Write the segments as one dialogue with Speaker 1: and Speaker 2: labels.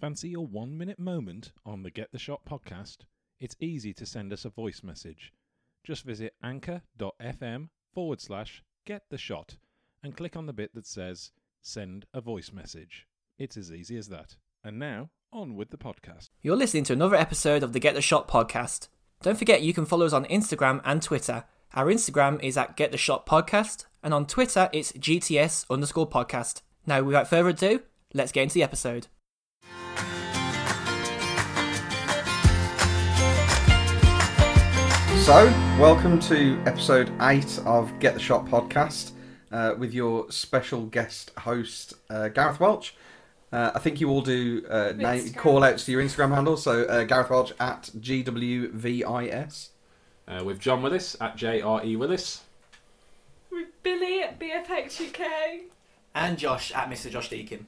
Speaker 1: Fancy your one minute moment on the Get the Shot podcast? It's easy to send us a voice message. Just visit anchor.fm forward slash get the shot and click on the bit that says send a voice message. It's as easy as that. And now, on with the podcast.
Speaker 2: You're listening to another episode of the Get the Shot podcast. Don't forget you can follow us on Instagram and Twitter. Our Instagram is at Get the Shot Podcast, and on Twitter it's GTS underscore podcast. Now, without further ado, let's get into the episode.
Speaker 3: So, welcome to episode eight of Get the Shot podcast uh, with your special guest host uh, Gareth Welch. Uh, I think you all do uh, name,
Speaker 4: Instagram.
Speaker 3: call outs to your Instagram handle. So, uh, Gareth Welch at GWVIS.
Speaker 5: uh, with John Willis at JRE Willis.
Speaker 4: With Billy at BFX UK.
Speaker 2: And Josh at Mr. Josh Deakin.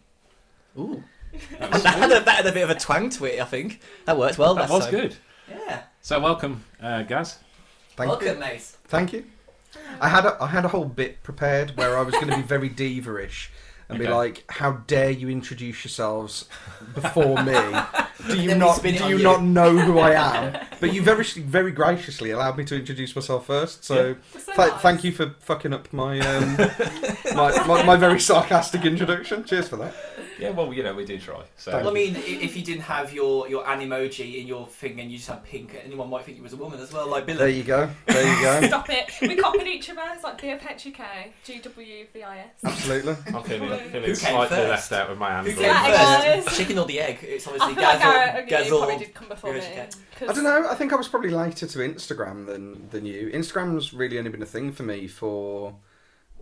Speaker 3: Ooh.
Speaker 2: That had, a, that had a bit of a twang to it, I think. That worked well.
Speaker 5: That
Speaker 2: last
Speaker 5: was
Speaker 2: time.
Speaker 5: good.
Speaker 2: Yeah.
Speaker 5: So welcome, uh, Gaz.
Speaker 3: Thank you.
Speaker 2: mate.
Speaker 3: Thank you. I had a, I had a whole bit prepared where I was going to be very diva-ish and be
Speaker 5: Okay.
Speaker 3: like, "How dare you introduce yourselves before me? Do
Speaker 2: then
Speaker 3: you
Speaker 2: we
Speaker 3: not do
Speaker 2: spin it on
Speaker 3: you,
Speaker 2: you."
Speaker 3: not know who I am?" But you very very graciously allowed me to introduce myself first, so,
Speaker 4: So
Speaker 3: th-
Speaker 4: nice.
Speaker 3: thank you for fucking up my, um, my, my my very sarcastic introduction. Cheers for that.
Speaker 5: Yeah, well, you know, we do try. So
Speaker 3: Thank
Speaker 2: Well, I mean, i- if you didn't have your your animoji in your thing and you just had pink, anyone might think you was a woman as well, like
Speaker 3: There
Speaker 2: Billy.
Speaker 3: you go. There you go.
Speaker 4: Stop it. We copied each of ours, like BFX UK, GWVIS.
Speaker 3: Absolutely.
Speaker 5: I'm feeling, I'm feeling
Speaker 2: Who came
Speaker 5: slightly
Speaker 2: first?
Speaker 5: left out with my
Speaker 2: Who
Speaker 5: hands.
Speaker 2: came
Speaker 4: Yeah,
Speaker 2: first?
Speaker 4: guys.
Speaker 2: Chicken or the egg? It's
Speaker 4: I
Speaker 2: obviously
Speaker 4: feel like Gareth
Speaker 2: Gazelle.
Speaker 4: and you probably
Speaker 2: Gazelle.
Speaker 4: did come before me.
Speaker 2: Gareth UK.
Speaker 4: 'cause
Speaker 3: I don't know. I think I was probably later to Instagram than than you. Instagram's really only been a thing for me for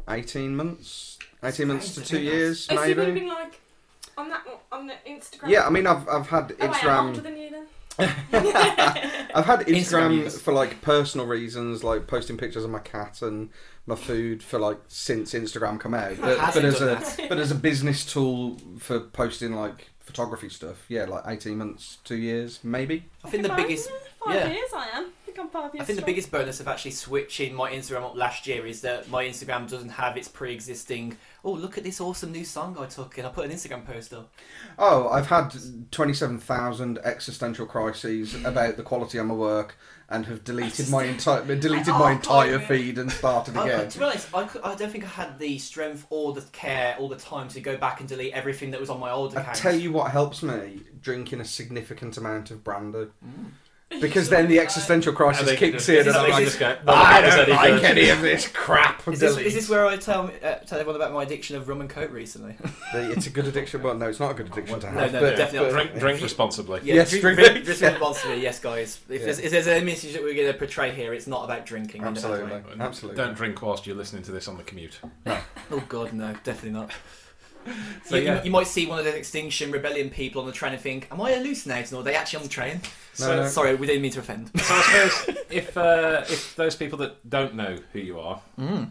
Speaker 3: eighteen months, eighteen months to
Speaker 2: Strange,
Speaker 3: two
Speaker 2: isn't it?
Speaker 3: years,
Speaker 4: Has he
Speaker 3: maybe.
Speaker 4: been like on that on the Instagram?
Speaker 3: Yeah, I mean, I've I've had
Speaker 4: Oh, wait, I'm older
Speaker 3: Instagram.
Speaker 4: than you then.
Speaker 3: I've had
Speaker 2: Instagram
Speaker 3: Instagram
Speaker 2: use.
Speaker 3: for like personal reasons, like posting pictures of my cat and my food for like since Instagram come out. But,
Speaker 2: Hasn't
Speaker 3: but as
Speaker 2: done
Speaker 3: a but as a business tool for posting like photography stuff, yeah, like eighteen months, two years, maybe.
Speaker 2: I think the
Speaker 4: Five-
Speaker 2: biggest.
Speaker 4: Five
Speaker 2: yeah.
Speaker 4: years I am. I think I'm five years.
Speaker 2: I think the
Speaker 4: strong.
Speaker 2: biggest bonus of actually switching my Instagram up last year is that my Instagram doesn't have its pre-existing. Oh, look at this awesome new song I took, and I put an Instagram post up.
Speaker 3: Oh, I've had 27,000 existential crises about the quality of my work and have deleted my entire deleted
Speaker 2: Oh,
Speaker 3: my entire feed and started
Speaker 2: I- I-
Speaker 3: again.
Speaker 2: to be honest, I, cou- I don't think I had the strength or the care or the time to go back and delete everything that was on my old
Speaker 3: I
Speaker 2: account.
Speaker 3: tell you what helps me drinking a significant amount of brandy. Because then the existential crisis kicks in and
Speaker 2: this-
Speaker 3: I'm
Speaker 2: is
Speaker 3: like,
Speaker 2: this-
Speaker 3: I don't like any of this crap.
Speaker 2: Is this,
Speaker 3: delete.
Speaker 2: is this where I tell uh, tell everyone about my addiction of rum and coke recently?
Speaker 3: The- It's a good addiction. Well, no, it's not a good addiction to
Speaker 2: No,
Speaker 3: have.
Speaker 2: no,
Speaker 3: but,
Speaker 2: definitely not.
Speaker 3: but-
Speaker 5: Drink, drink responsibly.
Speaker 2: Yeah,
Speaker 3: Yes,
Speaker 2: drink,
Speaker 3: drink-
Speaker 2: drink, drink
Speaker 3: yeah.
Speaker 2: responsibly. Yes, guys. If,
Speaker 3: Yeah.
Speaker 2: there's, if there's any message that we're going to portray here, it's not about drinking. in a bad way.
Speaker 3: Absolutely. Absolutely.
Speaker 5: Don't drink whilst you're listening to this on the commute.
Speaker 2: Oh God, no, definitely not.
Speaker 5: So,
Speaker 2: you, you-
Speaker 5: yeah.
Speaker 2: you might see one of the Extinction Rebellion people on the train and think, "Am I hallucinating? Or are they actually on the train?"
Speaker 3: No, no.
Speaker 2: Sorry, we didn't mean to offend.
Speaker 5: So I suppose if uh, if those people that don't know who you are,
Speaker 3: Mm.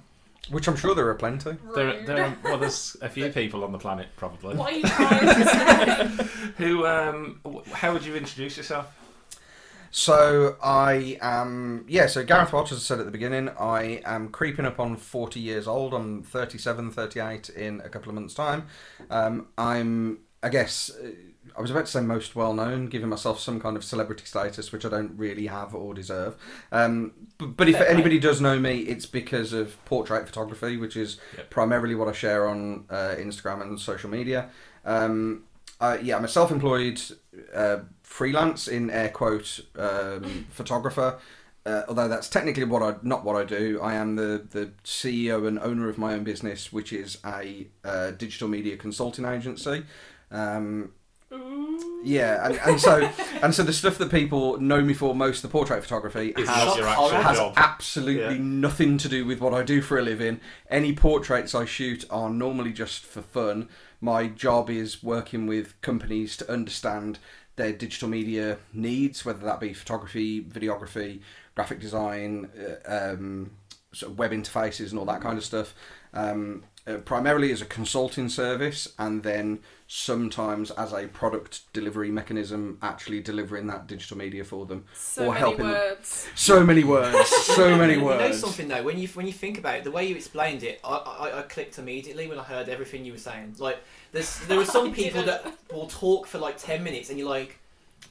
Speaker 3: Which I'm sure there are plenty.
Speaker 5: there are,
Speaker 4: Rude.
Speaker 5: there are well, there's a few people on the planet probably
Speaker 4: What are you trying to say?
Speaker 5: who. Um, wh- how would you introduce yourself?
Speaker 3: So I am yeah. So Gareth Watch, as I said at the beginning, I am creeping up on forty years old. I'm 37, 38 in a couple of months' time. Um, I'm I guess uh, I was about to say most well known, giving myself some kind of celebrity status, which I don't really have or deserve. Um, b- but if
Speaker 2: Fair play.
Speaker 3: anybody does know me, it's because of portrait photography, which is
Speaker 5: Yep.
Speaker 3: primarily what I share on uh, Instagram and social media. Um, uh, yeah, I'm a self-employed uh, freelance in air quote um, photographer. Uh, although that's technically what I not what I do. I am the the CEO and owner of my own business, which is a uh, digital media consulting agency. Um, yeah, and, and so and so the stuff that people know me for most, the portrait photography,
Speaker 5: Is
Speaker 3: has
Speaker 5: not your
Speaker 2: horror.
Speaker 5: actual
Speaker 3: has
Speaker 5: job.
Speaker 3: absolutely
Speaker 5: Yeah.
Speaker 3: nothing to do with what I do for a living. Any portraits I shoot are normally just for fun. My job is working with companies to understand their digital media needs, whether that be photography, videography, graphic design, uh, um, sort of web interfaces, and all that kind of stuff. Um, uh, primarily as a consulting service and then sometimes as a product delivery mechanism, actually delivering that digital media for them
Speaker 4: So many
Speaker 3: them.
Speaker 4: words.
Speaker 3: So many words. So many words.
Speaker 2: You know something though, when you when you think about it, the way you explained it, I, I, I clicked immediately when I heard everything you were saying. Like, there's there are some
Speaker 4: I
Speaker 2: people
Speaker 4: didn't.
Speaker 2: that will talk for like ten minutes, and you're like,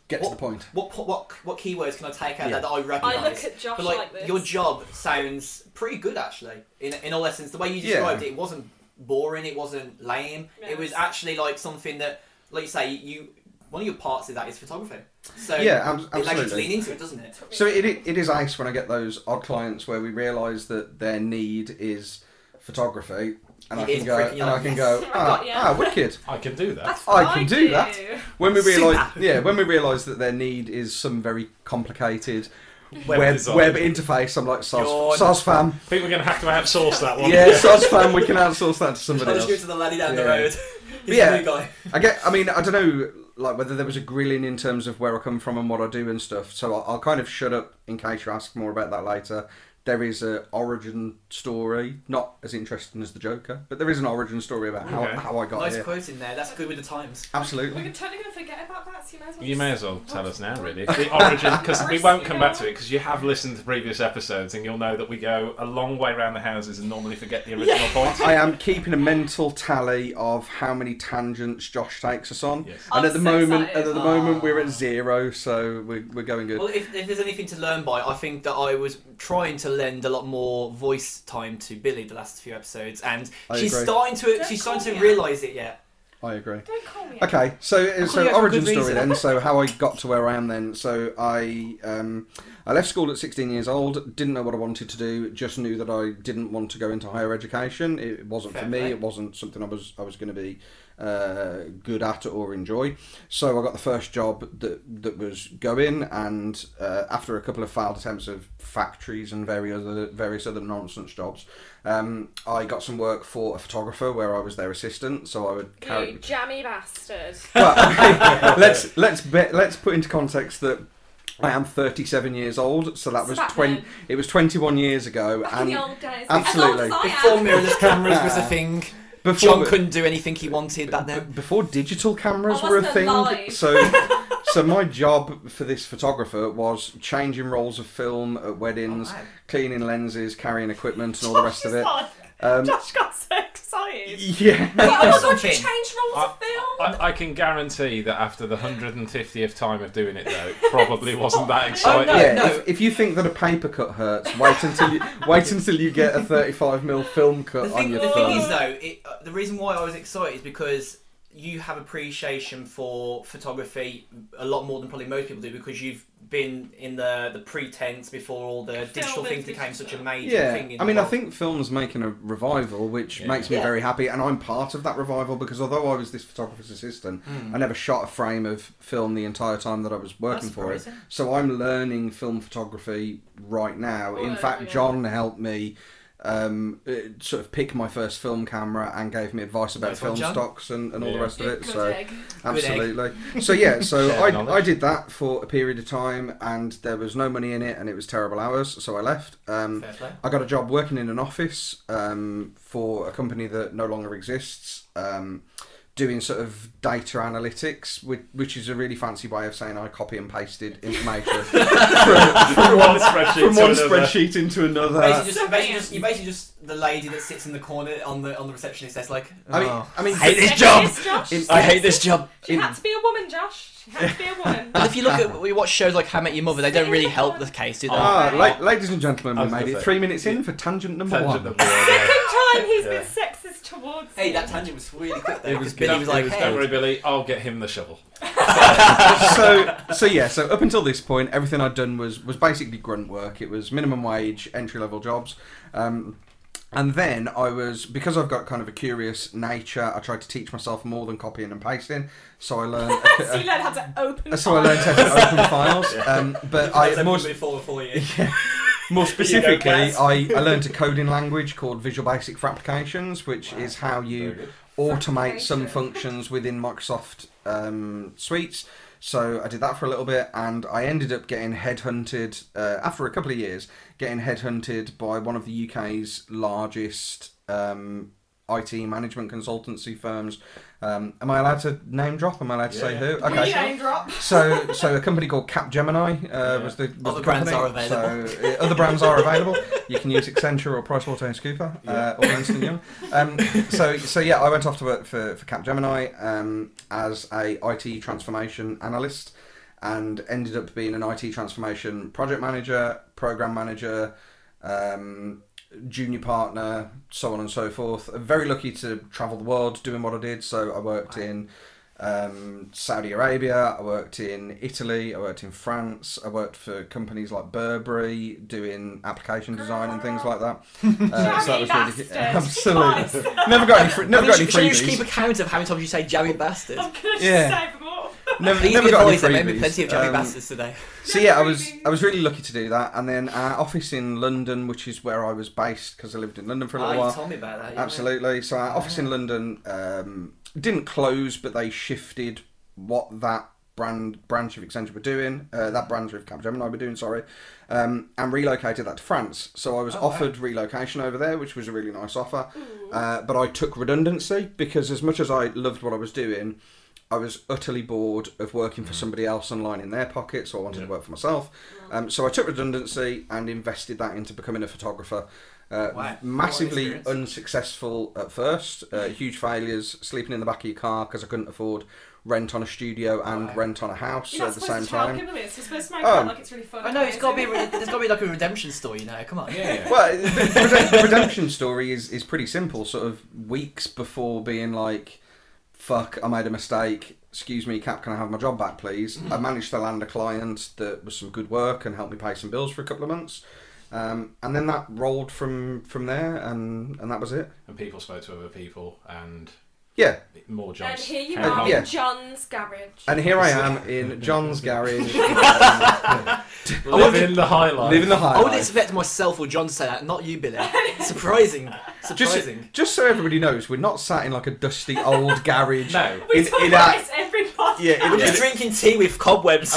Speaker 3: Get to
Speaker 2: What-
Speaker 3: the point.
Speaker 2: what po- what what keywords can I take out
Speaker 3: Yeah.
Speaker 2: of that that I recognise?
Speaker 4: I look at Josh
Speaker 2: but
Speaker 4: like,
Speaker 2: like,
Speaker 4: this.
Speaker 2: your job sounds pretty good actually. In in all essence, the way you
Speaker 3: Yeah.
Speaker 2: described it, it wasn't boring, it wasn't lame. It was
Speaker 4: Yes.
Speaker 2: actually like something that, like you say, you one of your parts of that is photography. So
Speaker 3: Yeah, ab-
Speaker 2: it allows you to
Speaker 3: absolutely.
Speaker 2: lean into it, doesn't it?
Speaker 3: So it, it is ice when I get those odd clients where we realise that their need is photography, and I
Speaker 2: It is
Speaker 3: can go,
Speaker 2: freaking
Speaker 3: and I
Speaker 2: like,
Speaker 3: can
Speaker 2: yes.
Speaker 3: go,
Speaker 4: I
Speaker 3: ah,
Speaker 4: got ya."
Speaker 3: ah, wicked.
Speaker 5: I can do that.
Speaker 4: That's
Speaker 3: I
Speaker 4: what
Speaker 3: can do that. When we
Speaker 2: Super.
Speaker 3: realise, yeah, when we realise that their need is some very complicated web web,
Speaker 5: design.
Speaker 3: interface, I'm like,
Speaker 2: Yawn.
Speaker 3: Soz, Soz fam,
Speaker 5: I think we're going to have to outsource that one.
Speaker 3: yeah, Soz fam, we can outsource that to
Speaker 2: I
Speaker 3: somebody
Speaker 2: was
Speaker 3: else.
Speaker 2: to the laddie down the
Speaker 3: Yeah.
Speaker 2: road. He's
Speaker 3: Yeah.
Speaker 2: a new guy.
Speaker 3: I get. I mean, I don't know, like whether there was a grilling in terms of where I come from and what I do and stuff. So I'll, I'll kind of shut up in case you ask more about that later. There is a origin story, not as interesting as the Joker, but there is an origin story about how,
Speaker 5: Okay.
Speaker 3: how I got
Speaker 2: Nice
Speaker 3: here.
Speaker 2: quote in there. That's good with the times.
Speaker 4: We're
Speaker 3: Absolutely.
Speaker 4: totally going to forget about that, so you may as well.
Speaker 5: You
Speaker 4: just-
Speaker 5: may as well tell us now, really. The origin, because we won't come back to it, because you have listened to previous episodes, and you'll know that we go a long way around the houses and normally forget the original point.
Speaker 3: I am keeping a mental tally of how many tangents Josh takes us on,
Speaker 5: Yes.
Speaker 3: and
Speaker 4: I'm
Speaker 3: at the
Speaker 4: so
Speaker 3: moment,
Speaker 4: excited. Oh.
Speaker 3: and at the moment we're at zero, so we're, we're going good.
Speaker 2: Well, if, if there's anything to learn by, I think that I was trying to lend a lot more voice time to Billy the last few episodes, and
Speaker 3: I
Speaker 2: she's
Speaker 3: agree.
Speaker 2: starting to
Speaker 4: Don't
Speaker 2: she's
Speaker 4: call
Speaker 2: starting to
Speaker 4: me out.
Speaker 2: realise it. Yeah,
Speaker 3: I agree.
Speaker 4: Don't call me. out.
Speaker 3: Okay, so uh,
Speaker 2: you out
Speaker 3: so
Speaker 2: for a
Speaker 3: origin
Speaker 2: good
Speaker 3: story
Speaker 2: reason.
Speaker 3: then. So how I got to where I am then. So I um, I left school at 16 years old. Didn't know what I wanted to do. Just knew that I didn't want to go into higher education. It wasn't
Speaker 2: Fair
Speaker 3: for me.
Speaker 2: play.
Speaker 3: It wasn't something I was I was going to be uh, good at or enjoy. So I got the first job that that was going, and uh, after a couple of failed attempts of factories and various other various other nonsense jobs, um, I got some work for a photographer where I was their assistant. So I would carry
Speaker 4: You jammy bastard.
Speaker 3: but okay, let's let's be, let's put into context that I am 37 years old, so that was
Speaker 4: Slap
Speaker 3: twenty.
Speaker 4: them.
Speaker 3: It was 21 years ago,
Speaker 4: Back in
Speaker 3: and
Speaker 4: the old days.
Speaker 3: absolutely.
Speaker 4: As old as I
Speaker 2: before
Speaker 4: am.
Speaker 2: mirrorless cameras was a thing, John
Speaker 3: before
Speaker 2: couldn't do anything he wanted back then.
Speaker 3: before digital cameras
Speaker 4: I
Speaker 3: were a
Speaker 4: wasn't
Speaker 3: thing,
Speaker 4: alive.
Speaker 3: so. So my job for this photographer was changing rolls of film at weddings,
Speaker 2: Oh, wow.
Speaker 3: cleaning lenses, carrying equipment, and all the rest of it.
Speaker 4: Josh is
Speaker 3: Um,
Speaker 4: like- Josh got so excited.
Speaker 3: yeah,
Speaker 4: But I
Speaker 2: Or
Speaker 4: was like, you
Speaker 2: something.
Speaker 4: change roles
Speaker 5: I-
Speaker 4: of film.
Speaker 5: I, I can guarantee that after the 150th time of doing it, though, it probably wasn't that
Speaker 2: Oh,
Speaker 5: exciting.
Speaker 2: no.
Speaker 3: yeah. If, if you think that a paper cut hurts, wait until you wait until you get a 35mm film cut
Speaker 2: The
Speaker 3: on
Speaker 2: thing,
Speaker 3: your
Speaker 2: the
Speaker 3: phone.
Speaker 2: thing is though, it, uh, the reason why I was excited is because you have appreciation for photography a lot more than probably most people do because you've been in the the pretense before all the digital
Speaker 4: and
Speaker 2: things became such a
Speaker 4: digital.
Speaker 2: major
Speaker 3: Yeah,
Speaker 2: thing. In
Speaker 3: I
Speaker 2: the
Speaker 3: mean, I
Speaker 2: world.
Speaker 3: think film's making a revival, which
Speaker 5: Yeah.
Speaker 3: makes me
Speaker 2: Yeah.
Speaker 3: very happy, and I'm part of that revival because although I was this photographer's assistant,
Speaker 2: Hmm.
Speaker 3: I never shot a frame of film the entire time that I was working
Speaker 2: Mm. That's
Speaker 3: for it.
Speaker 2: surprising.
Speaker 3: So I'm learning film photography right now.
Speaker 4: Oh,
Speaker 3: In
Speaker 4: yeah,
Speaker 3: fact,
Speaker 4: yeah.
Speaker 3: John helped me um, uh, sort of pick my first film camera and gave me advice about
Speaker 2: Nice one,
Speaker 3: film
Speaker 2: John.
Speaker 3: stocks and, and all the
Speaker 5: Yeah.
Speaker 3: rest of
Speaker 4: You
Speaker 3: it.
Speaker 4: good
Speaker 3: So
Speaker 4: egg.
Speaker 2: Good egg.
Speaker 3: Absolutely. So yeah, so
Speaker 5: Shared
Speaker 3: I, I
Speaker 5: knowledge.
Speaker 3: did that for a period of time, and there was no money in it, and it was terrible hours. So I left. Um,
Speaker 2: Fair play.
Speaker 3: I got a job working in an office um, for a company that no longer exists, um, doing sort of data analytics, which, which is a really fancy way of saying I copy and pasted information from, from
Speaker 5: One
Speaker 3: one,
Speaker 5: spreadsheet
Speaker 3: from
Speaker 5: to
Speaker 3: one
Speaker 5: another.
Speaker 3: spreadsheet into another.
Speaker 2: Basically, just,
Speaker 4: so
Speaker 2: basically
Speaker 4: bad.
Speaker 2: just, you're basically just the lady that sits in the corner on the on the receptionist desk, like.
Speaker 3: I mean,
Speaker 2: "Oh."
Speaker 3: I mean,
Speaker 2: Hate this job.
Speaker 4: Sexist, Josh.
Speaker 3: It-
Speaker 2: I hate this job.
Speaker 4: She had to be a woman, Josh. She had to be a woman.
Speaker 2: And if you look at we watch shows like How I Met Your Mother, they don't really help the case, do they?
Speaker 3: Ah,
Speaker 4: Oh.
Speaker 3: la- ladies and gentlemen,
Speaker 5: I
Speaker 3: we
Speaker 5: was
Speaker 3: made
Speaker 5: gonna
Speaker 3: it
Speaker 5: say.
Speaker 3: three minutes in for tangent number
Speaker 5: Tangent
Speaker 3: one.
Speaker 5: of the world, yeah.
Speaker 4: Second time he's
Speaker 5: Yeah.
Speaker 4: been sexist towards
Speaker 2: hey,
Speaker 4: me.
Speaker 2: that tangent was really quick there.
Speaker 5: It was
Speaker 2: because Billy
Speaker 5: Don't-
Speaker 2: was
Speaker 5: it
Speaker 2: like,
Speaker 5: was,
Speaker 2: hey,
Speaker 5: Don't worry, Billy. I'll get him the shovel.
Speaker 3: so so yeah so up until this point everything i'd done was was basically grunt work it was minimum wage entry level jobs um, and then i was because i've got kind of a curious nature i tried to teach myself more than copying and pasting so i learned
Speaker 4: so you learned how to open.
Speaker 3: so i learned how to open files um, but i
Speaker 2: that's
Speaker 3: more,
Speaker 2: everything before before you.
Speaker 3: more specifically
Speaker 2: Gaz.
Speaker 3: I, I learned a coding language called visual basic for applications which is how you
Speaker 5: Very good.
Speaker 3: automate some
Speaker 4: Frustration.
Speaker 3: functions within Microsoft um, suites. So I did that for a little bit, and I ended up getting headhunted uh, after a couple of years, getting headhunted by one of the UK's largest um, IT management consultancy firms. Um, am I allowed to name drop? Am I allowed to say
Speaker 5: Yeah.
Speaker 3: who?
Speaker 5: You
Speaker 3: Okay.
Speaker 4: You name drop.
Speaker 3: So, so a company called Capgemini uh, was the was
Speaker 6: Other
Speaker 3: the
Speaker 6: brands
Speaker 3: company.
Speaker 6: are available.
Speaker 3: So, uh, other brands are available. You can use Accenture or PricewaterhouseCooper uh, or Ernst and Young. Um, so, so yeah, I went off to work for for Capgemini um, as a IT transformation analyst, and ended up being an IT transformation project manager, program manager. Um, junior partner so on and so forth very lucky to travel the world doing what i did so i worked
Speaker 6: Wow.
Speaker 3: in um, Saudi Arabia, I worked in Italy, I worked in France, I worked for companies like Burberry doing application
Speaker 2: Ah.
Speaker 3: design and things like that. Uh,
Speaker 4: Jamie bastard.
Speaker 3: absolutely never got any free, never got any
Speaker 2: should you just keep
Speaker 3: freebies.
Speaker 2: account of how many times you say jammy bastard?
Speaker 4: I'm gonna
Speaker 3: Yeah.
Speaker 4: save them all.
Speaker 3: Never,
Speaker 2: Leave
Speaker 3: never
Speaker 2: your
Speaker 3: got any
Speaker 2: voice, there may be
Speaker 3: freebies.
Speaker 2: plenty of jammy
Speaker 3: Um,
Speaker 2: bastards today.
Speaker 3: so yeah, I was I was really lucky to do that, and then our office in London, which is where I was based because I lived in London for a
Speaker 2: Oh,
Speaker 3: little
Speaker 2: you
Speaker 3: while.
Speaker 2: told me about that. yeah.
Speaker 3: Absolutely. So our office in London um, didn't close, but they shifted what that brand branch of Accenture were doing, uh, that branch of Capgemini were doing, sorry, um, and relocated that to France. So I was
Speaker 2: Oh,
Speaker 3: offered relocation over there, which was a really nice offer, uh, but I took redundancy because as much as I loved what I was doing, I was utterly bored of working
Speaker 2: Mm.
Speaker 3: for somebody else and lining their pockets, so I wanted to work for myself. Um, so I took redundancy and invested that into becoming a photographer. Uh,
Speaker 2: Wow. What
Speaker 3: Massively
Speaker 2: an experience.
Speaker 3: unsuccessful at first, uh,
Speaker 4: Mm-hmm.
Speaker 3: huge failures, sleeping in the back of your car because I couldn't afford rent on a studio and
Speaker 2: Wow.
Speaker 3: rent on a house
Speaker 4: You're
Speaker 3: at
Speaker 4: not
Speaker 3: the
Speaker 4: supposed
Speaker 3: same
Speaker 4: to tell
Speaker 3: time.
Speaker 4: people this. You're supposed to make it
Speaker 3: Oh.
Speaker 4: look like it's really fun.
Speaker 2: I know it's got to be. A, there's got to be like a redemption story, you know. Come on.
Speaker 5: Yeah, yeah.
Speaker 3: Well, the the redemption story is, is pretty simple. Sort of weeks before being like, "Fuck, I made a mistake. Excuse me, Cap, can I have my job back, please?"
Speaker 4: Mm-hmm.
Speaker 3: I managed to land a client that was some good work and helped me pay some bills for a couple of months, um, and then that rolled from from there, and and that was it.
Speaker 5: And people spoke to other people and
Speaker 3: Yeah,
Speaker 5: more jobs.
Speaker 4: And here you
Speaker 5: came
Speaker 3: Um,
Speaker 4: are,
Speaker 5: along.
Speaker 3: yeah.
Speaker 4: John's garage.
Speaker 3: And here I am in John's garage, um,
Speaker 5: Living the high life.
Speaker 3: living the high
Speaker 2: I wouldn't
Speaker 3: life.
Speaker 2: expect myself or John to say that, not you, Billy. Surprising.
Speaker 3: Just,
Speaker 2: Surprising.
Speaker 3: just so everybody knows, we're not sat in like a dusty old garage.
Speaker 5: No.
Speaker 4: We
Speaker 3: in,
Speaker 4: talk
Speaker 3: in
Speaker 4: about
Speaker 3: our,
Speaker 4: this every podcast.
Speaker 3: uh, yeah, in,
Speaker 2: We're just
Speaker 3: in,
Speaker 2: drinking tea with cobwebs.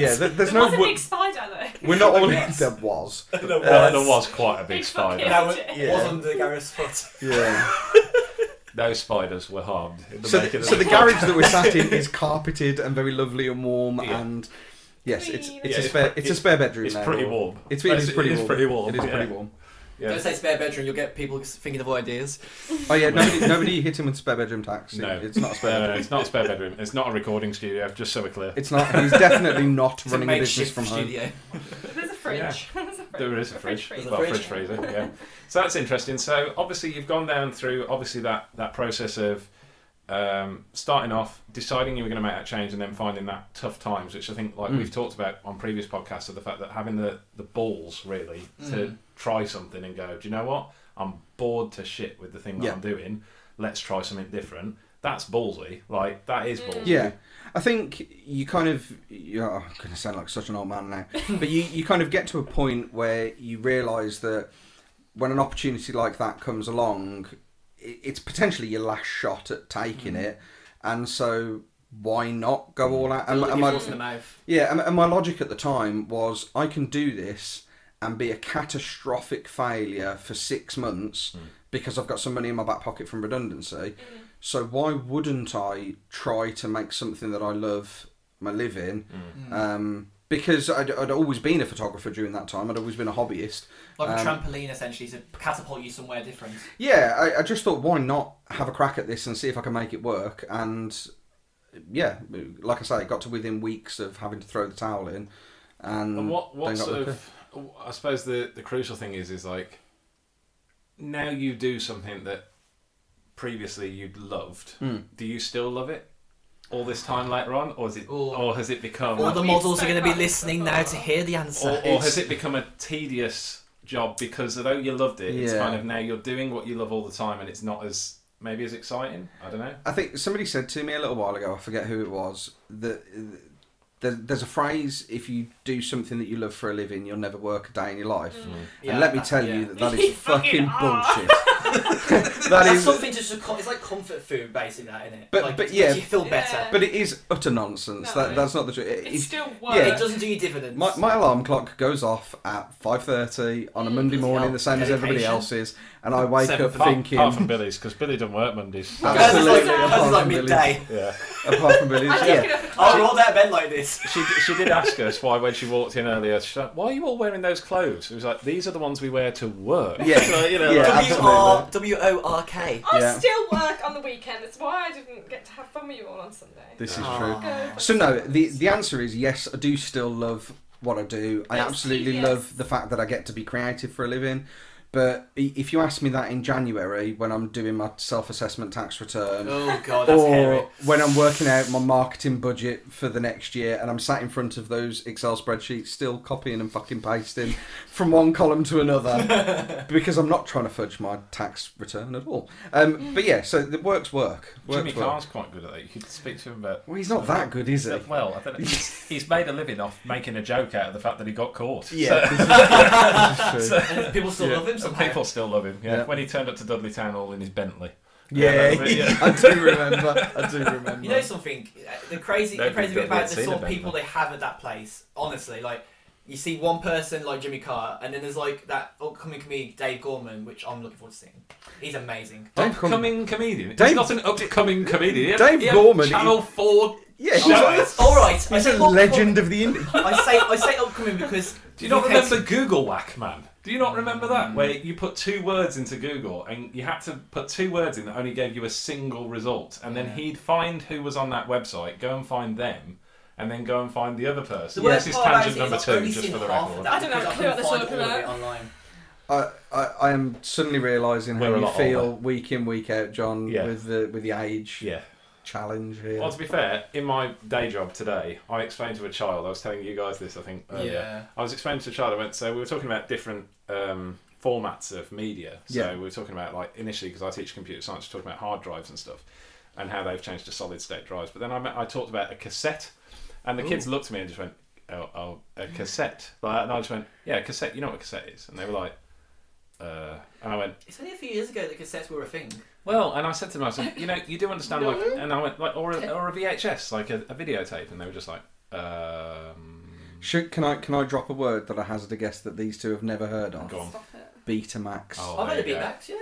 Speaker 3: Yeah, there- there's
Speaker 4: There
Speaker 3: no.
Speaker 4: was a
Speaker 3: wo-
Speaker 4: big spider though.
Speaker 3: We're not all. There was.
Speaker 5: There was,
Speaker 3: Uh,
Speaker 5: there was quite a big
Speaker 4: Big
Speaker 5: spider.
Speaker 4: fucking-
Speaker 2: That was,
Speaker 3: Yeah.
Speaker 2: was under Gareth's foot.
Speaker 3: Yeah.
Speaker 5: Those spiders were harmed. In the
Speaker 3: Um, So,
Speaker 5: making
Speaker 3: the,
Speaker 5: of
Speaker 3: so the
Speaker 5: podcast.
Speaker 3: garage that we're sat in is carpeted and very lovely and warm
Speaker 5: Yeah.
Speaker 3: and. Yes, it's
Speaker 4: Clean.
Speaker 3: it's
Speaker 5: Yeah,
Speaker 3: a
Speaker 5: it's pre-
Speaker 3: spare it's a
Speaker 5: it's-
Speaker 3: spare bedroom.
Speaker 5: it's
Speaker 3: now.
Speaker 5: pretty warm.
Speaker 3: It's, it
Speaker 5: That's-
Speaker 3: is pretty
Speaker 5: it is
Speaker 3: warm.
Speaker 5: pretry warm,
Speaker 3: It is
Speaker 5: yeah.
Speaker 3: pretty warm.
Speaker 5: Yeah.
Speaker 2: Don't say spare bedroom, you'll get people thinking of ideas.
Speaker 3: Oh yeah, nobody, nobody hit him with spare bedroom tax.
Speaker 5: No.
Speaker 3: it's not a spare.
Speaker 5: No,
Speaker 3: bedroom.
Speaker 5: no, it's not a spare bedroom. It's not a recording studio. Just so we're clear,
Speaker 3: It's not. He's definitely not
Speaker 2: It's a
Speaker 3: running a business
Speaker 2: makeshift
Speaker 3: from home.
Speaker 2: studio.
Speaker 4: There's a fridge.
Speaker 5: Yeah.
Speaker 4: There's a fridge.
Speaker 5: there is a fridge.
Speaker 4: freezer.
Speaker 5: well,
Speaker 2: There's a
Speaker 5: fridge freezer. Yeah. So that's interesting. So obviously you've gone down through obviously that that process of um, starting off, deciding you were going to make that change, and then finding that tough times, which I think like
Speaker 3: Mm.
Speaker 5: we've talked about on previous podcasts of the fact that having the the balls really
Speaker 3: Mm.
Speaker 5: to try something and go, do you know what? I'm bored to shit with the thing that
Speaker 3: Yeah.
Speaker 5: I'm doing. Let's try something different. That's ballsy. Like that is ballsy.
Speaker 3: Yeah, I think you kind of. You oh, I'm going to sound like such an old man now, but you you kind of get to a point where you realise that when an opportunity like that comes along, i- it's potentially your last shot at taking it, and so why not go all out? And,
Speaker 2: Look
Speaker 3: and
Speaker 2: your
Speaker 3: my-
Speaker 2: foot in the mouth.
Speaker 3: yeah, and, and my logic at the time was I can do this and be a catastrophic failure for six months because I've got some money in my back pocket from redundancy. So why wouldn't I try to make something that I love my living? Um, because I'd, I'd always been a photographer during that time. I'd always been a hobbyist.
Speaker 2: Like a
Speaker 3: Um,
Speaker 2: trampoline, essentially, to catapult you somewhere different.
Speaker 3: Yeah, I, I just thought, why not have a crack at this and see if I can make it work? And yeah, like I say, it got to within weeks of having to throw the towel in. And,
Speaker 5: And what
Speaker 3: then
Speaker 5: what
Speaker 3: got
Speaker 5: sort
Speaker 3: lucky.
Speaker 5: of I suppose the the crucial thing is is like now you do something that previously you'd loved.
Speaker 3: Hmm.
Speaker 5: Do you still love it all this time later on, or is it
Speaker 2: Ooh.
Speaker 5: or has it become
Speaker 2: All
Speaker 5: or,
Speaker 2: the
Speaker 4: we've
Speaker 2: models are
Speaker 4: spoke
Speaker 2: going to be
Speaker 4: about this
Speaker 2: listening now to
Speaker 4: before.
Speaker 2: hear the answer.
Speaker 5: or
Speaker 2: It's-
Speaker 5: has it become a tedious job because although you loved it, it's
Speaker 3: Yeah.
Speaker 5: kind of now you're doing what you love all the time and it's not as maybe as exciting. I don't know.
Speaker 3: I think somebody said to me a little while ago, I forget who it was, that there- there's a phrase if you do something that you love for a living, you'll never work a day in your life.
Speaker 2: Mm. Yeah,
Speaker 3: and let me
Speaker 2: that-
Speaker 3: tell
Speaker 2: yeah.
Speaker 3: you that that
Speaker 4: You
Speaker 3: is fucking
Speaker 4: fucking are.
Speaker 3: bullshit. that
Speaker 2: That's
Speaker 3: is,
Speaker 2: something just to co- it's like comfort food, basically, that isn't it?
Speaker 3: But-
Speaker 2: like,
Speaker 3: but
Speaker 2: it
Speaker 3: yeah.
Speaker 2: makes you feel better.
Speaker 4: Yeah.
Speaker 3: but it is utter nonsense.
Speaker 4: No.
Speaker 3: That, that's not the truth. It-
Speaker 4: It
Speaker 3: it's-
Speaker 4: still works.
Speaker 3: yeah.
Speaker 2: It doesn't do you dividends.
Speaker 3: My, my alarm clock goes off at 5.30 on a Monday
Speaker 2: Bloody
Speaker 3: morning
Speaker 2: hell.
Speaker 3: the same as everybody
Speaker 2: Mm, Dedication.
Speaker 3: else's and I wake
Speaker 2: Seven
Speaker 3: up
Speaker 2: for
Speaker 5: Apart,
Speaker 3: thinking.
Speaker 5: apart from Billy's, because Billy doesn't work Mondays.
Speaker 2: Hers is like,
Speaker 3: Absolutely, apart
Speaker 2: hers is like
Speaker 3: from Billy's.
Speaker 2: midday.
Speaker 5: Yeah.
Speaker 3: apart from Billy's,
Speaker 4: I'm
Speaker 3: yeah.
Speaker 4: just gonna.
Speaker 2: I rolled out of bed like this.
Speaker 5: She, she did ask us why when she walked in earlier, she's like, why are you all wearing those clothes? It was like, these are the ones we wear to work.
Speaker 3: Yeah.
Speaker 5: So, you know,
Speaker 3: Yeah,
Speaker 5: like-
Speaker 2: W
Speaker 3: absolutely.
Speaker 2: R W O R K.
Speaker 4: I
Speaker 3: Yeah.
Speaker 4: still work on the weekend. That's why I didn't get to have fun with you all on Sunday.
Speaker 3: This is
Speaker 2: Ah.
Speaker 3: true.
Speaker 4: Go for
Speaker 3: So no,
Speaker 4: Sunday.
Speaker 3: the the answer is yes. I do still love what I do. I
Speaker 4: Yes,
Speaker 3: absolutely
Speaker 4: yes.
Speaker 3: love the fact that I get to be creative for a living. But i- if you ask me that in January when I'm doing my self-assessment tax return,
Speaker 2: Oh god, that's hairy.
Speaker 3: or when I'm working out my marketing budget for the next year and I'm sat in front of those Excel spreadsheets still copying and fucking pasting from one column to another because I'm not trying to fudge my tax return at all. Um, but yeah, so the work's work. Work's
Speaker 5: Jimmy
Speaker 3: work.
Speaker 5: Carr's quite good at that. You could speak to him about.
Speaker 3: Well, he's not that good, is he?
Speaker 5: Well, I don't know. He's, he's made a living off making a joke out of the fact that he got caught.
Speaker 3: Yeah.
Speaker 5: So-
Speaker 3: This is true.
Speaker 2: And people still
Speaker 5: Yeah.
Speaker 2: love him
Speaker 5: And
Speaker 2: somehow.
Speaker 5: people still love him. Yeah.
Speaker 3: Yeah.
Speaker 5: When he turned up to Dudley Town Hall in his Bentley.
Speaker 3: Yeah,
Speaker 5: Yeah, yeah.
Speaker 3: I do remember. I do remember.
Speaker 2: You know something? uh, The crazy, the
Speaker 5: Nobody
Speaker 2: crazy bit
Speaker 5: thought
Speaker 2: about
Speaker 5: they'd
Speaker 2: the
Speaker 5: seen
Speaker 2: sort of
Speaker 5: a
Speaker 2: people they have at that place. Honestly, like you see one person like Jimmy Carr, and then there's like that upcoming comedian Dave Gorman, which I'm looking forward to seeing. He's amazing.
Speaker 3: Dave Gorman-
Speaker 5: upcoming comedian.
Speaker 3: Dave-
Speaker 5: He's not an upcoming comedian. He had-
Speaker 3: Dave
Speaker 5: he had
Speaker 3: Gorman-
Speaker 5: Channel 4.
Speaker 3: yeah, he's,
Speaker 5: Oh,
Speaker 3: a,
Speaker 5: it's-
Speaker 2: All right, I
Speaker 3: he's
Speaker 2: say
Speaker 3: a
Speaker 2: upcoming-
Speaker 3: legend of the indie.
Speaker 2: I say I say upcoming because
Speaker 5: Do you not
Speaker 2: because-
Speaker 5: remember Google Whack, man? Do you not remember that? Where
Speaker 2: Mm.
Speaker 5: you put two words into Google and you had to put two words in that only gave you a single result. And then
Speaker 2: Yeah.
Speaker 5: he'd find who was on that website, go and find them, and then go and find the other
Speaker 2: The
Speaker 5: person.
Speaker 2: worst
Speaker 5: This is
Speaker 2: part about
Speaker 5: tangent
Speaker 2: it is
Speaker 5: number
Speaker 2: I've
Speaker 5: two,
Speaker 2: only
Speaker 5: just
Speaker 2: seen
Speaker 5: for the
Speaker 2: half of
Speaker 5: record.
Speaker 2: that
Speaker 4: I don't
Speaker 2: because
Speaker 4: have a
Speaker 2: couldn't
Speaker 4: clue what
Speaker 2: find
Speaker 4: they're
Speaker 2: all
Speaker 4: talking
Speaker 2: of it
Speaker 4: about.
Speaker 2: online.
Speaker 3: I, I, I am suddenly realising how
Speaker 5: We're a
Speaker 3: you
Speaker 5: lot
Speaker 3: feel
Speaker 5: older.
Speaker 3: week in week out, John,
Speaker 5: Yeah.
Speaker 3: with the with the age
Speaker 5: Yeah.
Speaker 3: challenge here.
Speaker 5: Well, to be fair, in my day job today, I explained to a child. I was telling you guys this, I think. Earlier.
Speaker 2: Yeah.
Speaker 5: I was explaining to a child. I went. So we were talking about different um, formats of media. So
Speaker 3: Yeah.
Speaker 5: we were talking about like initially because I teach computer science, we're talking about hard drives and stuff, and how they've changed to solid state drives. But then I, met, I talked about a cassette, and the kids looked at me and just went, "Oh, oh a cassette." Like, and I just went, "Yeah, a cassette. You know what a cassette is?" And they were like, uh, and I went.
Speaker 2: It's only a few years ago that cassettes were a thing.
Speaker 5: Well, and I said to them, I said, you know, you do understand, like, and I went, like, or a, or a VHS, like a, a videotape, and they were just like, um,
Speaker 3: Should, can I can I drop a word that I hazard a guess that these two have never heard of?
Speaker 5: go on.
Speaker 4: Stop it.
Speaker 3: Betamax.
Speaker 5: Oh,
Speaker 2: I've
Speaker 5: there
Speaker 2: only
Speaker 5: you
Speaker 2: been
Speaker 5: go.
Speaker 2: back, yeah.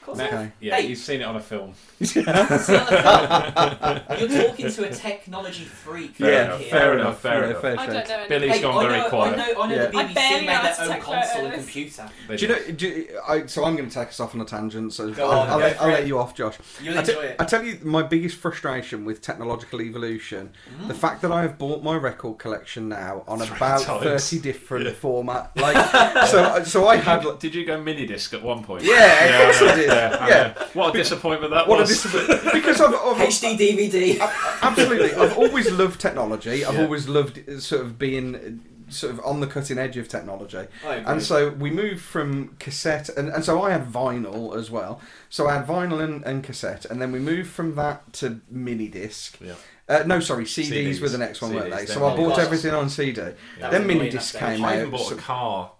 Speaker 2: Of course I have.
Speaker 3: Okay.
Speaker 5: Yeah,
Speaker 2: Hey.
Speaker 5: you've seen it on a film.
Speaker 2: See, I felt- You're talking to a technology freak.
Speaker 5: Fair
Speaker 3: yeah,
Speaker 5: enough,
Speaker 2: here.
Speaker 5: fair enough, fair
Speaker 3: Yeah,
Speaker 5: enough.
Speaker 3: fair shake.
Speaker 4: I don't know. anything.
Speaker 5: Billy- He's gone
Speaker 2: I
Speaker 5: very
Speaker 2: know,
Speaker 5: quiet.
Speaker 2: I know, I know
Speaker 3: Yeah.
Speaker 2: the
Speaker 4: I
Speaker 2: BBC
Speaker 4: barely
Speaker 2: made
Speaker 4: know how
Speaker 2: their
Speaker 4: to
Speaker 2: own
Speaker 4: take
Speaker 2: console and
Speaker 4: photos.
Speaker 2: computer.
Speaker 5: They
Speaker 3: Do you
Speaker 5: did.
Speaker 3: know? Do you, I, so I'm going to take us off on a tangent. So
Speaker 2: Go
Speaker 3: I'll,
Speaker 2: on,
Speaker 3: I'll,
Speaker 2: go
Speaker 3: let,
Speaker 2: for
Speaker 3: I'll
Speaker 2: it.
Speaker 3: let you off, Josh.
Speaker 2: You'll
Speaker 3: I te-
Speaker 2: enjoy it.
Speaker 3: I tell you, my biggest frustration with technological evolution,
Speaker 5: Hmm?
Speaker 3: the fact that I have bought my record collection now on
Speaker 5: Three
Speaker 3: about
Speaker 5: times.
Speaker 3: thirty different format. Like, so so I had. like-
Speaker 5: Did you go mini disc at one point?
Speaker 3: Yeah, of course I did.
Speaker 5: I
Speaker 3: Yeah.
Speaker 5: know. What a disappointment that
Speaker 3: What a
Speaker 5: was.
Speaker 3: disability! Because I've, I've
Speaker 2: HD DVD.
Speaker 3: absolutely, I've always loved technology. I've
Speaker 5: Yeah.
Speaker 3: always loved uh, sort of being uh, sort of on the cutting edge of technology.
Speaker 2: I agree.
Speaker 3: And so we moved from cassette, and, and so I had vinyl as well. So I had vinyl and, and cassette, and then we moved from that to mini disc.
Speaker 5: Yeah.
Speaker 3: Uh, no, sorry, CDs,
Speaker 5: CDs.
Speaker 3: were the next one, weren't
Speaker 5: CDs,
Speaker 3: they?
Speaker 5: then
Speaker 3: So I
Speaker 2: mini
Speaker 3: bought
Speaker 2: discs.
Speaker 3: everything on CD.
Speaker 2: That was
Speaker 3: Then mini
Speaker 2: annoying
Speaker 3: disc
Speaker 2: that day.
Speaker 3: came
Speaker 5: I even
Speaker 3: out
Speaker 5: bought
Speaker 3: so-
Speaker 5: a car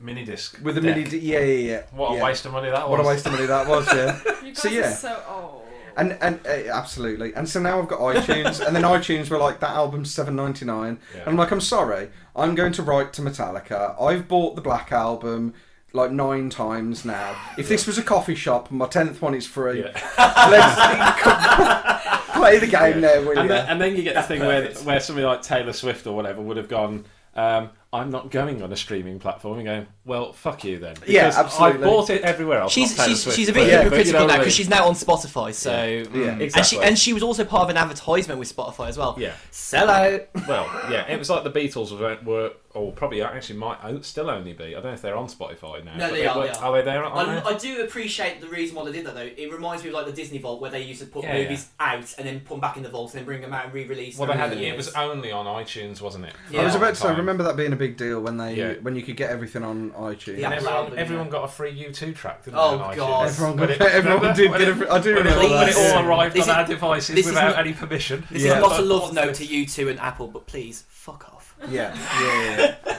Speaker 5: mini disc
Speaker 3: with a
Speaker 5: deck.
Speaker 3: mini. di- Yeah, yeah, yeah.
Speaker 5: What a
Speaker 3: yeah.
Speaker 5: waste of money that
Speaker 3: What a
Speaker 5: was.
Speaker 3: waste of money that was. Yeah.
Speaker 4: You guys
Speaker 3: So, yeah.
Speaker 4: are so old.
Speaker 3: And and uh, absolutely, and so now I've got iTunes, and then iTunes were like that album's seven ninety nine,
Speaker 5: Yeah.
Speaker 3: and I'm like, I'm sorry, I'm going to write to Metallica. I've bought the Black album like nine times now. If this was a coffee shop, my tenth one is free.
Speaker 5: Yeah.
Speaker 3: Let's play the game there, will
Speaker 5: and,
Speaker 3: you?
Speaker 5: then, and then you get the thing where,
Speaker 2: perfect.
Speaker 5: where somebody like Taylor Swift or whatever would have gone, um, I'm not going on a streaming platform and going, well, fuck you then.
Speaker 3: Yeah,
Speaker 5: Because
Speaker 3: absolutely.
Speaker 5: I bought it everywhere else.
Speaker 2: She's
Speaker 5: not Taylor
Speaker 2: she's,
Speaker 5: Swift,
Speaker 2: she's a
Speaker 5: but-
Speaker 2: bit
Speaker 5: but you know
Speaker 2: hypocritical
Speaker 5: what I
Speaker 2: now
Speaker 5: mean?
Speaker 2: because she's now on Spotify. So
Speaker 3: Yeah,
Speaker 2: Mm. and she
Speaker 5: exactly.
Speaker 2: and she was also part of an advertisement with Spotify as well.
Speaker 5: Yeah.
Speaker 2: sell out.
Speaker 5: Well, yeah, it was like the Beatles were, were or probably actually might o- still only be. I don't know if they're on Spotify now.
Speaker 2: No,
Speaker 5: but
Speaker 2: they are,
Speaker 5: were-
Speaker 2: they are.
Speaker 5: Are they there? on
Speaker 2: I,
Speaker 5: there?
Speaker 2: I do appreciate the reason why they did that though. It reminds me of like the Disney Vault where they used to put
Speaker 5: Yeah,
Speaker 2: movies out and then put them back in the vault and then bring them out and re-release.
Speaker 5: Well,
Speaker 2: them
Speaker 5: they had
Speaker 2: over the
Speaker 5: it
Speaker 2: years.
Speaker 5: was only on iTunes, wasn't it?
Speaker 2: Yeah.
Speaker 3: I was about to say, I
Speaker 5: Time.
Speaker 3: remember that being a big deal when they
Speaker 5: Yeah.
Speaker 3: when you could get everything on iTunes.
Speaker 5: And
Speaker 2: Yeah.
Speaker 5: everyone,
Speaker 2: Album, yeah.
Speaker 5: everyone got a free U2 track, didn't
Speaker 2: Oh,
Speaker 5: they? on
Speaker 2: God.
Speaker 5: iTunes?
Speaker 3: Everyone,
Speaker 5: When
Speaker 3: got,
Speaker 5: it-
Speaker 3: everyone did
Speaker 5: when
Speaker 3: get.
Speaker 5: it-
Speaker 3: every- I do
Speaker 5: When it
Speaker 3: remember
Speaker 5: all, when
Speaker 3: that.
Speaker 5: it
Speaker 2: Please.
Speaker 5: all arrived
Speaker 2: This
Speaker 5: on
Speaker 2: is-
Speaker 5: our devices
Speaker 2: this is
Speaker 5: without
Speaker 2: not-
Speaker 5: any permission.
Speaker 2: This
Speaker 3: Yeah.
Speaker 2: is not a
Speaker 5: But-
Speaker 2: love note to you two and Apple, but please fuck off.
Speaker 3: Yeah, yeah, yeah.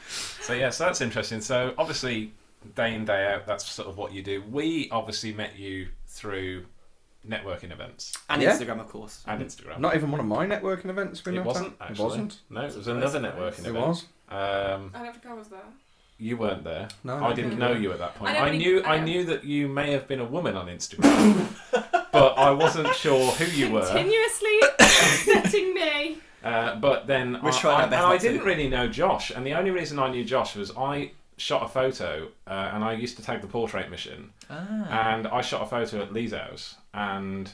Speaker 5: So yes, that's interesting. So obviously, day in day out, that's sort of what you do. We obviously met you through networking events
Speaker 2: And
Speaker 3: Yeah.
Speaker 2: Instagram, of course.
Speaker 5: and Instagram.
Speaker 3: Not even one of my networking events. We
Speaker 5: it
Speaker 3: met
Speaker 5: wasn't
Speaker 3: at.
Speaker 5: actually.
Speaker 3: It wasn't.
Speaker 5: No, it was another networking
Speaker 3: It
Speaker 5: event.
Speaker 3: was.
Speaker 5: Um,
Speaker 4: I don't think I was there.
Speaker 5: You weren't there.
Speaker 3: No, I
Speaker 5: I
Speaker 3: don't
Speaker 5: didn't
Speaker 4: think
Speaker 5: know
Speaker 3: you
Speaker 5: you at that point.
Speaker 4: I don't
Speaker 5: I,
Speaker 4: really-
Speaker 5: knew
Speaker 4: I
Speaker 5: I
Speaker 4: don't-
Speaker 5: knew that you may have been a woman on Instagram, but I wasn't sure who you were.
Speaker 4: Continuously upsetting me.
Speaker 5: Uh, but then
Speaker 2: We're
Speaker 5: I,
Speaker 2: trying
Speaker 5: I-
Speaker 2: our
Speaker 5: and
Speaker 2: best
Speaker 5: I
Speaker 2: not to.
Speaker 5: didn't really know Josh, and the only reason I knew Josh was I shot a photo, uh, and I used to tag the portrait mission,
Speaker 2: Ah.
Speaker 5: and I shot a photo at Lee's house, and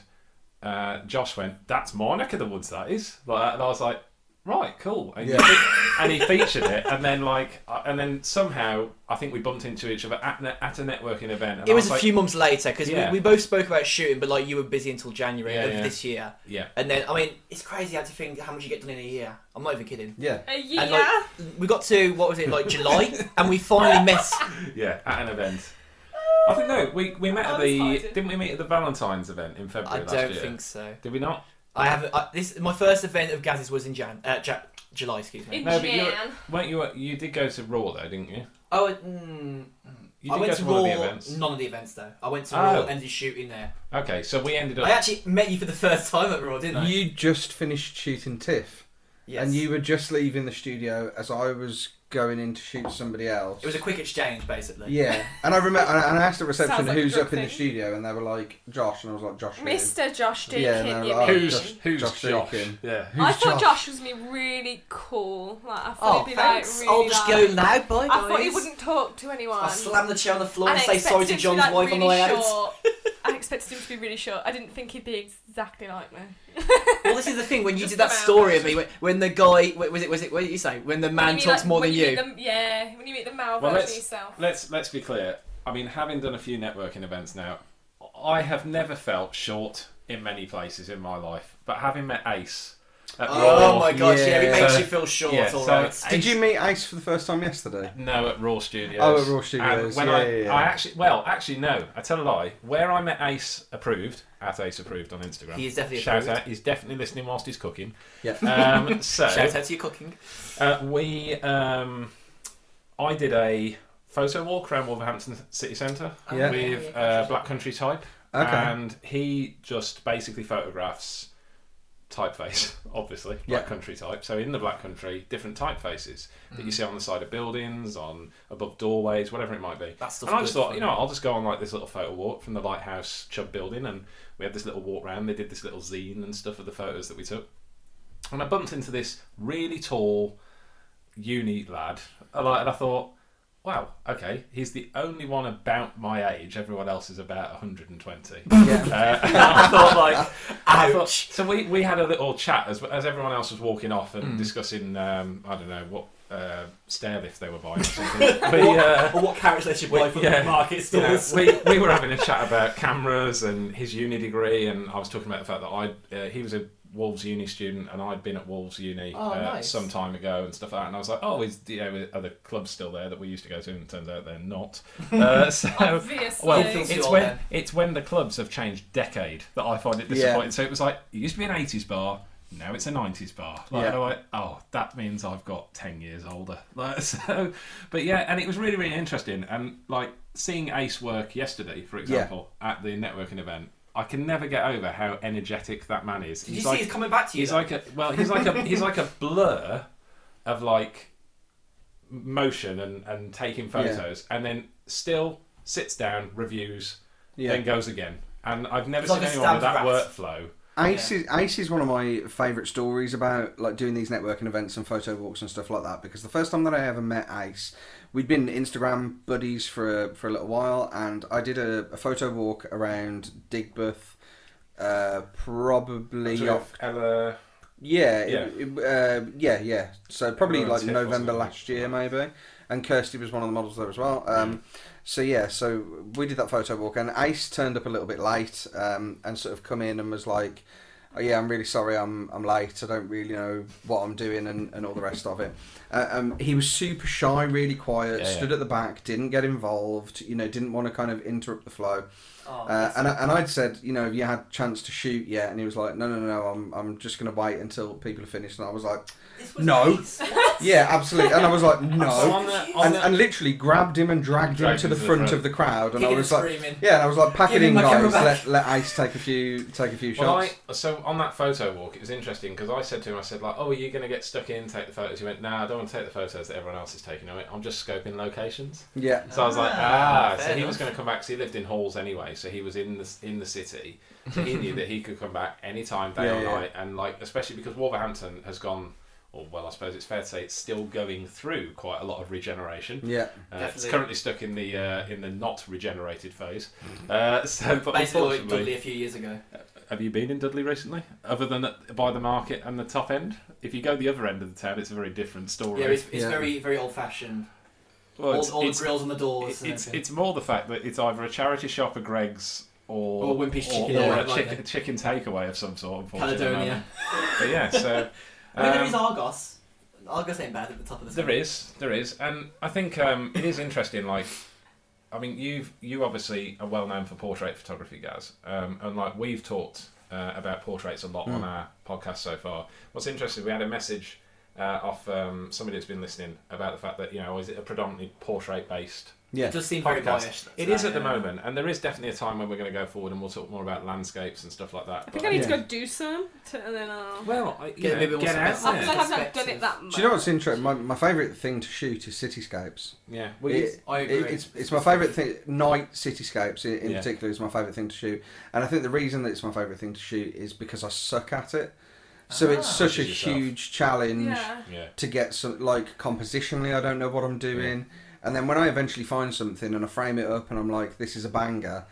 Speaker 5: uh, Josh went, "That's my neck of the woods, that is," like, and I was like. Right, cool. And, he fe- and he featured it, and then like, uh, and then somehow I think we bumped into each other at, ne- at a networking event. And
Speaker 2: It
Speaker 5: I
Speaker 2: was a
Speaker 5: like,
Speaker 2: few months later because
Speaker 5: Yeah.
Speaker 2: we, we both spoke about shooting, but like you were busy until January
Speaker 5: Yeah,
Speaker 2: of
Speaker 5: yeah.
Speaker 2: this year.
Speaker 5: Yeah.
Speaker 2: And then, I mean, it's crazy how to think how much you get done in a year. I'm not even kidding.
Speaker 3: Yeah.
Speaker 4: A year.
Speaker 2: And like, we got to what was it like July, and we finally met.
Speaker 5: Yeah, at an event.
Speaker 2: Oh.
Speaker 5: I think no, we, we met at
Speaker 4: Oh,
Speaker 5: the
Speaker 4: that's fine.
Speaker 5: didn't we meet at the Valentine's event in February
Speaker 2: I
Speaker 5: last
Speaker 2: don't
Speaker 5: year?
Speaker 2: think so.
Speaker 5: Did we not?
Speaker 2: I have I, this. My first event of Gaz's was in Jan, uh, Ja- July. Excuse me.
Speaker 4: in
Speaker 5: No, but
Speaker 4: Jan.
Speaker 5: you weren't you? at- You did go to Raw though, didn't you?
Speaker 2: Oh, mm,
Speaker 5: You did
Speaker 2: I went
Speaker 5: go
Speaker 2: to
Speaker 5: to one
Speaker 2: Raw.
Speaker 5: of the events.
Speaker 2: None of the events though. I went to
Speaker 5: Oh.
Speaker 2: Raw and ended shooting there.
Speaker 5: Okay, so we ended
Speaker 2: I
Speaker 5: up.
Speaker 2: actually met you for the first time at Raw, didn't I?
Speaker 3: You just finished shooting Tiff,
Speaker 2: yes.
Speaker 3: and you were just leaving the studio as I was going in to shoot somebody else.
Speaker 2: It was a quick exchange, basically.
Speaker 3: yeah, and I remember, and I and I asked the reception
Speaker 4: Sounds like a
Speaker 3: who's
Speaker 4: drug
Speaker 3: up in the
Speaker 4: thing.
Speaker 3: studio, and they were like Josh, and I was like Josh. who?"
Speaker 4: Mr. Josh Deakin,
Speaker 3: Yeah, no,
Speaker 4: you
Speaker 3: like-
Speaker 4: mean?
Speaker 5: Who's who's
Speaker 3: Josh
Speaker 5: Josh?
Speaker 3: Deakin.
Speaker 5: Yeah.
Speaker 4: I
Speaker 3: Who's
Speaker 4: thought
Speaker 3: Josh?
Speaker 4: Josh was gonna be really cool. Like I thought
Speaker 2: Oh,
Speaker 4: he'd be
Speaker 2: thanks.
Speaker 4: like really.
Speaker 2: I'll just
Speaker 4: like-
Speaker 2: go loud, bye
Speaker 4: I thought he
Speaker 2: guys.
Speaker 4: wouldn't talk to anyone.
Speaker 2: I slammed the chair on the floor
Speaker 4: And
Speaker 2: and,
Speaker 4: I
Speaker 2: say sorry
Speaker 4: expected
Speaker 2: to
Speaker 4: him
Speaker 2: John's
Speaker 4: be, like,
Speaker 2: wife on the way
Speaker 4: really
Speaker 2: out.
Speaker 4: short. I expected him to be really short. I didn't think he'd be exactly like me.
Speaker 2: Well, this is the thing when you
Speaker 4: Just
Speaker 2: did that
Speaker 4: about.
Speaker 2: story of me when, when the guy wh- was it was it what did you say when the man
Speaker 4: When you meet,
Speaker 2: talks
Speaker 4: like,
Speaker 2: more
Speaker 4: when
Speaker 2: than
Speaker 4: you.
Speaker 2: you.
Speaker 4: meet the- yeah, when you meet the
Speaker 5: Well,
Speaker 4: male version of
Speaker 5: let's-
Speaker 4: yourself.
Speaker 5: Let's let's be clear. I mean, having done a few networking events now, I have never felt short in many places in my life. But having met Ace at
Speaker 2: Oh
Speaker 5: Raw,
Speaker 2: my gosh, yeah, it
Speaker 3: yeah.
Speaker 2: makes
Speaker 5: So-
Speaker 2: you feel short.
Speaker 5: yeah,
Speaker 2: all
Speaker 5: so
Speaker 2: right.
Speaker 5: it's-
Speaker 3: Did you meet Ace for the first time yesterday?
Speaker 5: No, at Raw Studios.
Speaker 3: Oh, at Raw
Speaker 5: And
Speaker 3: Studios,
Speaker 5: when
Speaker 3: yeah,
Speaker 5: I,
Speaker 3: yeah, yeah.
Speaker 5: I actually, well, actually, no. I tell a lie. Where I met Ace approved at Ace approved on Instagram.
Speaker 2: He is definitely
Speaker 5: shout
Speaker 2: approved.
Speaker 5: out. He's definitely listening whilst he's cooking.
Speaker 3: Yeah.
Speaker 5: Um, so
Speaker 2: Shout out to your cooking.
Speaker 5: uh, we, um, I did a photo walk around Wolverhampton City Centre
Speaker 3: Yeah.
Speaker 5: with uh, Black Country Type,
Speaker 3: Okay.
Speaker 5: and he just basically photographs typeface, obviously Black
Speaker 3: Yeah.
Speaker 5: Country Type. So in the Black Country, different typefaces that you see on the side of buildings, on above doorways, whatever it might be.
Speaker 2: That stuff's
Speaker 5: And I
Speaker 2: good
Speaker 5: just thought,
Speaker 2: for
Speaker 5: you know, I'll just go on like this little photo walk from the Lighthouse Chubb building, and we had this little walk round. They did this little zine and stuff of the photos that we took, and I bumped into this really tall uni lad, and I, and I thought, wow, okay, he's the only one about my age. Everyone else is about 120.
Speaker 3: Yeah.
Speaker 5: Uh, and I thought like, I thought,
Speaker 2: Ouch.
Speaker 5: so we, we had a little chat as as everyone else was walking off and discussing um, I don't know what uh, stair lift they were buying or something. but uh,
Speaker 2: Or what carrots they should
Speaker 5: We-
Speaker 2: buy from
Speaker 5: yeah.
Speaker 2: the market
Speaker 5: you know,
Speaker 2: stores.
Speaker 5: we, we were having a chat about cameras and his uni degree, and I was talking about the fact that I uh, he was a Wolves Uni student, and I'd been at Wolves Uni
Speaker 2: Oh,
Speaker 5: uh,
Speaker 2: nice.
Speaker 5: some time ago and stuff like that. And I was like, oh, is you know, are the clubs still there that we used to go to? And it turns out they're not. Uh, so.
Speaker 4: Obviously.
Speaker 5: Well,
Speaker 2: It feels too
Speaker 5: it's
Speaker 2: old
Speaker 5: when
Speaker 2: then.
Speaker 5: it's when the clubs have changed decade that I find it
Speaker 3: Yeah.
Speaker 5: disappointing. So it was like it used to be an eighties bar, now it's a nineties bar. Like,
Speaker 3: Yeah.
Speaker 5: and I'm like, oh, that means I've got ten years older. Like, so, but yeah, and it was really really interesting. And like seeing Ace work yesterday, for example, at the networking event, I can never get over how energetic that man is.
Speaker 2: Did you
Speaker 5: He's
Speaker 2: see
Speaker 5: like-
Speaker 2: he's coming back to you?
Speaker 5: He's
Speaker 2: though?
Speaker 5: like a well, he's like a he's like a blur of like motion and and taking photos, and then still sits down, reviews,
Speaker 3: Yeah.
Speaker 5: then goes again. And I've never
Speaker 2: It's like
Speaker 5: seen
Speaker 2: a
Speaker 5: anyone with that
Speaker 2: stabbed rat.
Speaker 5: workflow.
Speaker 3: Ace is Ace is one of my favourite stories about like doing these networking events and photo walks and stuff like that. Because the first time that I ever met Ace, we'd been Instagram buddies for a, for a little while, and I did a, a photo walk around Digbeth, uh, probably off-
Speaker 5: Ella,
Speaker 3: yeah, it-
Speaker 5: Yeah.
Speaker 3: it- uh, yeah, yeah. So probably
Speaker 5: Around
Speaker 3: like
Speaker 5: TIFF or
Speaker 3: November
Speaker 5: something.
Speaker 3: last year, maybe. And Kirsty was one of the models there as well. Um, So yeah, so we did that photo walk, and Ace turned up a little bit late, um, and sort of come in and was like, oh, "Yeah, I'm really sorry, I'm I'm late. I don't really know what I'm doing, and, and all the rest of it." Uh, um, he was super shy, really quiet,
Speaker 5: Yeah, yeah.
Speaker 3: stood at the back, didn't get involved. You know, didn't want to kind of interrupt the flow.
Speaker 2: Oh,
Speaker 3: Uh, and, I- and I'd said, you know, have you had chance to shoot yet? And he was like, no, no, no, I'm, I'm just going to wait until people are finished. And I was like,
Speaker 2: this was
Speaker 3: no.
Speaker 2: nice.
Speaker 3: yeah, absolutely. And I was like,
Speaker 5: So
Speaker 3: no.
Speaker 5: on the, on
Speaker 3: And,
Speaker 5: the-
Speaker 3: and literally grabbed him and dragged,
Speaker 5: Dragged
Speaker 3: him to the front of the crowd. And
Speaker 2: Kicking
Speaker 3: I was
Speaker 2: and
Speaker 3: like,
Speaker 2: screaming.
Speaker 3: yeah, and I was like, pack
Speaker 2: Give
Speaker 3: it
Speaker 2: me
Speaker 3: in,
Speaker 2: my camera
Speaker 3: guys.
Speaker 2: back.
Speaker 3: Let, let Ice take a few, take a few
Speaker 5: well,
Speaker 3: shots.
Speaker 5: I, so on that photo walk, it was interesting because I said to him, I said like, "Oh, are you going to get stuck in, take the photos?" He went, "No, I don't want to take the photos that everyone else is taking. I went, I'm just scoping locations."
Speaker 3: Yeah.
Speaker 5: So I was like,
Speaker 2: Ah,
Speaker 5: "Ah."
Speaker 2: fair
Speaker 5: So he was
Speaker 2: enough.
Speaker 5: going to come back. So he lived in halls anyway, so he was in the in the city. So he knew that he could come back anytime, day
Speaker 3: Yeah,
Speaker 5: or
Speaker 3: yeah.
Speaker 5: night, and like especially because Wolverhampton has gone. Or well, I suppose it's fair to say it's still going through quite a lot of regeneration.
Speaker 3: Yeah.
Speaker 5: Uh, it's
Speaker 2: Definitely.
Speaker 5: currently stuck in the uh, in the not regenerated phase. Uh, so, but
Speaker 2: Basically, like
Speaker 5: unfortunately-
Speaker 2: Dudley a few years ago.
Speaker 5: have you been in Dudley recently? Other than at- by the market and the top end? If you go the other end of the town, it's a very different story.
Speaker 2: Yeah, it's, it's
Speaker 3: Yeah.
Speaker 2: very very old fashioned.
Speaker 5: Well,
Speaker 2: all
Speaker 5: it's-
Speaker 2: all
Speaker 5: it's-
Speaker 2: the grills on the doors. and
Speaker 5: it's,
Speaker 2: everything.
Speaker 5: it's more the fact that it's either a charity shop, a Greg's, or,
Speaker 2: Or Wimpy's Chicken,
Speaker 5: or,
Speaker 3: yeah,
Speaker 5: a
Speaker 2: like
Speaker 5: chick-
Speaker 2: that.
Speaker 5: chicken takeaway of some sort, unfortunately.
Speaker 2: Caledonia.
Speaker 5: But yeah, so.
Speaker 2: I mean, there
Speaker 5: um,
Speaker 2: is Argos. Argos ain't bad at the top of the.
Speaker 5: There is, there is, and I think um, it is interesting. Like, I mean, you've you obviously are well known for portrait photography, guys, um, and like we've talked uh, about portraits a lot on our podcast so far. What's interesting, we had a message uh, off um, somebody that's been listening about the fact that you know is it a predominantly portrait based
Speaker 3: Yeah.
Speaker 2: It does seem very
Speaker 5: podcast.
Speaker 2: boyish.
Speaker 5: It is at the moment, and there is definitely a time when we're going to go forward and we'll talk more about landscapes and stuff like that.
Speaker 4: I think
Speaker 5: but-
Speaker 4: I need to
Speaker 3: Yeah.
Speaker 4: go do some, to, and then I'll.
Speaker 5: well, I, you
Speaker 2: Get a
Speaker 5: know,
Speaker 2: bit more
Speaker 5: get out
Speaker 4: I feel
Speaker 5: there.
Speaker 4: like I've not done
Speaker 2: Perspective.
Speaker 4: it that much.
Speaker 3: Do you know what's interesting? My, my favourite thing to shoot is cityscapes.
Speaker 5: Yeah, well, you-
Speaker 3: It,
Speaker 2: I
Speaker 3: it-
Speaker 2: agree.
Speaker 3: it's, it's my favourite thing. Night cityscapes in, in
Speaker 5: Yeah.
Speaker 3: particular is my favourite thing to shoot. And I think the reason that it's my favourite thing to shoot is because I suck at it. So it's such a
Speaker 5: Which is Ah, yourself.
Speaker 3: huge challenge.
Speaker 4: Yeah.
Speaker 5: yeah.
Speaker 3: to get some like compositionally I don't know what I'm doing and then when I eventually find something and I frame it up and I'm like this is a banger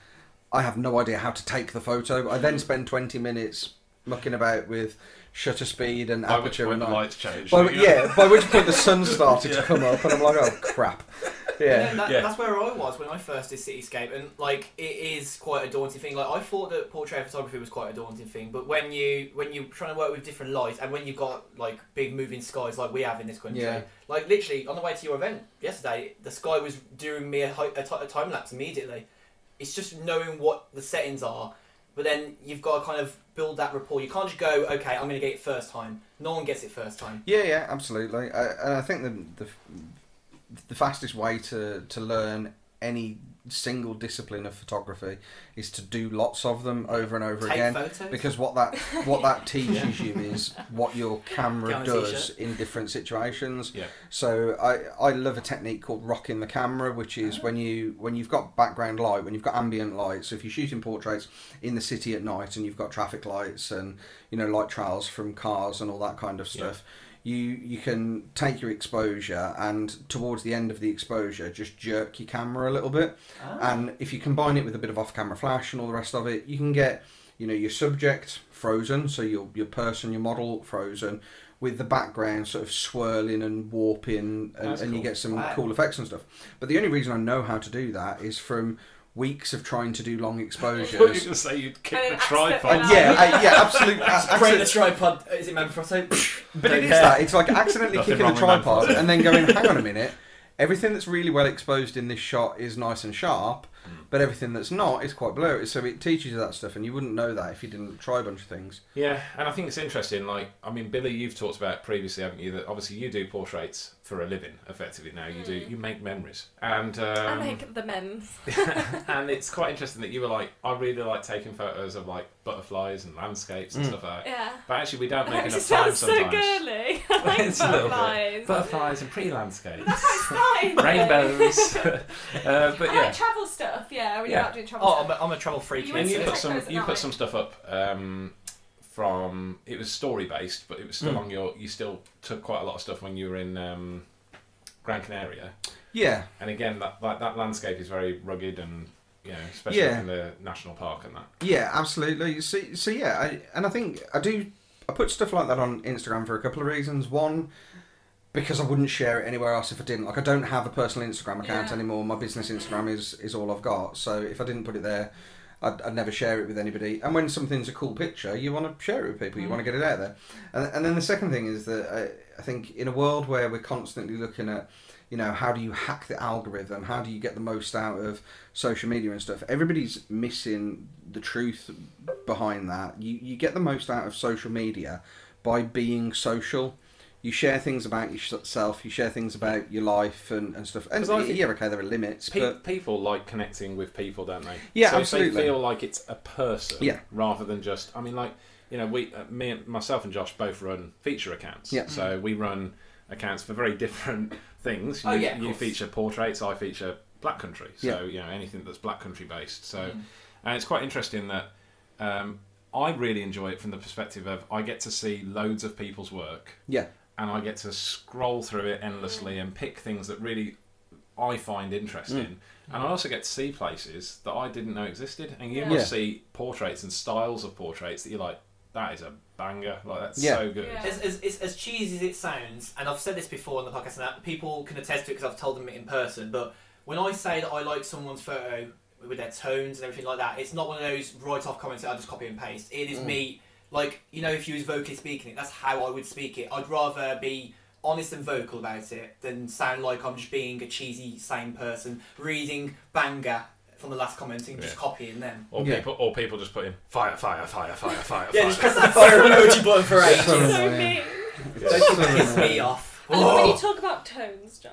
Speaker 3: I have no idea how to take the photo I
Speaker 5: Hmm.
Speaker 3: then spend 20 minutes mucking about with shutter speed and
Speaker 5: By which
Speaker 3: aperture
Speaker 5: point
Speaker 3: and
Speaker 5: the
Speaker 3: light.
Speaker 5: lights change.
Speaker 3: By, whi- yeah by which point the sun started to come up and I'm like oh crap yeah
Speaker 2: You know, that,
Speaker 5: Yeah.
Speaker 2: That's where I was when I first did Cityscape, and like it is quite a daunting thing. Like I thought that portrait photography was quite a daunting thing, but when you when you're trying to work with different lights, and when you've got like big moving skies like we have in this country,
Speaker 3: Yeah.
Speaker 2: like literally on the way to your event yesterday, the sky was doing me a, hi- a ti- a time lapse immediately. It's just knowing what the settings are, but then you've got to kind of build that rapport. You can't just go, okay, I'm going to get it first time. No one gets it first time.
Speaker 3: yeah yeah absolutely I, and I think the, the the fastest way to to learn any single discipline of photography is to do lots of them over and over
Speaker 2: Take
Speaker 3: again
Speaker 2: photos.
Speaker 3: because what that what that teaches you is what your
Speaker 2: Go
Speaker 3: camera
Speaker 2: on a
Speaker 3: does in different situations.
Speaker 5: Yeah.
Speaker 3: So I I love a technique called rocking the camera, which is when you when you've got background light, when you've got ambient light. So if you're shooting portraits in the city at night and you've got traffic lights and you know light trails from cars and all that kind of stuff. You, you can take your exposure and towards the end of the exposure just jerk your camera a little bit and if you combine it with a bit of off-camera flash and all the rest of it, you can get, you know, your subject frozen, so your your person, your model frozen, with the background sort of swirling and warping, and,
Speaker 5: That's
Speaker 3: and you
Speaker 5: cool.
Speaker 3: get some
Speaker 2: Wow.
Speaker 3: cool effects and stuff. But the only reason I know how to do that is from weeks of trying to do long
Speaker 5: I thought you were
Speaker 3: exposures.
Speaker 5: going to say you'd
Speaker 4: And
Speaker 5: kick the
Speaker 4: an
Speaker 5: tripod.
Speaker 4: accident-
Speaker 3: Uh, yeah, I, yeah, absolutely.
Speaker 2: Spray the tripod. Is it Manfrotto?
Speaker 3: But it is
Speaker 2: Okay.
Speaker 3: that. It's like accidentally
Speaker 5: Nothing
Speaker 3: kicking the
Speaker 5: wrong with that.
Speaker 3: tripod and then going, hang on a minute. Everything that's really well exposed in this shot is nice and sharp,
Speaker 5: Mm.
Speaker 3: but everything that's not is quite blurry. So it teaches you that stuff, and you wouldn't know that if you didn't try a bunch of things.
Speaker 5: Yeah, and I think it's interesting. Like, I mean, Billy, you've talked about previously, haven't you? That obviously you do portraits for a living, effectively. Now you do, you make memories, and
Speaker 4: Mm. I
Speaker 5: um,
Speaker 4: make the memes.
Speaker 5: and it's quite interesting that you were like, I really like taking photos of like butterflies and landscapes and stuff like that.
Speaker 4: Yeah.
Speaker 5: But actually, we don't make
Speaker 4: it
Speaker 5: enough time
Speaker 4: sounds so
Speaker 5: sometimes.
Speaker 4: girly. I like
Speaker 5: It's a little bit.
Speaker 4: butterflies.
Speaker 5: Butterflies and pre-landscapes,
Speaker 4: Fine.
Speaker 5: rainbows. uh, but
Speaker 4: I
Speaker 5: yeah,
Speaker 4: like travel stuff, yeah, when
Speaker 5: Yeah.
Speaker 4: you're out doing travel
Speaker 2: Oh, I'm
Speaker 4: stuff.
Speaker 2: a, I'm a travel freak.
Speaker 4: You
Speaker 2: yeah,
Speaker 5: And you
Speaker 2: so-
Speaker 4: Check
Speaker 5: put some
Speaker 4: those at
Speaker 5: you put
Speaker 4: night.
Speaker 5: some stuff up um, from it was story based, but it was still on your you still took quite a lot of stuff when you were in um, Gran Canaria.
Speaker 3: Yeah,
Speaker 5: And again, that like, that landscape is very rugged and you know, especially
Speaker 3: Yeah.
Speaker 5: in the national park and that.
Speaker 3: yeah, absolutely. So, so yeah, I, and I think I do. I put stuff like that on Instagram for a couple of reasons. One, because I wouldn't share it anywhere else if I didn't. Like, I don't have a personal Instagram account
Speaker 4: Yeah.
Speaker 3: anymore. My business Instagram is is all I've got. So if I didn't put it there, I'd, I'd never share it with anybody. And when something's a cool picture, you want to share it with people. You want to get it out there. And, and then the second thing is that I, I think in a world where we're constantly looking at, you know, how do you hack the algorithm? How do you get the most out of social media and stuff? Everybody's missing the truth behind that. You you get the most out of social media by being social. You share things about yourself. You share things about your life and, and stuff. And
Speaker 5: 'Cause I think-
Speaker 3: yeah, okay, there are limits,
Speaker 5: Pe-
Speaker 3: but
Speaker 5: people like connecting with people, don't they?
Speaker 3: Yeah,
Speaker 5: so If
Speaker 3: absolutely.
Speaker 5: they feel like it's a person,
Speaker 3: Yeah.
Speaker 5: rather than just. I mean, like you know, we, uh, me and myself and Josh both run feature accounts.
Speaker 3: Yeah.
Speaker 5: So we run accounts for very different things. You,
Speaker 2: Oh, yeah, of
Speaker 5: you
Speaker 2: course.
Speaker 5: feature portraits. I feature Black Country. So you know anything that's Black Country based. So, and it's quite interesting that um, I really enjoy it from the perspective of I get to see loads of people's work
Speaker 3: Yeah.
Speaker 5: and I get to scroll through it endlessly and pick things that really I find interesting.
Speaker 3: Mm.
Speaker 5: And I also get to see places that I didn't know existed. And you
Speaker 4: Yeah.
Speaker 5: must
Speaker 3: Yeah.
Speaker 5: see portraits and styles of portraits that you're like, that is a banger. Like that's
Speaker 3: Yeah.
Speaker 5: so good.
Speaker 4: Yeah.
Speaker 2: As, as, as, as cheesy as it sounds, and I've said this before on the podcast, and that people can attest to it because I've told them it in person, but when I say that I like someone's photo with their tones and everything like that, it's not one of those write off comments that I just copy and paste. It is me, like, you know, if you was vocally speaking it, that's how I would speak it. I'd rather be honest and vocal about it than sound like I'm just being a cheesy, same person, reading banger from the last comment and just
Speaker 5: Yeah.
Speaker 2: copying them.
Speaker 5: Or
Speaker 3: Yeah.
Speaker 5: people or people just put in fire, fire, fire, fire, fire,
Speaker 2: Yeah, just
Speaker 5: fire.
Speaker 2: press that fire emoji button for
Speaker 3: Yeah.
Speaker 2: ages.
Speaker 4: so
Speaker 3: Yeah.
Speaker 4: mean.
Speaker 2: Don't you
Speaker 3: So
Speaker 2: piss me
Speaker 3: annoying.
Speaker 2: off.
Speaker 4: I love when
Speaker 2: Oh.
Speaker 4: you talk about tones, Josh.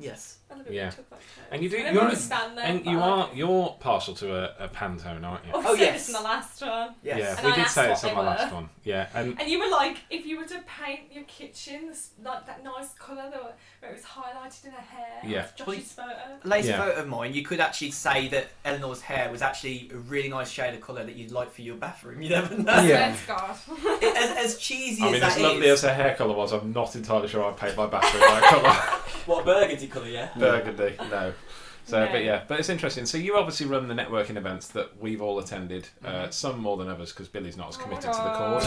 Speaker 2: Yes.
Speaker 4: I love it when
Speaker 5: Yeah.
Speaker 4: you talk about tones.
Speaker 5: And you do-
Speaker 4: I don't
Speaker 5: you're-
Speaker 4: understand them.
Speaker 5: And
Speaker 4: but
Speaker 5: you
Speaker 4: I like
Speaker 5: are you're partial to a, a Pantone, aren't you?
Speaker 4: Oh,
Speaker 2: Oh,
Speaker 4: I said this
Speaker 2: yes.
Speaker 4: in the last one.
Speaker 2: Yes.
Speaker 5: Yeah,
Speaker 4: And
Speaker 5: we
Speaker 4: I
Speaker 5: did
Speaker 4: asked
Speaker 5: say
Speaker 4: what
Speaker 5: this on
Speaker 4: they
Speaker 5: my
Speaker 4: were.
Speaker 5: last one. Yeah, and
Speaker 4: And you were like, if you were to paint your kitchen this- like that nice colour that where it was highlighted in her hair.
Speaker 5: Yeah.
Speaker 4: that's Josh's photo.
Speaker 2: Later
Speaker 5: Yeah.
Speaker 2: photo of mine, you could actually say that Eleanor's hair was actually a really nice shade of colour that you'd like for your bathroom. You never know.
Speaker 3: Yeah.
Speaker 4: Swear to God.
Speaker 2: It- as, as cheesy
Speaker 5: I mean,
Speaker 2: as
Speaker 5: as
Speaker 2: that
Speaker 5: lovely
Speaker 2: is.
Speaker 5: as her hair colour was, I'm not entirely sure I paid my bathroom by colour.
Speaker 2: What burgundy colour, yeah?
Speaker 5: Burgundy, no. So,
Speaker 4: No.
Speaker 5: but yeah, but it's interesting. So you obviously run the networking events that we've all attended, uh, some more than others because Billy's not as
Speaker 4: Oh my
Speaker 5: committed to the
Speaker 4: God.
Speaker 5: cause.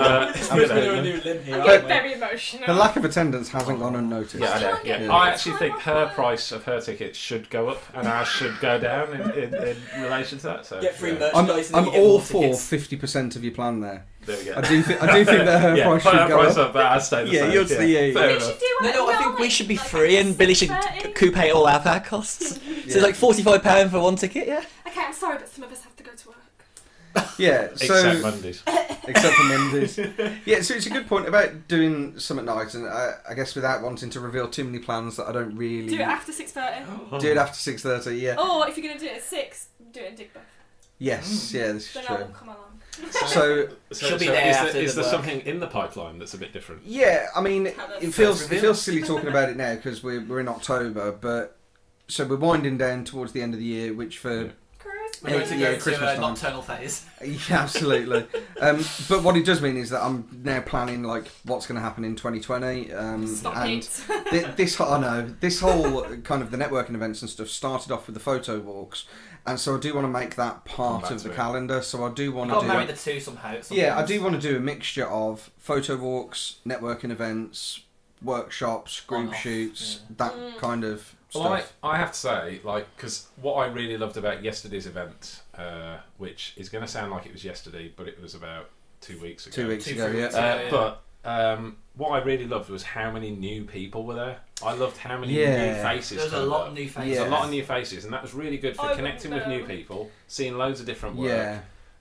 Speaker 5: Uh, I'm gonna-
Speaker 4: I'm getting very emotional.
Speaker 3: The lack of attendance hasn't gone unnoticed.
Speaker 5: yeah, I know.
Speaker 4: Can I
Speaker 5: Yeah.
Speaker 4: get
Speaker 5: I
Speaker 4: this
Speaker 5: actually
Speaker 4: time
Speaker 5: think
Speaker 4: off
Speaker 5: her
Speaker 4: work?
Speaker 5: price of her ticket should go up and ours should go down in, in, in relation to that. So
Speaker 2: Get free
Speaker 5: yeah,
Speaker 2: merch.
Speaker 3: I'm,
Speaker 2: Nice, and
Speaker 3: I'm
Speaker 2: you get
Speaker 3: all
Speaker 2: more
Speaker 3: for
Speaker 2: tickets.
Speaker 3: fifty percent of your plan there.
Speaker 5: There we go.
Speaker 3: I do, thi- I do think that her
Speaker 5: yeah,
Speaker 3: price
Speaker 5: put
Speaker 3: should
Speaker 5: her
Speaker 3: go
Speaker 5: price
Speaker 3: up.
Speaker 5: up, but ours stay the
Speaker 3: Yeah,
Speaker 5: same.
Speaker 3: yours- yeah, yeah.
Speaker 5: Fair
Speaker 4: We should
Speaker 5: enough.
Speaker 4: do
Speaker 2: No,
Speaker 4: it
Speaker 2: no, I think we
Speaker 4: normally,
Speaker 2: should be
Speaker 4: like,
Speaker 2: free
Speaker 4: at
Speaker 2: and Billy should
Speaker 4: 6:30.
Speaker 2: coupe all our our costs. So it's
Speaker 3: Yeah.
Speaker 2: like £45 for one ticket, yeah?
Speaker 4: Okay, I'm sorry, but some of us have to go to work.
Speaker 3: Yeah, so
Speaker 5: Except Mondays.
Speaker 3: except for Mendes. yeah, so it's a good point about doing some at night, and I, I guess without wanting to reveal too many plans that I don't really
Speaker 4: Do it after Oh. 6.30.
Speaker 3: do it after six thirty. Yeah,
Speaker 4: or if you're going to do it at 6, do it in Digbeth.
Speaker 3: yes, yeah, this is
Speaker 4: Then I
Speaker 3: true.
Speaker 4: will come along.
Speaker 3: So
Speaker 5: So,
Speaker 2: She'll be
Speaker 5: so
Speaker 2: there
Speaker 5: is
Speaker 2: after
Speaker 5: is
Speaker 2: the
Speaker 5: there
Speaker 2: work.
Speaker 5: something in the pipeline that's a bit different?
Speaker 3: yeah, I mean,
Speaker 4: Have a
Speaker 3: it feels
Speaker 2: first
Speaker 3: it
Speaker 2: reveal.
Speaker 3: feels silly talking about it now because we're we're in October, but so we're winding down towards the end of the year, which for
Speaker 5: Yeah.
Speaker 4: Christmas.
Speaker 3: We're going to go
Speaker 2: to
Speaker 3: Christmas time.
Speaker 2: nocturnal phase.
Speaker 3: Yeah, absolutely. um, but what it does mean is that I'm now planning like what's going to happen in 2020, um,
Speaker 4: Stop
Speaker 3: and
Speaker 4: it.
Speaker 3: thi- this whole- I know this whole uh, kind of the networking events and stuff started off with the photo walks, and so I do want to make that
Speaker 5: Come
Speaker 3: part
Speaker 5: back
Speaker 3: of
Speaker 5: to
Speaker 3: the
Speaker 5: it.
Speaker 3: calendar. So I do
Speaker 2: You've
Speaker 3: want
Speaker 2: got to
Speaker 3: to
Speaker 2: marry
Speaker 3: do.
Speaker 2: the two somehow.
Speaker 3: Yeah, I do want to do a mixture of photo walks, networking events, workshops, group
Speaker 2: On-off,
Speaker 3: shoots,
Speaker 2: yeah.
Speaker 3: that
Speaker 4: Mm.
Speaker 3: kind of stuff.
Speaker 5: Well, I, I have to say, like, because what I really loved about yesterday's event, uh, which is going to sound like it was yesterday, but it was about two weeks ago.
Speaker 3: Two weeks
Speaker 2: Two
Speaker 3: ago,
Speaker 2: fruits.
Speaker 3: yeah.
Speaker 5: Uh,
Speaker 2: Yeah, yeah.
Speaker 5: But um, what I really loved was how many new people were there. I loved how many new
Speaker 3: Yeah.
Speaker 5: faces.
Speaker 2: There's a
Speaker 5: turned
Speaker 2: lot
Speaker 5: up.
Speaker 2: of new
Speaker 5: There's
Speaker 2: faces.
Speaker 5: a lot of new faces, and that was really good for
Speaker 4: I
Speaker 5: connecting with
Speaker 4: wouldn't
Speaker 5: new
Speaker 4: know.
Speaker 5: people, seeing loads of different work,
Speaker 3: Yeah.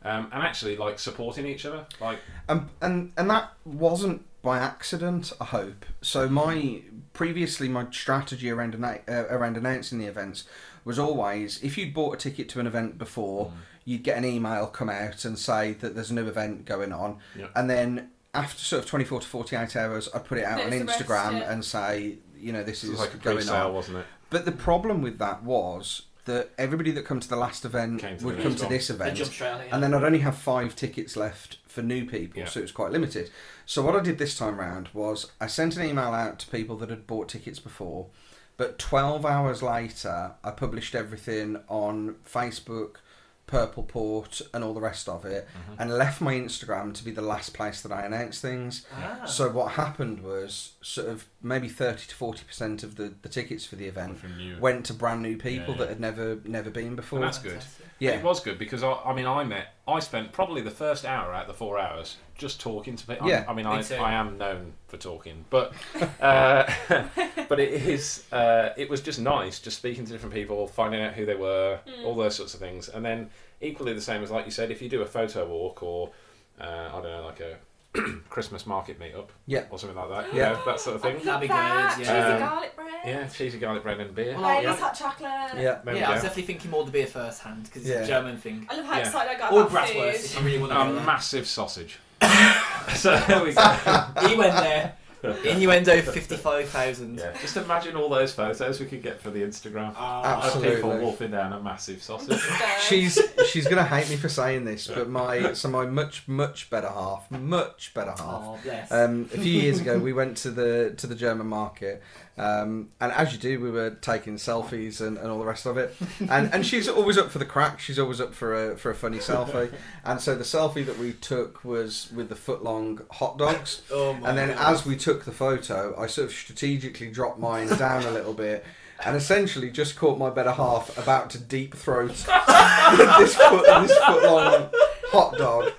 Speaker 5: um, and actually like supporting each other. Like,
Speaker 3: and and and that wasn't by accident. I hope. So my previously my strategy around anna- uh, around announcing the events was always if you'd bought a ticket to an event
Speaker 5: Mm.
Speaker 3: before, you'd get an email come out and say that there's a new event going on,
Speaker 5: Yeah.
Speaker 3: and then after sort of 24 to 48 hours, I'd put it out
Speaker 4: There's
Speaker 3: on
Speaker 4: the rest,
Speaker 3: Instagram
Speaker 4: yeah.
Speaker 3: and say, you know, this
Speaker 5: it
Speaker 3: is
Speaker 5: was like a
Speaker 3: going
Speaker 5: pre-sale,
Speaker 3: on.
Speaker 5: wasn't it?
Speaker 3: But the problem with that was that everybody that come to the last event
Speaker 5: Came to the
Speaker 3: would
Speaker 5: next
Speaker 3: come to
Speaker 5: one.
Speaker 3: this
Speaker 2: They
Speaker 3: event,
Speaker 2: jump straight on it. yeah.
Speaker 3: and then I'd only have five tickets left for new people,
Speaker 5: Yeah.
Speaker 3: so it was quite limited. So what I did this time round was I sent an email out to people that had bought tickets before, but 12 hours later I published everything on Facebook, Purple Port, and all the rest of it, Uh,
Speaker 5: Mm-hmm.
Speaker 3: and left my Instagram to be the last place that I announced things.
Speaker 2: Ah.
Speaker 3: So what happened was sort of maybe 30 to 40 percent of the, the tickets for the event
Speaker 5: From you.
Speaker 3: went to brand new people
Speaker 5: yeah.
Speaker 3: that had never never been before.
Speaker 5: that's good.
Speaker 2: Fantastic.
Speaker 3: yeah.
Speaker 5: It was good because I, I mean, I met, I spent probably the first hour out of the four hours just talking to people. I'm-
Speaker 3: Yeah,
Speaker 5: I mean,
Speaker 2: me
Speaker 5: I,
Speaker 2: too.
Speaker 5: I am known for talking, but uh, but it is, uh, it was just nice just speaking to different people, finding out who they were,
Speaker 2: Hmm.
Speaker 5: all those sorts of things. And then equally the same as, like you said, if you do a photo walk or, uh, I don't know, like a Christmas market meetup
Speaker 3: Yeah.
Speaker 5: or something like that,
Speaker 3: Yeah.
Speaker 5: yeah, that sort of thing.
Speaker 2: That'd be
Speaker 4: That,
Speaker 2: good,
Speaker 4: Cheesy
Speaker 5: yeah. Um,
Speaker 4: garlic bread.
Speaker 5: Yeah, cheesy garlic bread and beer.
Speaker 2: Well, I-
Speaker 4: Baby's
Speaker 2: yeah.
Speaker 4: hot chocolate.
Speaker 3: Yeah.
Speaker 5: There we
Speaker 2: yeah, I was
Speaker 5: go.
Speaker 2: definitely thinking more the beer first hand because it's
Speaker 3: Yeah.
Speaker 2: a German thing.
Speaker 4: I love how
Speaker 5: Yeah.
Speaker 4: excited I got
Speaker 2: Or
Speaker 4: about
Speaker 2: Bratwurst
Speaker 4: food.
Speaker 2: if you really want to
Speaker 5: A
Speaker 2: go there.
Speaker 5: massive sausage. So there we go.
Speaker 2: He went there. Innuendo 55,000.
Speaker 5: Yeah, just imagine all those photos we could get for the Instagram.
Speaker 2: Ah,
Speaker 5: Of people
Speaker 3: Absolutely.
Speaker 5: wolfing down a massive sausage.
Speaker 3: She's she's gonna hate me for saying this, but my so my much much better half, much better half.
Speaker 2: Oh, bless.
Speaker 3: Um, a few years ago, we went to the to the German market, um, and as you do, we were taking selfies and, and all the rest of it. And and she's always up for the crack. She's always up for a for a funny selfie. And so the selfie that we took was with the foot long hot dogs.
Speaker 2: oh, my
Speaker 3: And then
Speaker 2: God.
Speaker 3: as we took the photo, I sort of strategically dropped mine down a little bit and essentially just caught my better half about to deep throat this foot this foot long hot dog.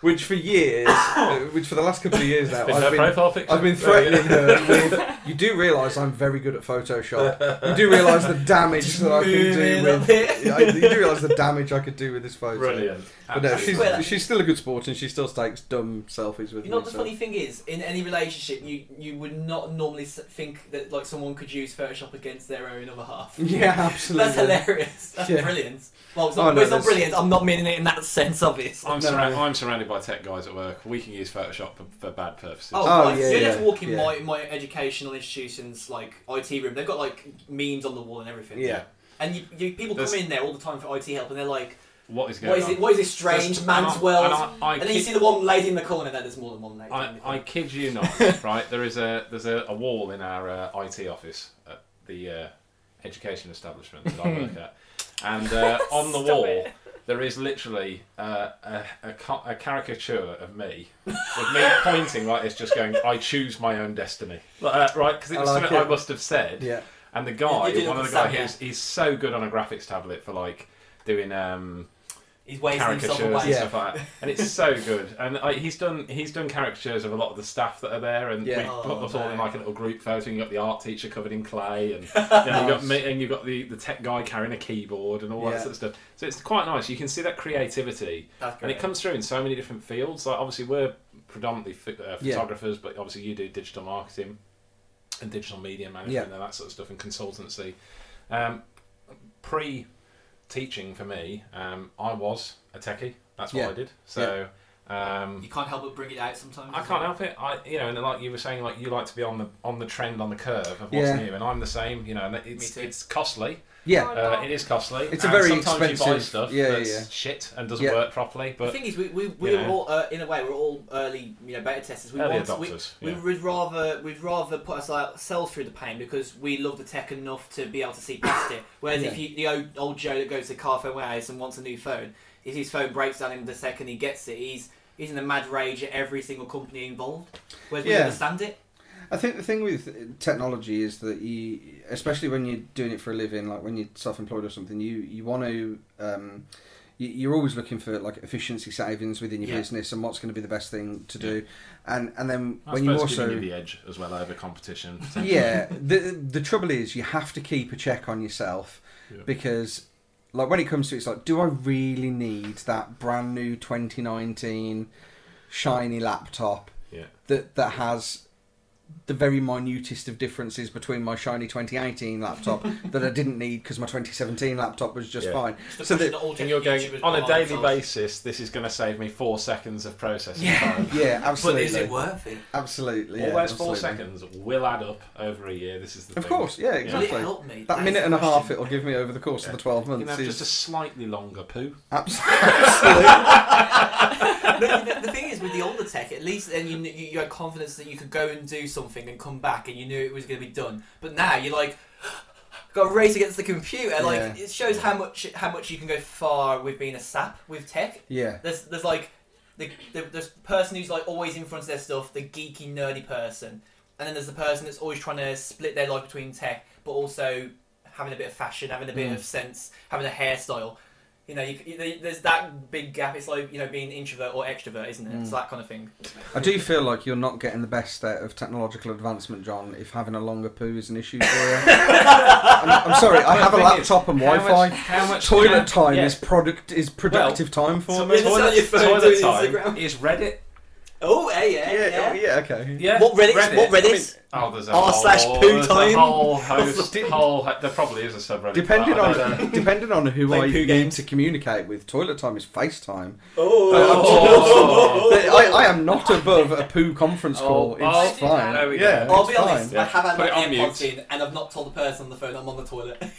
Speaker 3: Which for years, uh, which for the last couple of years now,
Speaker 5: Been no
Speaker 3: I've been,
Speaker 5: profile picture.
Speaker 3: I've been threatening her with. You do realise I'm very good at Photoshop. You do realise the damage that I can do
Speaker 2: Moving up
Speaker 3: with.
Speaker 2: here.
Speaker 3: I- You do realise the damage I could do with this photo.
Speaker 5: Brilliant.
Speaker 3: But no,
Speaker 5: Absolutely.
Speaker 3: she's, she's still a good sport and she still takes dumb selfies with
Speaker 2: You
Speaker 3: me.
Speaker 2: know what the
Speaker 3: so-
Speaker 2: funny thing is, in any relationship, you you would not normally s- think that like someone could use Photoshop against their own other half.
Speaker 3: Yeah, absolutely.
Speaker 2: That's hilarious. That's
Speaker 3: Yeah.
Speaker 2: brilliant. Well, it's
Speaker 3: Oh,
Speaker 2: not,
Speaker 3: no,
Speaker 2: it's not
Speaker 3: there's-
Speaker 2: brilliant. I'm not meaning it in that sense, obviously.
Speaker 5: I'm,
Speaker 3: No,
Speaker 5: surra-
Speaker 3: no.
Speaker 5: I'm surrounded by tech guys at work. We can use Photoshop for, for bad purposes.
Speaker 2: Oh,
Speaker 3: Oh,
Speaker 2: right.
Speaker 3: yeah,
Speaker 2: so you
Speaker 3: yeah,
Speaker 2: just walk in
Speaker 3: yeah.
Speaker 2: my, my educational institution's like IT room. They've got like memes on the wall and everything.
Speaker 3: Yeah.
Speaker 2: And you, you people
Speaker 5: There's-
Speaker 2: come in there all the time for IT help, and they're like,
Speaker 5: What is going
Speaker 2: "What is
Speaker 5: on?
Speaker 2: it? What is this strange
Speaker 5: There's-
Speaker 2: man's
Speaker 5: and I-
Speaker 2: world?" And,
Speaker 5: And, I, I,
Speaker 2: then you see
Speaker 5: kid,
Speaker 2: the one lady in the corner. That there's more than one lady. in
Speaker 5: I,
Speaker 2: the corner.
Speaker 5: I kid you not, right? There is a there's a, a wall in our uh, IT office at the uh, education establishment that I work at, and uh, on the
Speaker 4: Stop
Speaker 5: wall
Speaker 4: it.
Speaker 5: there is literally uh, a, a, ca- a caricature of me with me pointing like it's just going. I choose my own destiny, uh, right? Because it
Speaker 3: I
Speaker 5: was
Speaker 3: like
Speaker 5: something
Speaker 3: it.
Speaker 5: I must have said.
Speaker 3: Yeah.
Speaker 5: And the guy,
Speaker 2: You- you do
Speaker 5: one
Speaker 2: look
Speaker 5: of the guy,
Speaker 2: sad,
Speaker 5: he's, he's so good on a graphics tablet for like doing um,
Speaker 2: He's wasting himself
Speaker 5: caricatures
Speaker 2: away.
Speaker 5: and
Speaker 3: Yeah.
Speaker 5: stuff like that, and it's so good. And I, he's done he's done caricatures of a lot of the staff that are there, and
Speaker 3: Yeah.
Speaker 5: we've put
Speaker 2: Oh,
Speaker 5: us all in
Speaker 2: no.
Speaker 5: like a little group photo. And you got the art teacher covered in clay, and then you got me, and you've got the, the tech guy carrying a keyboard and all
Speaker 3: Yeah.
Speaker 5: that sort of stuff. So it's quite nice. You can see that creativity,
Speaker 2: That's
Speaker 5: and
Speaker 2: great.
Speaker 5: it comes through in so many different fields. Like obviously we're predominantly ph- uh,
Speaker 3: Yeah.
Speaker 5: photographers, but obviously you do digital marketing and digital media management and that sort of stuff and consultancy. Um, Pre teaching for me, um, I was a techie. That's what
Speaker 3: Yeah.
Speaker 5: I did. So um,
Speaker 2: You can't help but bring it out sometimes.
Speaker 5: I can't help it. I, you know, and like you were saying, like you like to be on the on the trend, on the curve of what's
Speaker 3: Yeah.
Speaker 5: new, and I'm the same. You know, and it's
Speaker 2: too.
Speaker 5: it's costly.
Speaker 3: Yeah.
Speaker 5: Uh, it is costly.
Speaker 3: It's a
Speaker 5: and
Speaker 3: very
Speaker 5: sometimes you buy
Speaker 3: expensive-
Speaker 5: stuff
Speaker 3: yeah, yeah,
Speaker 5: that's
Speaker 3: yeah.
Speaker 5: shit and doesn't
Speaker 3: Yeah.
Speaker 5: work properly.
Speaker 2: The
Speaker 5: But
Speaker 2: thing is, we, we, we
Speaker 5: you
Speaker 2: were
Speaker 5: know.
Speaker 2: all, uh, in a way, we're all early, you know, beta testers. We
Speaker 5: Early
Speaker 2: want, we-
Speaker 5: adopters,
Speaker 2: We,
Speaker 5: yeah.
Speaker 2: would rather we'd rather put ourse- ourselves through the pain because we love the tech enough to be able to see past it. Whereas if
Speaker 3: Yeah.
Speaker 2: you, the old, old Joe that goes to car phone warehouse and wants a new phone, if his phone breaks down in the second he gets it, he's he's in a mad rage at every single company involved. Whereas we
Speaker 3: Yeah.
Speaker 2: understand it.
Speaker 3: I think the thing with technology is that you, especially when you're doing it for a living, like when you're self-employed or something, you you want to. Um, you- you're always looking for like efficiency savings within your
Speaker 2: Yeah.
Speaker 3: business and what's going to be the best thing to do, and and then
Speaker 5: I suppose
Speaker 3: when you
Speaker 5: it's
Speaker 3: also
Speaker 5: giving you the edge as well over competition.
Speaker 3: yeah the the trouble is you have to keep a check on yourself
Speaker 5: Yeah.
Speaker 3: because like when it comes to it, it's like do i really need that brand new 2019 shiny laptop
Speaker 5: Yeah.
Speaker 3: that that has the very minutest of differences between my shiny 2018 laptop that i didn't need because my 2017 laptop was just
Speaker 5: Yeah.
Speaker 3: fine
Speaker 2: It's the
Speaker 3: so
Speaker 2: push
Speaker 3: that
Speaker 2: that all
Speaker 5: And you're
Speaker 2: YouTubers
Speaker 5: going on a
Speaker 2: put
Speaker 5: daily
Speaker 2: themselves.
Speaker 5: basis. This is going to save me four seconds of processing time.
Speaker 3: yeah
Speaker 2: But is
Speaker 3: absolutely
Speaker 2: it worth it?
Speaker 3: absolutely yeah,
Speaker 5: All those four
Speaker 3: absolutely.
Speaker 5: seconds will add up over a year. This is the
Speaker 3: of
Speaker 5: thing.
Speaker 3: course yeah
Speaker 2: Will
Speaker 3: exactly
Speaker 2: it help me?
Speaker 3: that
Speaker 2: is
Speaker 3: minute
Speaker 2: the
Speaker 3: and a half
Speaker 2: question.
Speaker 3: it'll give me over the course
Speaker 5: Yeah.
Speaker 3: of the 12
Speaker 5: You can
Speaker 3: months
Speaker 5: have
Speaker 3: is
Speaker 5: just a slightly longer poo.
Speaker 3: abs-
Speaker 2: the, the thing is, with the older tech, at least then you, kn- you you had confidence that you could go and do something and come back, and you knew it was going to be done. But now you're like, got a race against the computer. Like
Speaker 3: Yeah.
Speaker 2: it shows how much how much you can go far with being a sap with tech.
Speaker 3: yeah
Speaker 2: There's there's like the the, the person who's like always in front of their stuff, the geeky nerdy person, and then there's the person that's always trying to split their life between tech, but also having a bit of fashion, having a bit of sense, having a hairstyle. You know, you, you, there- there's that big gap. It's like you know being introvert or extrovert, isn't it? It's that kind of thing.
Speaker 3: I do feel like you're not getting the best out of technological advancement, John, if having a longer poo is an issue for you. I'm, I'm sorry, I
Speaker 5: Well,
Speaker 3: have
Speaker 5: the
Speaker 3: a
Speaker 5: thing is,
Speaker 3: laptop and
Speaker 5: how
Speaker 3: Wi Fi.
Speaker 5: much- how much-
Speaker 3: Toilet
Speaker 5: yeah,
Speaker 3: time
Speaker 5: yeah.
Speaker 3: is product is productive time for
Speaker 5: So
Speaker 3: me.
Speaker 2: it's on your
Speaker 5: toilet,
Speaker 2: phone,
Speaker 5: toilet
Speaker 2: doing
Speaker 5: time
Speaker 2: Instagram.
Speaker 5: is Reddit.
Speaker 2: Oh, yeah, yeah,
Speaker 3: Yeah,
Speaker 2: yeah.
Speaker 3: yeah, yeah okay.
Speaker 5: Yeah.
Speaker 2: What Reddit? What
Speaker 5: I mean-
Speaker 2: Reddit?
Speaker 5: oh, there's a
Speaker 2: R
Speaker 5: whole-
Speaker 2: slash poo
Speaker 5: there's a
Speaker 2: time.
Speaker 5: whole host. whole, ho- there probably is a subreddit.
Speaker 3: Depending
Speaker 5: for that, I don't know.
Speaker 3: on depending on who
Speaker 2: Play
Speaker 3: I
Speaker 2: poo
Speaker 3: need
Speaker 2: games.
Speaker 3: to communicate with, toilet time is FaceTime.
Speaker 5: Oh.
Speaker 3: I, I am not above a poo conference call.
Speaker 5: Oh,
Speaker 3: it's
Speaker 4: oh,
Speaker 3: fine.
Speaker 5: there we go.
Speaker 3: yeah,
Speaker 2: I'll
Speaker 3: it's
Speaker 2: be honest,
Speaker 3: fine.
Speaker 2: I have had
Speaker 5: Put
Speaker 2: my
Speaker 5: it on
Speaker 2: AirPods
Speaker 5: mute.
Speaker 2: in and I've not told the person on the phone I'm on the toilet. I'm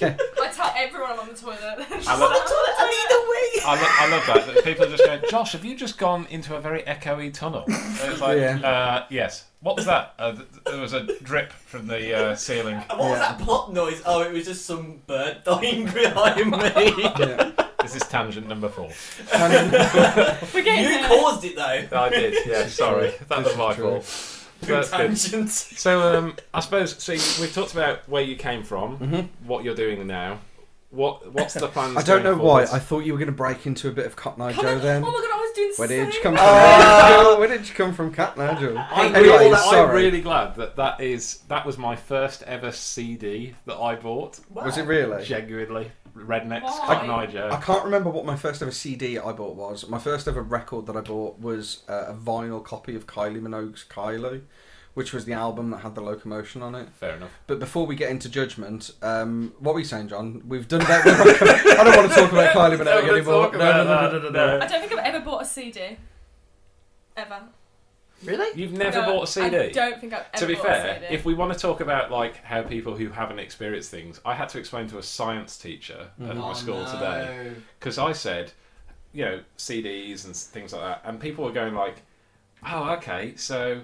Speaker 3: Yeah.
Speaker 4: I tell everyone I'm on the toilet.
Speaker 5: I
Speaker 2: on the
Speaker 5: love,
Speaker 2: toilet, I need a wee!
Speaker 5: I, lo- I love that, that people are just going, Josh, have you just gone into a very echoey tunnel? And it's like,
Speaker 3: Yeah.
Speaker 5: uh, yes. What was that? Uh, th- there was a drip from the uh, ceiling.
Speaker 2: And what was
Speaker 3: Yeah.
Speaker 2: that plot noise? Oh, it was just some bird dying behind me.
Speaker 3: yeah.
Speaker 5: This is tangent number four.
Speaker 3: And- uh,
Speaker 4: We're getting
Speaker 2: you
Speaker 4: there.
Speaker 2: caused it though.
Speaker 5: I did, yeah, sorry. That was my
Speaker 3: true.
Speaker 5: fault. That's good.
Speaker 2: Tangent.
Speaker 5: So, um, I suppose, so you- we've talked about where you came from, what you're doing now. What What's the plan?
Speaker 3: I don't know why. I thought you were going to break into a bit of Cotton Eye
Speaker 4: Come
Speaker 3: Joe
Speaker 4: on-
Speaker 3: then.
Speaker 4: Oh my god, I was doing
Speaker 3: Where
Speaker 4: so
Speaker 3: did you come from?
Speaker 2: Oh.
Speaker 3: Where did you come from, Cat Nigel?
Speaker 5: I'm,
Speaker 3: Anyway,
Speaker 5: really, I'm
Speaker 3: sorry.
Speaker 5: really glad that that is that was my first ever CD that I bought.
Speaker 3: Was it really?
Speaker 5: Genuinely, rednecks,
Speaker 4: Why?
Speaker 5: Cotton Eye Joe.
Speaker 3: I can't remember what my first ever CD I bought was. My first ever record that I bought was uh, a vinyl copy of Kylie Minogue's Kylie, which was the album that had the locomotion on it.
Speaker 5: Fair enough.
Speaker 3: But before we get into judgment, um, what were you saying, John? We've done that. We're not- I don't want to talk about Kylie
Speaker 5: Don't
Speaker 3: Minogue
Speaker 5: wanna
Speaker 3: anymore.
Speaker 5: talk about that, no.
Speaker 4: I don't think I've ever bought a CD. Ever.
Speaker 2: Really?
Speaker 5: You've never
Speaker 4: No,
Speaker 5: bought a CD.
Speaker 4: I don't think I've ever
Speaker 5: to be
Speaker 4: bought
Speaker 5: fair,
Speaker 4: a CD.
Speaker 5: if we want to talk about like how people who haven't experienced things, I had to explain to a science teacher at
Speaker 2: Mm-hmm. Oh,
Speaker 4: Oh,
Speaker 5: my school today because I said, you know, CDs and s- things like that, and people were going like, "Oh, okay, so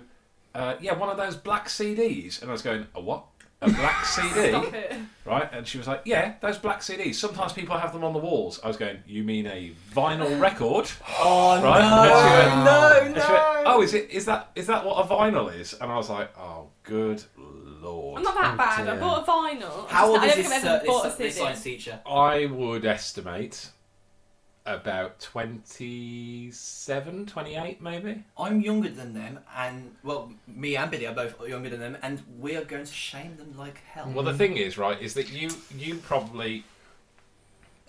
Speaker 5: uh, yeah, one of those black CDs," and I was going, "A what? A black CD?"
Speaker 4: Stop it.
Speaker 5: right? And she was like, "Yeah, those black CDs. Sometimes people have them on the walls." I was going, "You mean a vinyl record?"
Speaker 2: Oh
Speaker 5: Right?
Speaker 2: no, no,
Speaker 5: And she went,
Speaker 2: no.
Speaker 5: oh, is it? Is that? Is that what a vinyl is? And I was like, oh, good lord.
Speaker 4: I'm not that bad. I
Speaker 3: dear.
Speaker 4: bought a vinyl.
Speaker 2: How old
Speaker 4: I
Speaker 2: is
Speaker 4: don't
Speaker 2: this,
Speaker 4: think I've
Speaker 2: uh,
Speaker 4: ever bought
Speaker 2: this,
Speaker 4: a
Speaker 2: this
Speaker 4: CD.
Speaker 2: science teacher?
Speaker 5: I would estimate about 27, 28 maybe.
Speaker 2: I'm younger than them, and well, me and Billy are both younger than them, and we are going to shame them like hell.
Speaker 5: Well, the thing is, right, is that you you probably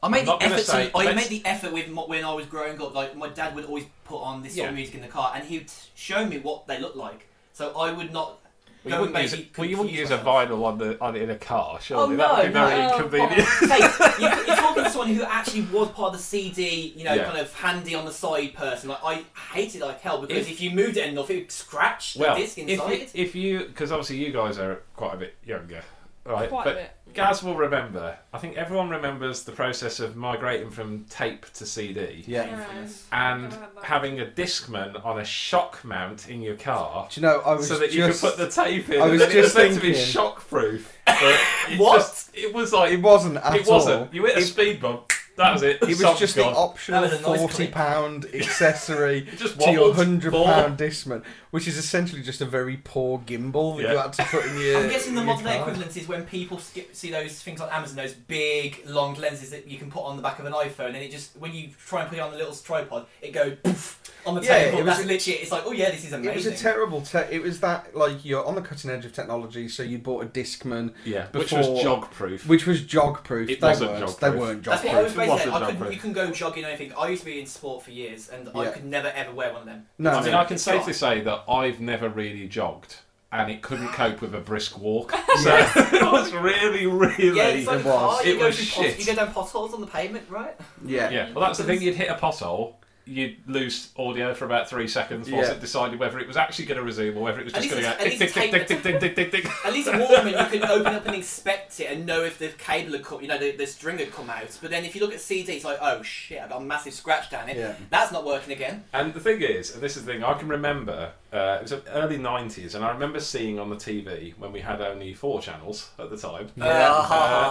Speaker 2: I made
Speaker 5: I'm
Speaker 2: the
Speaker 5: not gonna
Speaker 2: effort.
Speaker 5: say-
Speaker 2: to, I
Speaker 5: let's-
Speaker 2: made the effort with mo- when I was growing up. Like my dad would always put on this sort
Speaker 5: Yeah.
Speaker 2: of music in the car, and he'd show me what they looked like. So I would not.
Speaker 5: well, you
Speaker 2: go
Speaker 5: wouldn't
Speaker 2: and
Speaker 5: use, a,
Speaker 2: basically
Speaker 5: well, you wouldn't
Speaker 2: confuse
Speaker 5: use a
Speaker 2: myself.
Speaker 5: vinyl on the on in a car,
Speaker 2: Oh,
Speaker 5: surely.
Speaker 2: no,
Speaker 5: that would be very
Speaker 4: no.
Speaker 5: inconvenient.
Speaker 2: Hey, you, you're talking to someone who actually was part of the CD, you know,
Speaker 5: Yeah.
Speaker 2: kind of handy on the side person. Like I hated like hell because
Speaker 5: If-
Speaker 2: if, you moved it enough, it would scratch the
Speaker 5: well,
Speaker 2: disc
Speaker 5: if
Speaker 2: inside.
Speaker 5: you, if you, because obviously you guys are quite a bit younger, right?
Speaker 4: Quite a
Speaker 5: but
Speaker 4: bit.
Speaker 5: Gaz will remember. I think everyone remembers the process of migrating from tape to CD
Speaker 3: Yeah.
Speaker 5: and
Speaker 4: Never had that.
Speaker 5: having a discman on a shock mount in your car.
Speaker 3: Do you know? I was
Speaker 5: So that you could
Speaker 3: just.
Speaker 5: put the tape in,
Speaker 3: I was
Speaker 5: and then
Speaker 3: just
Speaker 5: it was meant to be
Speaker 3: thinking-
Speaker 5: shock-proof. But it
Speaker 2: What?
Speaker 5: Just, it was like
Speaker 3: It wasn't at
Speaker 5: it wasn't.
Speaker 3: all.
Speaker 5: You hit a
Speaker 3: It-
Speaker 5: speed bump. That was it.
Speaker 3: It was
Speaker 5: Song's
Speaker 3: just
Speaker 5: gone.
Speaker 3: the optional
Speaker 2: That was a nice
Speaker 3: forty
Speaker 2: clip.
Speaker 3: pound accessory
Speaker 5: just
Speaker 3: to your
Speaker 5: wobbled,
Speaker 3: hundred
Speaker 5: ball.
Speaker 3: pound discman, which is essentially just a very poor gimbal that you
Speaker 5: Yeah.
Speaker 3: had to put in your.
Speaker 2: I'm guessing the
Speaker 3: your
Speaker 2: modern day
Speaker 3: car.
Speaker 2: equivalent is when people skip, see those things on Amazon, those big long lenses that you can put on the back of an iPhone, and it just when you try and put it on a little tripod, it goes poof on the
Speaker 3: Yeah,
Speaker 2: table.
Speaker 3: it
Speaker 2: That's
Speaker 3: was-
Speaker 2: literally. It's like, oh yeah, this is
Speaker 3: It was
Speaker 2: amazing.
Speaker 3: a terrible. Te- it was that like you're on the cutting edge of technology, so you bought a discman,
Speaker 5: yeah, which
Speaker 3: before-
Speaker 5: was jog-proof.
Speaker 3: which was jog proof.
Speaker 5: It
Speaker 3: they
Speaker 5: wasn't
Speaker 3: weren't.
Speaker 5: jog-proof.
Speaker 3: They weren't jog
Speaker 2: That's what I was
Speaker 3: proof.
Speaker 5: It was
Speaker 2: basically.
Speaker 5: a
Speaker 2: I
Speaker 5: jog
Speaker 2: could,
Speaker 5: proof.
Speaker 2: you can go jogging and anything. I used to be in sport for years, and I
Speaker 3: Yeah.
Speaker 2: could never ever wear one of them.
Speaker 3: No,
Speaker 5: I mean,
Speaker 3: no.
Speaker 5: I can safely say that I've never really jogged, and it couldn't cope with a brisk walk. So it was really, really.
Speaker 2: Yeah, it's like
Speaker 3: it
Speaker 2: a car.
Speaker 3: was.
Speaker 2: You
Speaker 5: It
Speaker 2: go
Speaker 5: was
Speaker 2: through pot-
Speaker 5: shit.
Speaker 2: You go down potholes on the pavement, right?
Speaker 3: Yeah.
Speaker 5: yeah. Well, that's the thing. You'd hit a pothole. You'd lose audio for about three seconds whilst
Speaker 3: Yeah.
Speaker 5: it decided whether it was actually going to resume or whether it was
Speaker 2: At
Speaker 5: just going
Speaker 2: least
Speaker 5: to go tick,
Speaker 2: it's-
Speaker 5: tick,
Speaker 2: at
Speaker 5: tick,
Speaker 2: least
Speaker 5: tick, tick, tick, tick, tick, tick.
Speaker 2: At least a Walkman, you can open up and inspect it and know if the cable had come, you know, the, the string had come out. But then if you look at CD, it's like, oh shit, I've got a massive scratch down here.
Speaker 3: Yeah.
Speaker 2: That's not working again.
Speaker 5: And the thing is, and this is the thing, I can remember, uh, it was the early 90s, and I remember seeing on the TV when we had only four channels at the time.
Speaker 2: Uh, ha, ha,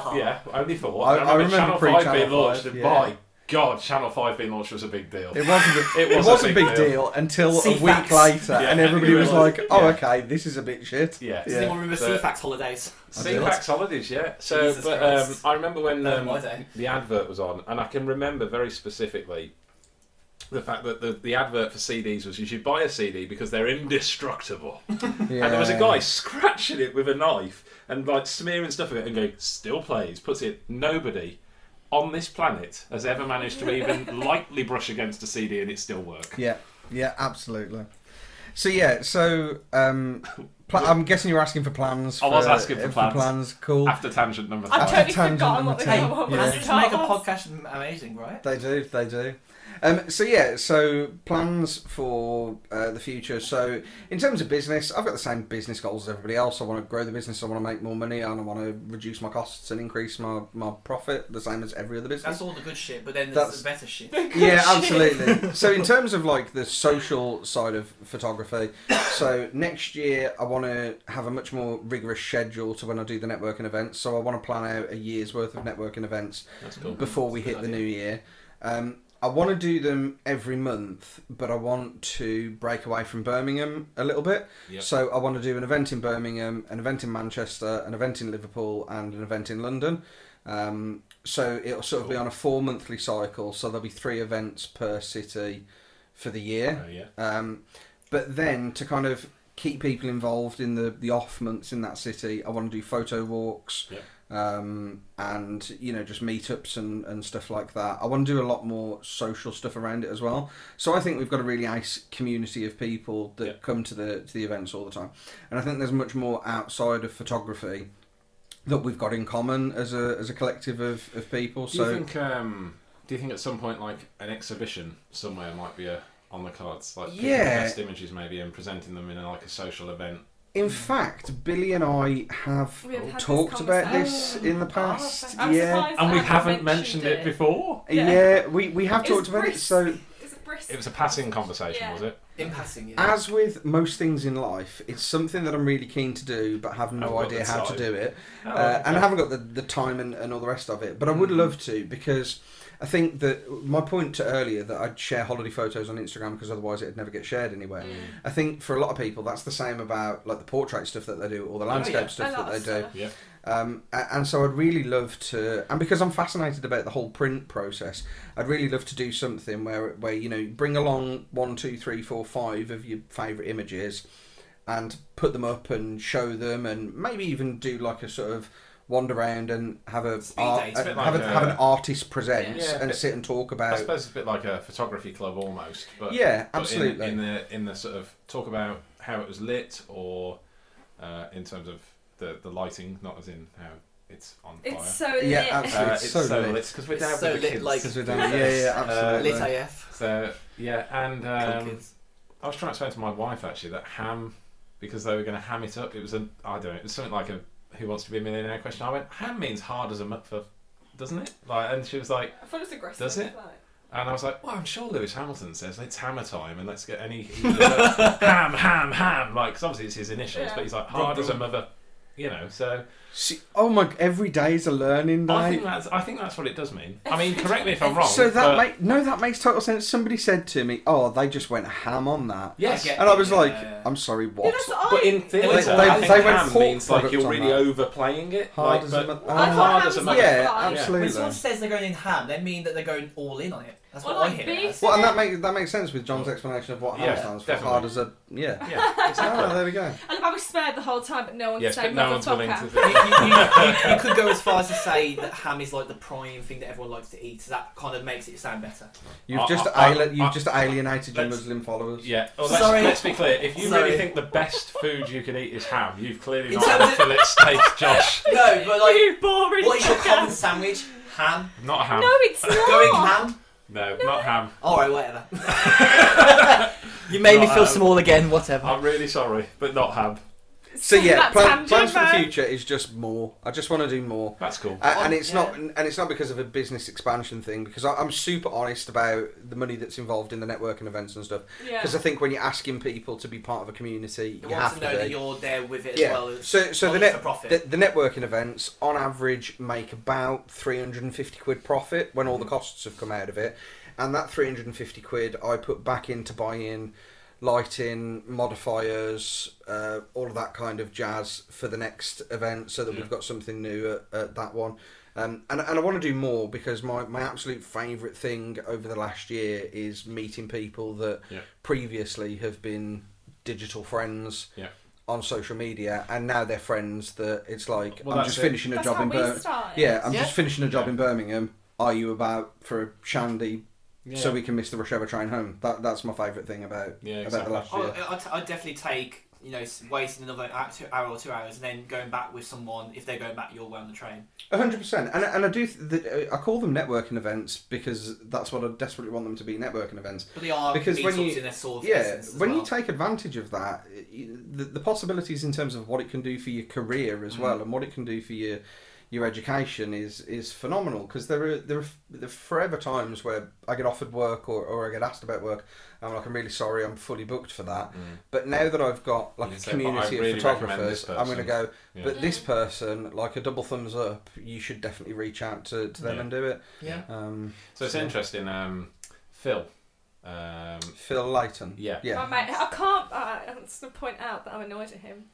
Speaker 5: Uh,
Speaker 2: ha.
Speaker 5: yeah, only four.
Speaker 3: I-
Speaker 5: And
Speaker 3: I remember
Speaker 5: Channel
Speaker 3: pre-
Speaker 5: 5
Speaker 3: Channel
Speaker 5: being launched,
Speaker 3: 5,
Speaker 5: and
Speaker 3: yeah.
Speaker 5: by God, Channel 5 being launched was a big deal.
Speaker 3: It wasn't. A,
Speaker 5: It
Speaker 3: it
Speaker 5: was
Speaker 3: was,
Speaker 5: a
Speaker 3: a
Speaker 5: big
Speaker 3: big
Speaker 5: deal.
Speaker 3: deal until a
Speaker 2: See,
Speaker 3: week
Speaker 2: facts.
Speaker 3: later,
Speaker 5: Yeah,
Speaker 3: and everybody
Speaker 5: you
Speaker 3: was
Speaker 5: realised-
Speaker 3: like, "Oh,
Speaker 5: yeah.
Speaker 3: okay, this is a bit shit."
Speaker 5: Yeah.
Speaker 2: Does anyone remember
Speaker 5: The-
Speaker 2: CFAX holidays?
Speaker 5: See,
Speaker 3: do.
Speaker 5: Pax Holidays, yeah. So,
Speaker 2: Jesus
Speaker 5: but um,
Speaker 2: Christ.
Speaker 5: I remember when
Speaker 2: That was
Speaker 5: um,
Speaker 2: my day.
Speaker 5: the advert was on, and I can remember very specifically the fact that the, the advert for CDs was you should buy a CD because they're indestructible. And there was a
Speaker 3: Yeah.
Speaker 5: guy scratching it with a knife and like smearing stuff at it and going, still plays, puts it, nobody on this planet has ever managed to even lightly brush against a CD and it still work.
Speaker 3: Yeah. Yeah, absolutely. So yeah, so um, pla- I'm guessing you're asking for plans.
Speaker 5: I was asking for plans.
Speaker 3: Cool.
Speaker 5: After tangent number
Speaker 4: I've
Speaker 5: three.
Speaker 3: After
Speaker 4: totally
Speaker 3: tangent
Speaker 4: forgotten what the
Speaker 3: number
Speaker 4: hell
Speaker 3: ten,
Speaker 4: was.
Speaker 3: yeah.
Speaker 2: That's to make a podcast amazing, right?
Speaker 3: They do, they do. Um, so yeah, so plans for uh, the future. So in terms of business, I've got the same business goals as everybody else. I want to grow the business. I want to make more money, and I want to reduce my costs and increase my, my profit, the same as every other business.
Speaker 2: That's all the good shit, but then there's the better shit.
Speaker 3: yeah, absolutely. so in terms of like the social side of photography, so next year I want to have a much more rigorous schedule to when I do the networking events. So I want to plan out a year's worth of networking events
Speaker 5: That's cool.
Speaker 3: before we hit
Speaker 5: That's a
Speaker 3: the
Speaker 5: good
Speaker 3: new year. Um, I want to do them every month, but I want to break away from Birmingham a little bit.
Speaker 5: Yep.
Speaker 3: So I want to do an event in Birmingham, an event in Manchester, an event in Liverpool, and an event in London. Um, so it'll sort of be on a four monthly cycle. So there'll be three events per city for the year.
Speaker 5: Oh, yeah.
Speaker 3: Um, but then to kind of keep people involved in the, the off months in that city, I want to do photo walks
Speaker 5: Yep.
Speaker 3: um, and, you know, just meetups and, and stuff like that. I want to do a lot more social stuff around it as well. So I think we've got a really nice community of people that
Speaker 5: Yep.
Speaker 3: come to the, to the events all the time. And I think there's much more outside of photography that we've got in common as a, as a collective of, of people.
Speaker 5: Do
Speaker 3: so
Speaker 5: you think? Um, do you think at some point, like an exhibition somewhere, might be a, on the cards? Like picking the
Speaker 3: Yeah.
Speaker 5: best images, maybe, and presenting them in a, like a social event.
Speaker 3: In fact, Billy and I have
Speaker 4: We have had
Speaker 3: talked
Speaker 4: this
Speaker 3: about this
Speaker 4: conversation.
Speaker 3: in the
Speaker 4: Oh,
Speaker 3: past.
Speaker 4: I'm
Speaker 3: yeah,
Speaker 4: surprised
Speaker 5: And we
Speaker 4: I
Speaker 5: haven't mentioned it before.
Speaker 3: yeah,
Speaker 4: Yeah.
Speaker 3: we, we have
Speaker 4: It's
Speaker 3: talked about it.
Speaker 4: brisk.
Speaker 3: So,
Speaker 4: It's a brisk.
Speaker 5: It was a passing conversation,
Speaker 4: Yeah.
Speaker 5: was it?
Speaker 2: In passing, yeah.
Speaker 3: as with most things in life, it's something that I'm really keen to do, but have
Speaker 5: Haven't
Speaker 3: no
Speaker 5: got
Speaker 3: idea
Speaker 5: the
Speaker 3: how to
Speaker 5: time.
Speaker 3: do it.
Speaker 5: Oh,
Speaker 3: uh, and I
Speaker 5: okay. Mm-hmm.
Speaker 3: haven't got the, the time and, and all the rest of it. But I would love to because I think that my point to earlier that I'd share holiday photos on Instagram because otherwise it'd never get shared anywhere.
Speaker 4: Mm.
Speaker 3: I think for a lot of people, that's the same about like the portrait stuff that they do or the landscape
Speaker 2: yeah.
Speaker 4: Oh, A
Speaker 3: stuff that
Speaker 4: lot
Speaker 3: they
Speaker 4: of
Speaker 3: do.
Speaker 4: stuff.
Speaker 5: Yeah.
Speaker 3: Um, a- and so I'd really love to, and because I'm fascinated about the whole print process, I'd really love to do something where where you know bring along one, two, three, four, five of your favourite images, and put them up and show them, and maybe even do like a sort of wander around and have a,
Speaker 2: Speed
Speaker 3: art-
Speaker 2: date, it's a bit
Speaker 3: uh, have,
Speaker 5: like
Speaker 3: a,
Speaker 5: a-
Speaker 3: have an artist present
Speaker 5: Yeah.
Speaker 3: and sit and talk
Speaker 5: I
Speaker 3: about.
Speaker 5: suppose it's a bit like a photography club almost. But
Speaker 3: yeah,
Speaker 5: but in-
Speaker 3: absolutely.
Speaker 5: In, the in the sort of talk about how it was lit, or uh, in terms of the the lighting, not as in how it's on fire.
Speaker 4: It's so
Speaker 3: Yeah,
Speaker 4: lit.
Speaker 3: absolutely.
Speaker 5: Uh,
Speaker 3: It's
Speaker 5: it's,
Speaker 3: so
Speaker 5: so,
Speaker 3: lit.
Speaker 5: lit because we're
Speaker 2: It's
Speaker 5: down with
Speaker 2: so
Speaker 5: the
Speaker 2: lit,
Speaker 5: kids.
Speaker 2: like-
Speaker 3: 'Cause we're done- yeah, yeah,
Speaker 5: Uh,
Speaker 3: absolutely.
Speaker 2: Lit AF.
Speaker 5: So uh, yeah, and
Speaker 2: Cool
Speaker 5: um,
Speaker 2: kids.
Speaker 5: I was trying to explain to my wife actually that ham because they were going to ham it up. It was an I don't know. It was something like a Who Wants to Be a Millionaire question. I went ham means hard as a mug for, doesn't it? Like, and she was like,
Speaker 4: I thought it was aggressive.
Speaker 5: Does it?
Speaker 4: Like,
Speaker 5: and I was like, well, I'm sure Lewis Hamilton says let's hammer time and let's get any ham, ham, ham. Like, 'cause obviously it's his initials,
Speaker 4: Yeah.
Speaker 5: but he's like hard as a mother. You know, so
Speaker 3: See, oh my! Every day is a learning
Speaker 5: I think
Speaker 3: day.
Speaker 5: that's I think that's what it does mean. I mean, correct me if I'm wrong.
Speaker 3: So that
Speaker 5: but
Speaker 3: make no, that makes total sense. Somebody said to me, "Oh, they just went ham on that."
Speaker 5: yes,
Speaker 2: get-
Speaker 3: And I was
Speaker 2: Yeah.
Speaker 3: like, I'm sorry, what?
Speaker 4: yeah, that's what
Speaker 5: But
Speaker 4: I.
Speaker 5: in theatre,
Speaker 2: They- they-
Speaker 5: I think
Speaker 2: they went
Speaker 5: ham
Speaker 3: pork
Speaker 5: means like
Speaker 3: product
Speaker 5: you're
Speaker 3: on
Speaker 5: really
Speaker 3: that.
Speaker 5: overplaying it.
Speaker 3: Hard
Speaker 5: like,
Speaker 3: as
Speaker 5: but
Speaker 3: a mother-
Speaker 4: I
Speaker 5: I'm
Speaker 4: thought
Speaker 5: hard
Speaker 4: ham
Speaker 5: as a
Speaker 4: was
Speaker 5: mother.
Speaker 3: yeah,
Speaker 4: fine.
Speaker 2: When
Speaker 3: absolutely.
Speaker 2: someone says they're going in ham, they mean that they're going all in on it. That's what
Speaker 4: Well,
Speaker 2: I
Speaker 4: like
Speaker 2: hear.
Speaker 4: beef.
Speaker 3: Well, and that makes that makes sense with John's explanation of what ham
Speaker 5: Yeah,
Speaker 3: stands for.
Speaker 5: definitely.
Speaker 3: Hard as a yeah.
Speaker 5: Yeah, exactly.
Speaker 3: Oh, there we go.
Speaker 4: And I was spared the whole time, but no one's
Speaker 5: yes, but
Speaker 4: saying
Speaker 5: no one's willing to.
Speaker 2: you,
Speaker 5: Do
Speaker 2: you- you- you- you could go as far as to say that ham is like the prime thing that everyone likes to eat, so that kind of makes it sound better.
Speaker 3: You've
Speaker 5: I-
Speaker 3: just
Speaker 5: I-
Speaker 3: ali-
Speaker 5: I-
Speaker 3: you've just alienated your
Speaker 5: uh, Let's-
Speaker 3: Muslim followers.
Speaker 5: yeah, well, let's,
Speaker 2: Sorry.
Speaker 5: let's be clear. If you
Speaker 2: Sorry.
Speaker 5: really think the best food you can eat is ham, you've clearly
Speaker 2: In
Speaker 5: not had a
Speaker 2: terms of-
Speaker 5: fillet steak, Josh.
Speaker 2: No, but like,
Speaker 4: You boring.
Speaker 2: what is your
Speaker 4: fucker.
Speaker 2: common sandwich? Ham.
Speaker 5: Not ham.
Speaker 4: No, it's not.
Speaker 2: Going ham.
Speaker 5: No, not ham.
Speaker 2: All right, whatever. you made me
Speaker 5: Not
Speaker 2: feel
Speaker 5: ham.
Speaker 2: small again. Whatever.
Speaker 5: I'm really sorry, but not ham.
Speaker 3: So yeah,
Speaker 4: That
Speaker 3: plan,
Speaker 4: tangent,
Speaker 3: plans for the
Speaker 4: man.
Speaker 3: future is just more. I just want to do more.
Speaker 5: That's cool.
Speaker 3: Uh, and it's not, and it's not because of a business expansion thing. Because I, I'm super honest about the money that's involved in the networking events and stuff.
Speaker 4: Yeah.
Speaker 3: Because I think when you're asking people to be part of a community, you,
Speaker 2: You want
Speaker 3: have
Speaker 2: to know
Speaker 3: be.
Speaker 2: that you're there with it as
Speaker 3: yeah.
Speaker 2: well. as-
Speaker 3: so so
Speaker 2: not
Speaker 3: the,
Speaker 2: just
Speaker 3: net,
Speaker 2: for profit.
Speaker 3: the the networking events on average make about 350 quid profit when all the
Speaker 2: Mm-hmm.
Speaker 3: costs have come out of it and that 350 quid i put back into buy in lighting modifiers uh, all of that kind of jazz for the next event so that we've got something new at, at that one um, and, and I want to do more because my, my absolute favourite thing over the last year is meeting people that
Speaker 5: Yeah.
Speaker 3: previously have been digital friends
Speaker 5: Yeah.
Speaker 3: on social media, and now they're friends. That it's like
Speaker 5: Well,
Speaker 3: I'm
Speaker 5: that's
Speaker 3: just
Speaker 5: it.
Speaker 3: finishing a
Speaker 4: That's
Speaker 3: job
Speaker 4: how
Speaker 3: in
Speaker 4: we
Speaker 3: Birmingham.
Speaker 4: started.
Speaker 3: Yeah, I'm
Speaker 2: Yeah.
Speaker 3: just finishing a job
Speaker 5: Yeah.
Speaker 3: in Birmingham. Are you about for a shandy
Speaker 5: Yeah.
Speaker 3: so we can miss the rush hour train home. That that's my favourite thing about
Speaker 5: Yeah,
Speaker 3: about the
Speaker 5: exactly.
Speaker 3: last
Speaker 2: Oh,
Speaker 3: year.
Speaker 2: I- I'd, I'd definitely take you know s- wasting another hour, two, hour or two hours and then going back with someone if they're going back your way on the train.
Speaker 3: A hundred percent, and and I do th- the, I call them networking events because that's what I desperately want them to be networking events.
Speaker 2: But they are
Speaker 3: Because when
Speaker 2: meetups
Speaker 3: you-
Speaker 2: in their sort of
Speaker 3: Yeah,
Speaker 2: essence as
Speaker 3: when you
Speaker 2: well.
Speaker 3: take advantage of that, it- you- the, the possibilities in terms of what it can do for your career
Speaker 5: Mm.
Speaker 3: as well, and what it can do for your your education is is phenomenal. Because there are there are, f- there are forever times where I get offered work or, or I get asked about work, and I'm like, I'm really sorry, I'm fully booked for that.
Speaker 5: Mm.
Speaker 3: But now that I've got like
Speaker 5: You
Speaker 3: a
Speaker 5: say, "But
Speaker 3: community
Speaker 5: I
Speaker 3: of
Speaker 5: really recommend
Speaker 3: photographers,
Speaker 5: this
Speaker 3: I'm going to
Speaker 5: person."
Speaker 3: go.
Speaker 5: Yeah.
Speaker 3: But this person, like a double thumbs up, you should definitely reach out to, to them
Speaker 5: Yeah.
Speaker 3: and do it.
Speaker 2: yeah.
Speaker 3: Um,
Speaker 5: So it's interesting. Um, Phil. Um,
Speaker 3: Phil Layton.
Speaker 5: Yeah.
Speaker 3: yeah.
Speaker 4: My mate, I can't. Uh, I just want to point out that I'm annoyed at him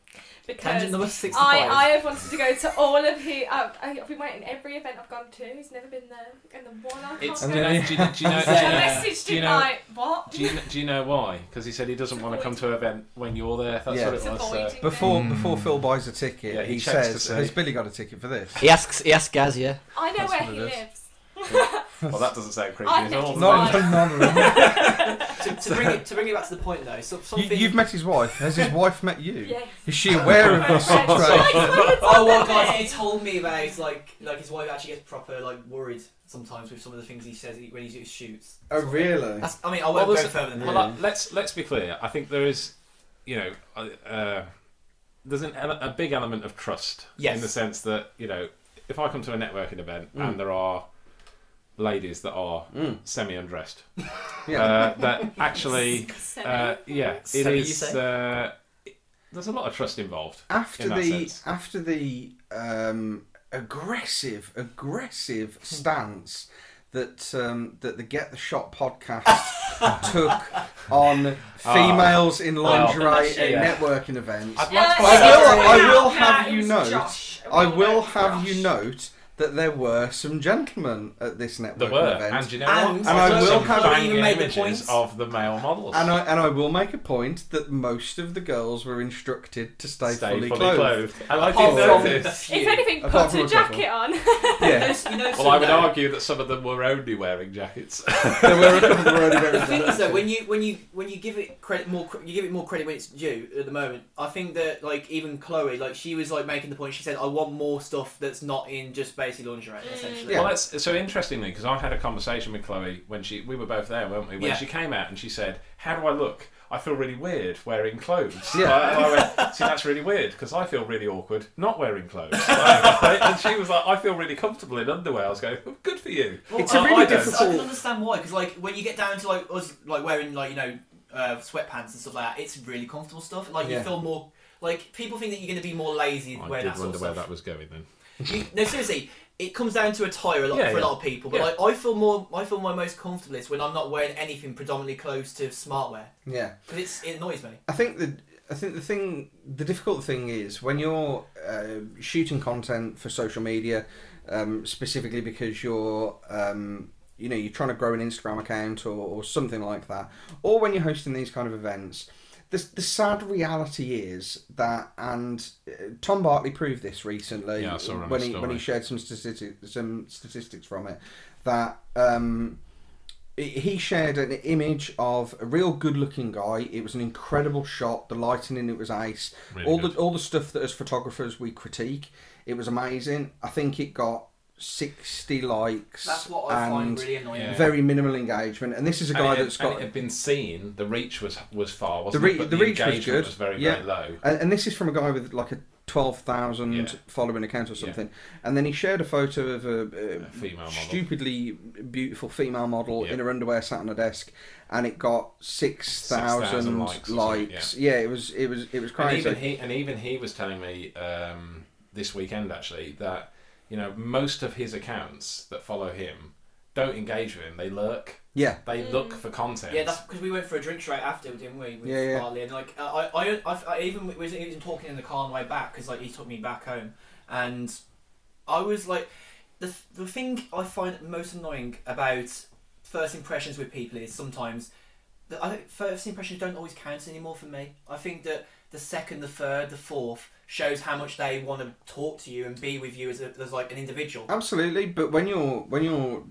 Speaker 2: Tangent
Speaker 4: because
Speaker 2: number sixty-five.
Speaker 4: I, I have wanted to go to all of his. I've, I've been waiting every event I've gone to. He's never been there, and the one I can't
Speaker 5: it's.
Speaker 4: go.
Speaker 5: do you know- do you know- do you know-
Speaker 4: So I
Speaker 5: do you know-
Speaker 4: messaged
Speaker 5: do you
Speaker 4: him
Speaker 5: know-
Speaker 4: like, what?
Speaker 5: do you, kn- do you know why? Because he said he doesn't want to come to an event when you're there. That's
Speaker 3: Yeah.
Speaker 5: what it
Speaker 4: It's
Speaker 5: was. uh, so-
Speaker 4: avoiding
Speaker 3: Before
Speaker 4: me.
Speaker 3: before Phil buys a ticket,
Speaker 5: Hmm. Yeah, he
Speaker 3: he,
Speaker 5: checks to
Speaker 3: says,
Speaker 5: see.
Speaker 3: "Has Billy got a ticket for this?"
Speaker 6: He asks. He asks Gaz. Yeah.
Speaker 4: I know
Speaker 3: That's
Speaker 4: where
Speaker 3: what
Speaker 4: he
Speaker 3: it is.
Speaker 4: lives.
Speaker 5: well, that doesn't sound creepy
Speaker 4: I
Speaker 5: at
Speaker 4: think
Speaker 5: all.
Speaker 4: it's
Speaker 5: does
Speaker 4: fine.
Speaker 5: it?
Speaker 2: to, to bring it to bring it back to the point though, so,
Speaker 3: You,
Speaker 2: something.
Speaker 3: you've met his wife. Has his wife met you?
Speaker 4: Yes.
Speaker 3: Is she aware of this situation?
Speaker 2: Oh well, guys, he told me about his, like like his wife actually gets proper like worried sometimes with some of the things he says he, when he shoots.
Speaker 3: oh, really?
Speaker 2: That's, I mean, I won't
Speaker 5: Well,
Speaker 2: go
Speaker 5: there's-
Speaker 2: further than
Speaker 5: Well,
Speaker 2: that.
Speaker 5: like, let's let's be clear. I think there is, you know, uh, uh, there's an ele- a big element of trust
Speaker 2: Yes.
Speaker 5: in the sense that you know, if I come to a networking event
Speaker 3: Mm.
Speaker 5: and there are ladies that are
Speaker 3: Mm.
Speaker 5: semi undressed,
Speaker 3: Yeah.
Speaker 5: uh, that actually, uh, yeah, it
Speaker 2: Semi, you
Speaker 5: is.
Speaker 2: say?
Speaker 5: Uh, it- there's a lot of trust involved.
Speaker 3: after
Speaker 5: in that
Speaker 3: the
Speaker 5: sense.
Speaker 3: after the um, aggressive aggressive stance that um, that the Get the Shot podcast took on females in lingerie
Speaker 2: that's-
Speaker 3: at
Speaker 5: Ah. yeah.
Speaker 3: networking events.
Speaker 5: I'd
Speaker 4: Yeah,
Speaker 5: like to
Speaker 4: it's
Speaker 5: find
Speaker 3: I
Speaker 5: out.
Speaker 3: will-
Speaker 4: just
Speaker 3: I
Speaker 4: about
Speaker 3: will
Speaker 4: that.
Speaker 3: have
Speaker 4: It
Speaker 3: you
Speaker 4: was
Speaker 3: note-
Speaker 4: Josh.
Speaker 3: I
Speaker 4: Well,
Speaker 3: will
Speaker 4: no,
Speaker 3: have you
Speaker 4: Josh.
Speaker 3: note that there were some gentlemen at this networking
Speaker 5: There were,
Speaker 3: event.
Speaker 5: and you know
Speaker 2: And-
Speaker 5: what?
Speaker 2: and
Speaker 3: I
Speaker 5: Some
Speaker 3: will have-
Speaker 5: banging
Speaker 2: even made the
Speaker 5: images
Speaker 2: points.
Speaker 5: of the male models.
Speaker 3: And I and I will make a point that most of the girls were instructed to stay,
Speaker 5: Stay
Speaker 3: fully,
Speaker 5: fully
Speaker 3: clothed.
Speaker 5: clothed. And I
Speaker 2: Apart
Speaker 5: did
Speaker 3: Oh,
Speaker 5: notice.
Speaker 2: from a few.
Speaker 4: If anything,
Speaker 3: Apart
Speaker 4: put
Speaker 3: from
Speaker 4: a
Speaker 3: a
Speaker 4: jacket on.
Speaker 3: Yeah,
Speaker 2: You know,
Speaker 5: Well, I would
Speaker 2: some, though,
Speaker 5: argue that some of them were only wearing jackets.
Speaker 3: there were a couple that were already
Speaker 2: The thing is, though, when you when you when you give it credit more, cre- you give it more credit when it's due. At the moment, I think that like even Chloe, like she was like making the point. She said, "I want more stuff that's not in just basically lingerie." Essentially,
Speaker 3: Yeah.
Speaker 5: Well, that's so interestingly because I had a conversation with Chloe when she we were both there, weren't we? When
Speaker 2: Yeah.
Speaker 5: she came out and she said, "How do I look? I feel really weird wearing clothes."
Speaker 3: Yeah.
Speaker 5: I, and I went, "See, that's really weird because I feel really awkward not wearing clothes." and she was like, "I feel really comfortable in underwear." I was going, "Oh, "Good for you."
Speaker 2: Well,
Speaker 3: It's a
Speaker 2: I-
Speaker 3: really
Speaker 2: I, don't- I
Speaker 3: difficult-
Speaker 2: can understand why, because like when you get down to like us like wearing like you know uh, sweatpants and stuff like that, it's really comfortable stuff. Like
Speaker 3: Yeah.
Speaker 2: you feel more. Like people think that you're going to be more lazy
Speaker 5: I
Speaker 2: wearing
Speaker 5: did
Speaker 2: that sort
Speaker 5: wonder
Speaker 2: of
Speaker 5: where
Speaker 2: stuff.
Speaker 5: that was going then.
Speaker 2: You- no, seriously, it comes down to attire a lot
Speaker 5: Yeah,
Speaker 2: for
Speaker 5: yeah.
Speaker 2: a lot of people. But
Speaker 5: Yeah.
Speaker 2: like I feel more, I feel my most comfortable is when I'm not wearing anything predominantly close to smartwear
Speaker 3: Yeah,
Speaker 2: because it's it annoys me.
Speaker 3: I think the I think the thing the difficult thing is when you're uh, shooting content for social media, um, specifically because you're um, you know you're trying to grow an Instagram account or, or something like that, or when you're hosting these kind of events. The, the sad reality is that, and uh, Tom Bartley proved this recently
Speaker 5: Yeah, I saw it on
Speaker 3: when
Speaker 5: his
Speaker 3: he when
Speaker 5: story.
Speaker 3: he shared some statistics some statistics from it that um, he shared an image of a real good-looking guy. It was an incredible shot. The lighting in it was ace.
Speaker 5: Really
Speaker 3: all
Speaker 5: good.
Speaker 3: the all the stuff that as photographers we critique, it was amazing. I think it got sixty likes.
Speaker 2: That's what I
Speaker 3: and
Speaker 2: find really annoying.
Speaker 5: Yeah.
Speaker 3: Very minimal engagement, and this is a guy
Speaker 5: and it,
Speaker 3: that's
Speaker 5: and
Speaker 3: got
Speaker 5: it had been seen. The reach was was far, wasn't
Speaker 3: The
Speaker 5: it?
Speaker 3: re-
Speaker 5: But
Speaker 3: the
Speaker 5: the,
Speaker 3: reach was
Speaker 5: engagement
Speaker 3: good.
Speaker 5: was very
Speaker 3: Yeah.
Speaker 5: very low.
Speaker 3: and, and this is from a guy with like a twelve thousand
Speaker 5: Yeah.
Speaker 3: following account or
Speaker 5: Yeah.
Speaker 3: something. And then he shared a photo of a, a
Speaker 5: female model.
Speaker 3: stupidly beautiful female model
Speaker 5: Yeah.
Speaker 3: in her underwear sat on a desk, and it got six
Speaker 5: 6,000
Speaker 3: thousand
Speaker 5: likes
Speaker 3: likes.
Speaker 5: or something,
Speaker 3: Yeah. it was it was it was
Speaker 5: And
Speaker 3: crazy.
Speaker 5: even he and even he was telling me um, this weekend actually that you know most of his accounts that follow him don't engage with him. They lurk.
Speaker 3: yeah,
Speaker 5: They look for content.
Speaker 2: Hmm. Yeah, that's because we went for a drink straight after, didn't we? With
Speaker 3: Yeah, yeah.
Speaker 2: Barley and like I, I, I, I even we was even talking in the car on the way back because like he took me back home, and I was like, the the thing I find most annoying about first impressions with people is sometimes that I don't, first impressions don't always count anymore for me. I think that the second, the third, the fourth shows how much they want to talk to you and be with you as, a, as like an individual.
Speaker 3: absolutely. But when you're when you're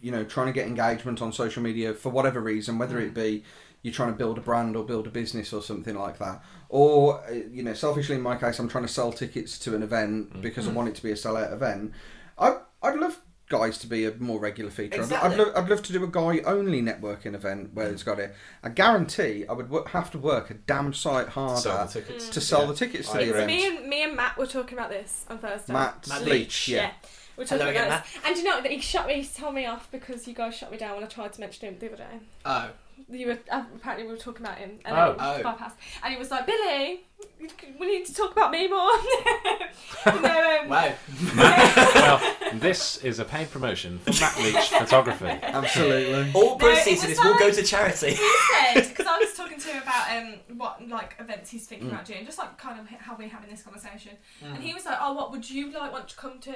Speaker 3: you know trying to get engagement on social media for whatever reason, whether it be you're trying to build a brand or build a business or something like that, or uh, you know, selfishly in my case, I'm trying to sell tickets to an event because I want it to be a sellout event. I I'd love guys to be a more regular feature. I'd,
Speaker 2: Exactly.
Speaker 3: I'd, lo- I'd love to do a guy only networking event where it's got it. I guarantee I would wo- have to work a damn sight harder
Speaker 5: Sell the tickets.
Speaker 3: to sell
Speaker 5: Yeah.
Speaker 3: the tickets to
Speaker 5: I
Speaker 3: the
Speaker 5: agree.
Speaker 3: event.
Speaker 4: Me and me and Matt were talking about this on Thursday.
Speaker 3: Matt,
Speaker 2: Matt
Speaker 3: Leach,
Speaker 2: Leach,
Speaker 3: yeah.
Speaker 4: We're talking
Speaker 2: Hello again,
Speaker 4: about this. And you know he shut me, he told me off because you guys shut me down when I tried to mention him the other day.
Speaker 2: Oh,
Speaker 4: You were uh, apparently we were talking about him, and
Speaker 5: Oh.
Speaker 4: then it was
Speaker 2: Oh.
Speaker 4: bypassed. And he was like, "Billy, we need to talk about me more." no, um,
Speaker 2: wow.
Speaker 5: well, this is a paid promotion for Matt Leach Photography.
Speaker 3: Absolutely.
Speaker 2: All
Speaker 4: No, it
Speaker 2: proceeds of
Speaker 4: was
Speaker 2: this will go
Speaker 4: like-
Speaker 2: to charity.
Speaker 4: said because I was talking to him about um what like events he's thinking
Speaker 3: Mm.
Speaker 4: about doing, just like kind of how we're having this conversation. And
Speaker 5: Mm.
Speaker 4: he was like, "Oh, what would you like want to come to?"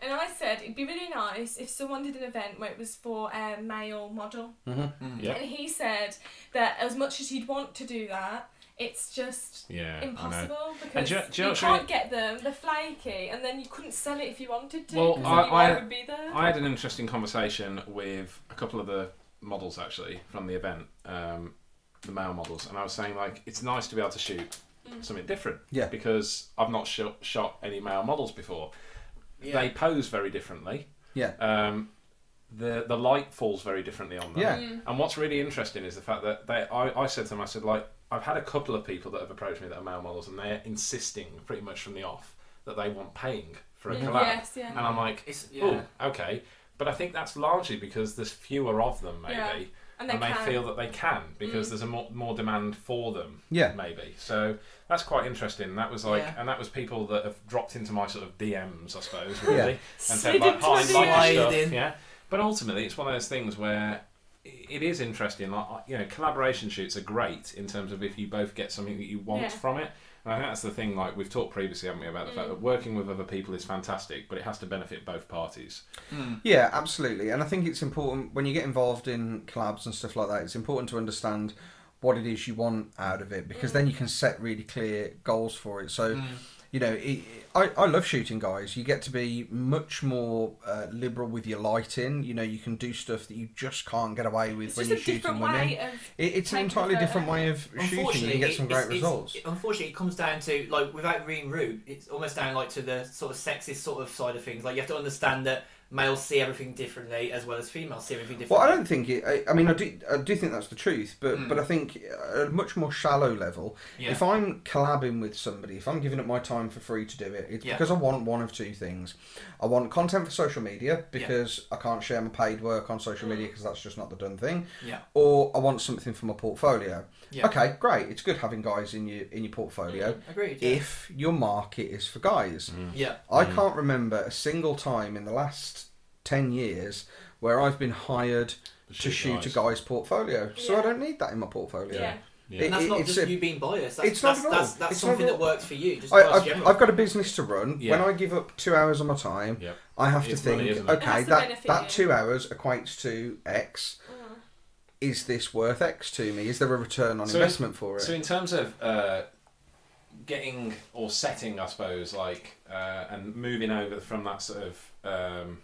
Speaker 4: And I said, "It'd be really nice if someone did an event where it was for a male model."
Speaker 3: Mm-hmm. Mm.
Speaker 2: Mm.
Speaker 5: Yep.
Speaker 4: And he said that as much as you'd want to do that, it's just
Speaker 5: Yeah, I know.
Speaker 4: impossible
Speaker 5: And
Speaker 4: because
Speaker 5: do
Speaker 4: you,
Speaker 5: you- do you know what's
Speaker 4: can't
Speaker 5: really-
Speaker 4: get them. They're flaky, and then you couldn't sell it if you wanted to.
Speaker 5: Well,
Speaker 4: because
Speaker 5: I-
Speaker 4: anyone
Speaker 5: I-
Speaker 4: would be there.
Speaker 5: I had an interesting conversation with a couple of the models actually from the event, um, the male models, and I was saying like it's nice to be able to shoot something different.
Speaker 3: Yeah.
Speaker 5: Because I've not shot, shot any male models before.
Speaker 2: Yeah.
Speaker 5: They pose very differently.
Speaker 3: Yeah.
Speaker 5: Um, the the light falls very differently on them.
Speaker 3: Yeah.
Speaker 5: And what's really interesting is the fact that they I, I said to them I said like I've had a couple of people that have approached me that are male models and they're insisting pretty much from the off that they want paying for a collab.
Speaker 4: Mm. Yes, yeah.
Speaker 5: And I'm like,
Speaker 2: It's-
Speaker 5: oh,
Speaker 2: yeah.
Speaker 5: okay. But I think that's largely because there's fewer of them, maybe,
Speaker 4: Yeah. And they can. Mm.
Speaker 5: feel that they can because there's a more, more demand for them,
Speaker 3: Yeah.
Speaker 5: maybe. So that's quite interesting. That was like,
Speaker 2: Yeah.
Speaker 5: and that was people that have dropped into my sort of DMs, I suppose, really, and said
Speaker 4: Slid
Speaker 5: like,
Speaker 4: into
Speaker 5: "Hi,
Speaker 4: my
Speaker 5: like your
Speaker 2: DMs.
Speaker 5: stuff," yeah. But ultimately, it's one of those things where it is interesting. Like you know, collaboration shoots are great in terms of if you both get something that you want
Speaker 4: Yeah.
Speaker 5: from it. And I think that's the thing. Like we've talked previously, haven't we, about the fact
Speaker 4: Mm.
Speaker 5: that working with other people is fantastic, but it has to benefit both parties.
Speaker 2: Mm.
Speaker 3: Yeah, absolutely. And I think it's important when you get involved in collabs and stuff like that, it's important to understand what it is you want out of it because then you can set really clear goals for it. So,
Speaker 4: Mm.
Speaker 2: Mm.
Speaker 3: you know, it, I, I love shooting guys. You get to be much more uh, liberal with your lighting. You know, you can do stuff that you just can't get away with
Speaker 4: it's
Speaker 3: when
Speaker 4: just
Speaker 3: you're
Speaker 4: a
Speaker 3: shooting
Speaker 4: different
Speaker 3: women.
Speaker 4: way of
Speaker 3: it, it's an
Speaker 4: taking a
Speaker 3: entirely
Speaker 4: photo.
Speaker 3: different way of shooting. You
Speaker 2: Unfortunately,
Speaker 3: can get some
Speaker 2: it's-
Speaker 3: great
Speaker 2: it's-
Speaker 3: results.
Speaker 2: it- unfortunately, it comes down to like without being rude, it's almost down like to the sort of sexist sort of side of things. Like you have to understand that males see everything differently as well as females see everything
Speaker 3: Well,
Speaker 2: differently.
Speaker 3: I don't think it. I, I mean, I do. I do think that's the truth, but but I think at a much more shallow level.
Speaker 2: Hmm. Yeah.
Speaker 3: If I'm collabing with somebody, if I'm giving up my time for free to do it, it's
Speaker 2: Yeah.
Speaker 3: because I want one of two things. I want content for social media because I can't share my paid work on social media because that's just not the done thing.
Speaker 2: Hmm. Yeah.
Speaker 3: Or I want something for my portfolio.
Speaker 2: Yeah. Hmm.
Speaker 3: Okay, great. It's good having guys in your in your portfolio.
Speaker 2: Agreed. Yeah.
Speaker 3: If your market is for guys.
Speaker 2: yeah.
Speaker 3: I
Speaker 5: Mm.
Speaker 3: can't remember a single time in the last 10 years where I've been hired to
Speaker 5: shoot
Speaker 3: shoot a
Speaker 5: guys.
Speaker 3: guy's portfolio. So I
Speaker 4: Yeah.
Speaker 3: don't need that in my portfolio.
Speaker 4: Yeah.
Speaker 5: Yeah.
Speaker 2: And that's not
Speaker 3: it's
Speaker 2: just
Speaker 3: a-
Speaker 2: you being biased. That's,
Speaker 3: it's not
Speaker 2: that's,
Speaker 3: at all.
Speaker 2: that's, that's
Speaker 3: It's not
Speaker 2: something
Speaker 3: at
Speaker 2: that
Speaker 3: all.
Speaker 2: works for you. Just
Speaker 3: I,
Speaker 2: bias
Speaker 3: I've,
Speaker 2: generally.
Speaker 3: I've got a business to run.
Speaker 5: Yeah.
Speaker 3: When I give up two hours of my time,
Speaker 5: Yep.
Speaker 3: I have
Speaker 5: It's
Speaker 3: to think,
Speaker 5: money, isn't it?
Speaker 3: okay,
Speaker 4: That's the
Speaker 3: that,
Speaker 4: benefit,
Speaker 3: that
Speaker 4: yeah.
Speaker 3: two hours equates to X.
Speaker 2: Uh-huh.
Speaker 3: Is this worth X to me? Is there a return on
Speaker 5: So-
Speaker 3: investment for it?
Speaker 5: So in terms of uh, getting or setting, I suppose, like uh, and moving over from that sort of um,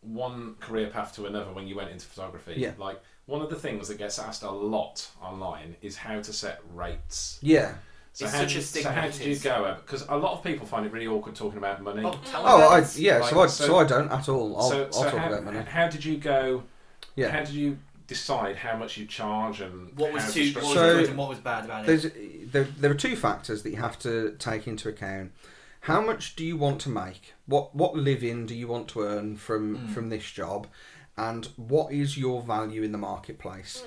Speaker 5: one career path to another when you went into photography,
Speaker 3: Yeah.
Speaker 5: like one of the things that gets asked a lot online is how to set rates.
Speaker 3: yeah.
Speaker 5: So
Speaker 2: It's
Speaker 5: how
Speaker 2: such
Speaker 5: did,
Speaker 2: a stigma,
Speaker 5: So how
Speaker 2: it
Speaker 5: did you
Speaker 2: is.
Speaker 5: go? Because a lot of people find it really awkward talking about money.
Speaker 2: Oh, tell me
Speaker 3: Oh,
Speaker 2: about
Speaker 3: I,
Speaker 2: this.
Speaker 3: yeah. so,
Speaker 5: Right,
Speaker 3: I, so
Speaker 5: so-
Speaker 3: I don't at all. I'll,
Speaker 5: so
Speaker 3: I'll
Speaker 5: so
Speaker 3: talk
Speaker 5: how,
Speaker 3: about money.
Speaker 5: how did you go?
Speaker 3: Yeah.
Speaker 5: How did you decide how much you charge and
Speaker 2: What was
Speaker 5: how
Speaker 2: too,
Speaker 5: to
Speaker 2: what
Speaker 5: structure
Speaker 2: was
Speaker 3: So-
Speaker 2: good and what was bad about it?
Speaker 3: There's there, there are two factors that you have to take into account. How much do you want to make? What what living do you want to earn from from this job? And what is your value in the marketplace?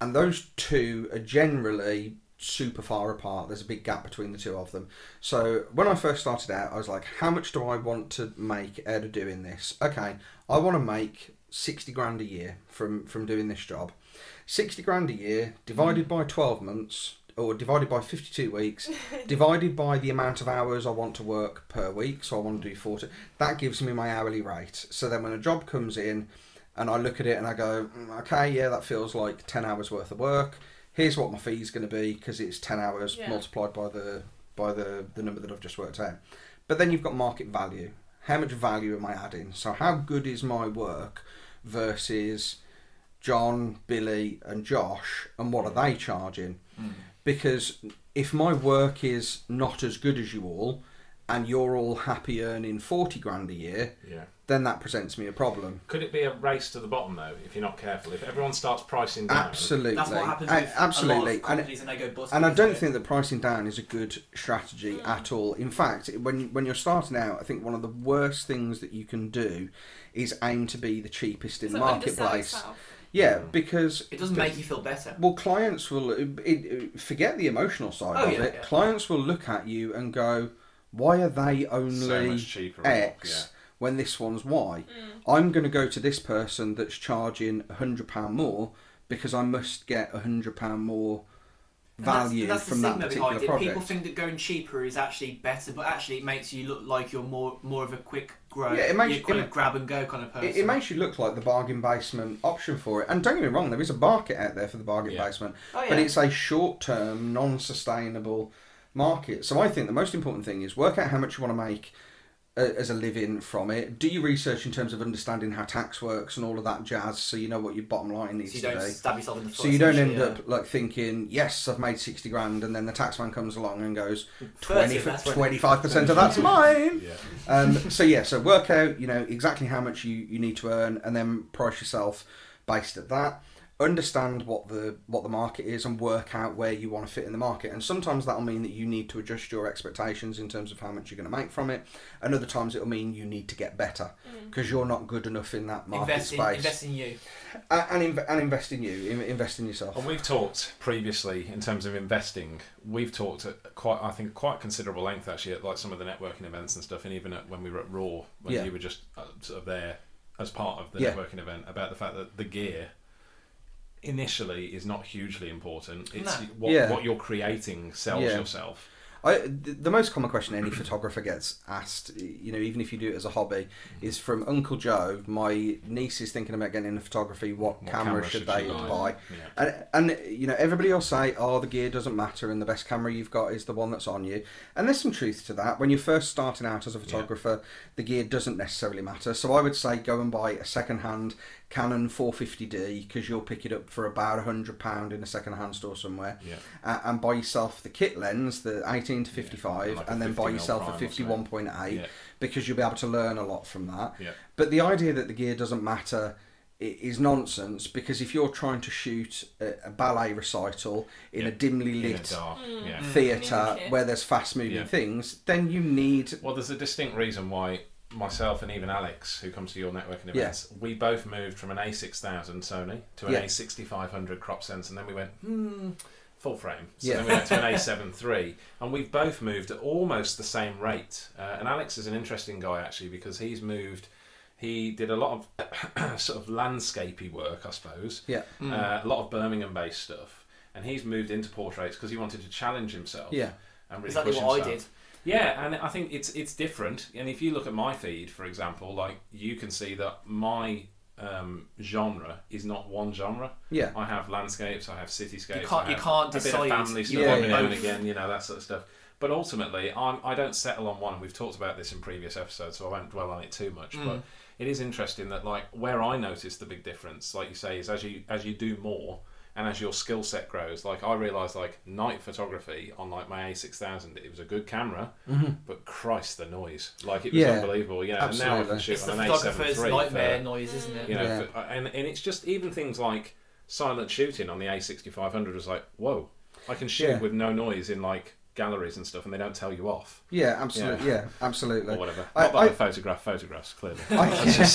Speaker 3: And those two are generally super far apart. There's a big gap between the two of them. So when I first started out, I was like, how much do I want to make out of doing this? Okay, I want to make sixty grand a year from from doing this job. 60 grand a year divided by 12 months or divided by 52 weeks divided by the amount of hours I want to work per week so I want to do 40 that gives me my hourly rate so then when a job comes in and I look at it and I go "Mm, okay yeah that feels like 10 hours worth of work here's what my fee's going to be because it's 10 hours
Speaker 4: Yeah.
Speaker 3: multiplied by the by the the number that I've just worked out but then you've got market value how much value am I adding so how good is my work versus John, Billy, and Josh, and what are they charging? Because if my work is not as good as you all, and you're all happy earning forty grand a year,
Speaker 5: Yeah.
Speaker 3: then that presents me a problem.
Speaker 5: Could it be a race to the bottom though, if you're not careful? If everyone starts pricing down,
Speaker 3: Absolutely,
Speaker 2: That's what happens
Speaker 3: A-
Speaker 2: with a lot
Speaker 3: absolutely,
Speaker 2: of
Speaker 3: and
Speaker 2: companies and, they go bust.
Speaker 3: And I
Speaker 2: because of
Speaker 3: don't
Speaker 2: it.
Speaker 3: think that pricing down is a good strategy at all. In fact, when when you're starting out, I think one of the worst things that you can do is aim to be the cheapest in
Speaker 4: So
Speaker 3: the
Speaker 4: undersell
Speaker 3: marketplace.
Speaker 4: yourself.
Speaker 3: Yeah, because
Speaker 2: it doesn't make you feel better.
Speaker 3: well, clients will it, it, forget the emotional side
Speaker 2: Oh,
Speaker 3: of
Speaker 2: yeah,
Speaker 3: it.
Speaker 2: yeah.
Speaker 3: Clients will look at you and go, "Why are they
Speaker 5: so
Speaker 3: only
Speaker 5: much cheaper.
Speaker 3: X when this one's Y.
Speaker 2: Mm.
Speaker 3: am going to go to this person that's charging £100 more because I must get £100 more
Speaker 2: And that's-
Speaker 3: value
Speaker 2: that's,
Speaker 3: from
Speaker 2: the
Speaker 3: that
Speaker 2: stigma
Speaker 3: particular
Speaker 2: behind it.
Speaker 3: project.
Speaker 2: People think that going cheaper is actually better, but actually it makes you look like you're more more of a quick grow,
Speaker 3: Yeah, it makes-
Speaker 2: you kind
Speaker 3: it-
Speaker 2: of grab and go kind of person.
Speaker 3: it, it makes you look like the bargain basement option for it. And don't get me wrong, there is a market out there for the bargain
Speaker 5: Yeah.
Speaker 3: basement,
Speaker 2: Oh, yeah.
Speaker 3: but it's a short term, non sustainable market. So I think the most important thing is work out how much you want to make uh, as a living from it. Do your research in terms of understanding how tax works and all of that jazz so you know what your bottom line needs
Speaker 2: so you
Speaker 3: to
Speaker 2: don't
Speaker 3: be.
Speaker 2: stab yourself in the foot.
Speaker 3: So you don't end
Speaker 2: essentially, yeah.
Speaker 3: up like thinking, yes, I've made 60 grand, and then the tax man comes along and goes,
Speaker 2: 30
Speaker 3: 20,
Speaker 2: of that's
Speaker 3: 25% of that's mine.
Speaker 5: Yeah.
Speaker 3: Um, so yeah, so work out, you know, exactly how much you, you need to earn and then price yourself based at that. Understand what the what the market is and work out where you want to fit in the market. And sometimes that'll mean that you need to adjust your expectations in terms of how much you're going to make from it. And other times it'll mean you need to get better because you're not good enough in that market
Speaker 2: Mm. invest in,
Speaker 3: space.
Speaker 2: invest in you.
Speaker 3: A- and, inv- and invest in you, in- invest in yourself.
Speaker 5: And we've talked previously in terms of investing. We've talked at quite, I think, quite considerable length actually at like some of the networking events and stuff, and even at, when we were at Raw, when
Speaker 3: Yeah.
Speaker 5: you were just uh, sort of there as part of the
Speaker 3: Yeah.
Speaker 5: networking event, about the fact that the gear initially is not hugely important. It's
Speaker 2: No.
Speaker 5: what,
Speaker 3: Yeah.
Speaker 5: what you're creating sells
Speaker 3: Yeah.
Speaker 5: yourself.
Speaker 3: I, the, the most common question any photographer gets asked, you know, even if you do it as a hobby, is from Uncle Joe. My niece is thinking about getting into photography. What,
Speaker 5: What
Speaker 3: camera, should,
Speaker 5: she
Speaker 3: they buy? And, and you know, everybody will say, "Oh, the gear doesn't matter, and the best camera you've got is the one that's on you." And there's some truth to that. When you're first starting out as a photographer, the gear doesn't necessarily matter. So I would say go and buy a second-hand Canon 450D because you'll pick it up for about a hundred pound in a second-hand store somewhere,
Speaker 5: Yeah.
Speaker 3: A- and buy yourself the kit lens, the 18 to 55,
Speaker 5: like a
Speaker 3: and then
Speaker 5: 50
Speaker 3: buy
Speaker 5: mil
Speaker 3: yourself
Speaker 5: prime
Speaker 3: a
Speaker 5: or something.
Speaker 3: 51.8
Speaker 5: Yeah.
Speaker 3: because you'll be able to learn a lot from that.
Speaker 5: Yeah.
Speaker 3: But the idea that the gear doesn't matter i- is nonsense because if you're trying to shoot a, a ballet recital in
Speaker 5: Yeah.
Speaker 3: a dimly
Speaker 5: In the
Speaker 3: lit
Speaker 5: dark. Yeah.
Speaker 3: Mm. theatre
Speaker 4: Yeah.
Speaker 3: where there's fast moving
Speaker 5: Yeah.
Speaker 3: things, then you need.
Speaker 5: Well, there's a distinct reason why myself and even Alex, who comes to your networking events, we both moved from an A6000 Sony to an
Speaker 3: Yeah.
Speaker 5: A6500 crop sense, and then we went, hmm, full frame. So
Speaker 3: Yeah.
Speaker 5: then we went to an A7 III, and we've both moved at almost the same rate. Uh, and Alex is an interesting guy, actually, because he's moved. He did a lot of sort of landscapey work, I suppose.
Speaker 3: Yeah.
Speaker 5: Uh, a lot of Birmingham-based stuff, and he's moved into portraits because he wanted to challenge himself.
Speaker 3: Yeah.
Speaker 5: and really
Speaker 2: Exactly
Speaker 5: push
Speaker 2: what I
Speaker 5: himself.
Speaker 2: did.
Speaker 5: Yeah, and I think it's it's different. And if you look at my feed, for example, like you can see that my um, genre is not one genre.
Speaker 3: Yeah.
Speaker 5: I have landscapes, I have cityscapes.
Speaker 2: You can't-
Speaker 5: I have
Speaker 2: you
Speaker 5: a
Speaker 2: can't
Speaker 5: bit of
Speaker 2: decide.
Speaker 5: family stuff
Speaker 3: Yeah,
Speaker 5: every
Speaker 3: yeah.
Speaker 5: now and again, you know that sort of stuff. But ultimately, I'm I don't settle on one, and we've talked about this in previous episodes, so I won't dwell on it too much.
Speaker 3: Mm.
Speaker 5: But it is interesting that like where I notice the big difference, like you say, is as you as you do more. And as your skill set grows, like I realised, like night photography on like my A6000, it was a good camera, but Christ, the noise! Like it was
Speaker 3: Mm-hmm. Yeah.
Speaker 5: unbelievable. Yeah, and now I
Speaker 3: Absolutely.
Speaker 5: can shoot
Speaker 2: It's the
Speaker 5: on an A7
Speaker 2: photographer's
Speaker 5: III
Speaker 2: nightmare
Speaker 5: for-
Speaker 2: noise, isn't it?
Speaker 5: you know,
Speaker 3: Yeah.
Speaker 5: for- and and it's just even things like silent shooting on the A6500 was like, whoa, I can shoot
Speaker 3: Yeah.
Speaker 5: with no noise in like galleries and stuff, and they don't tell you off
Speaker 3: Yeah, absolutely. Yeah,
Speaker 5: Yeah.
Speaker 3: absolutely.
Speaker 5: or whatever.
Speaker 3: I-
Speaker 5: Not that
Speaker 3: I-
Speaker 5: I photograph photographs, clearly.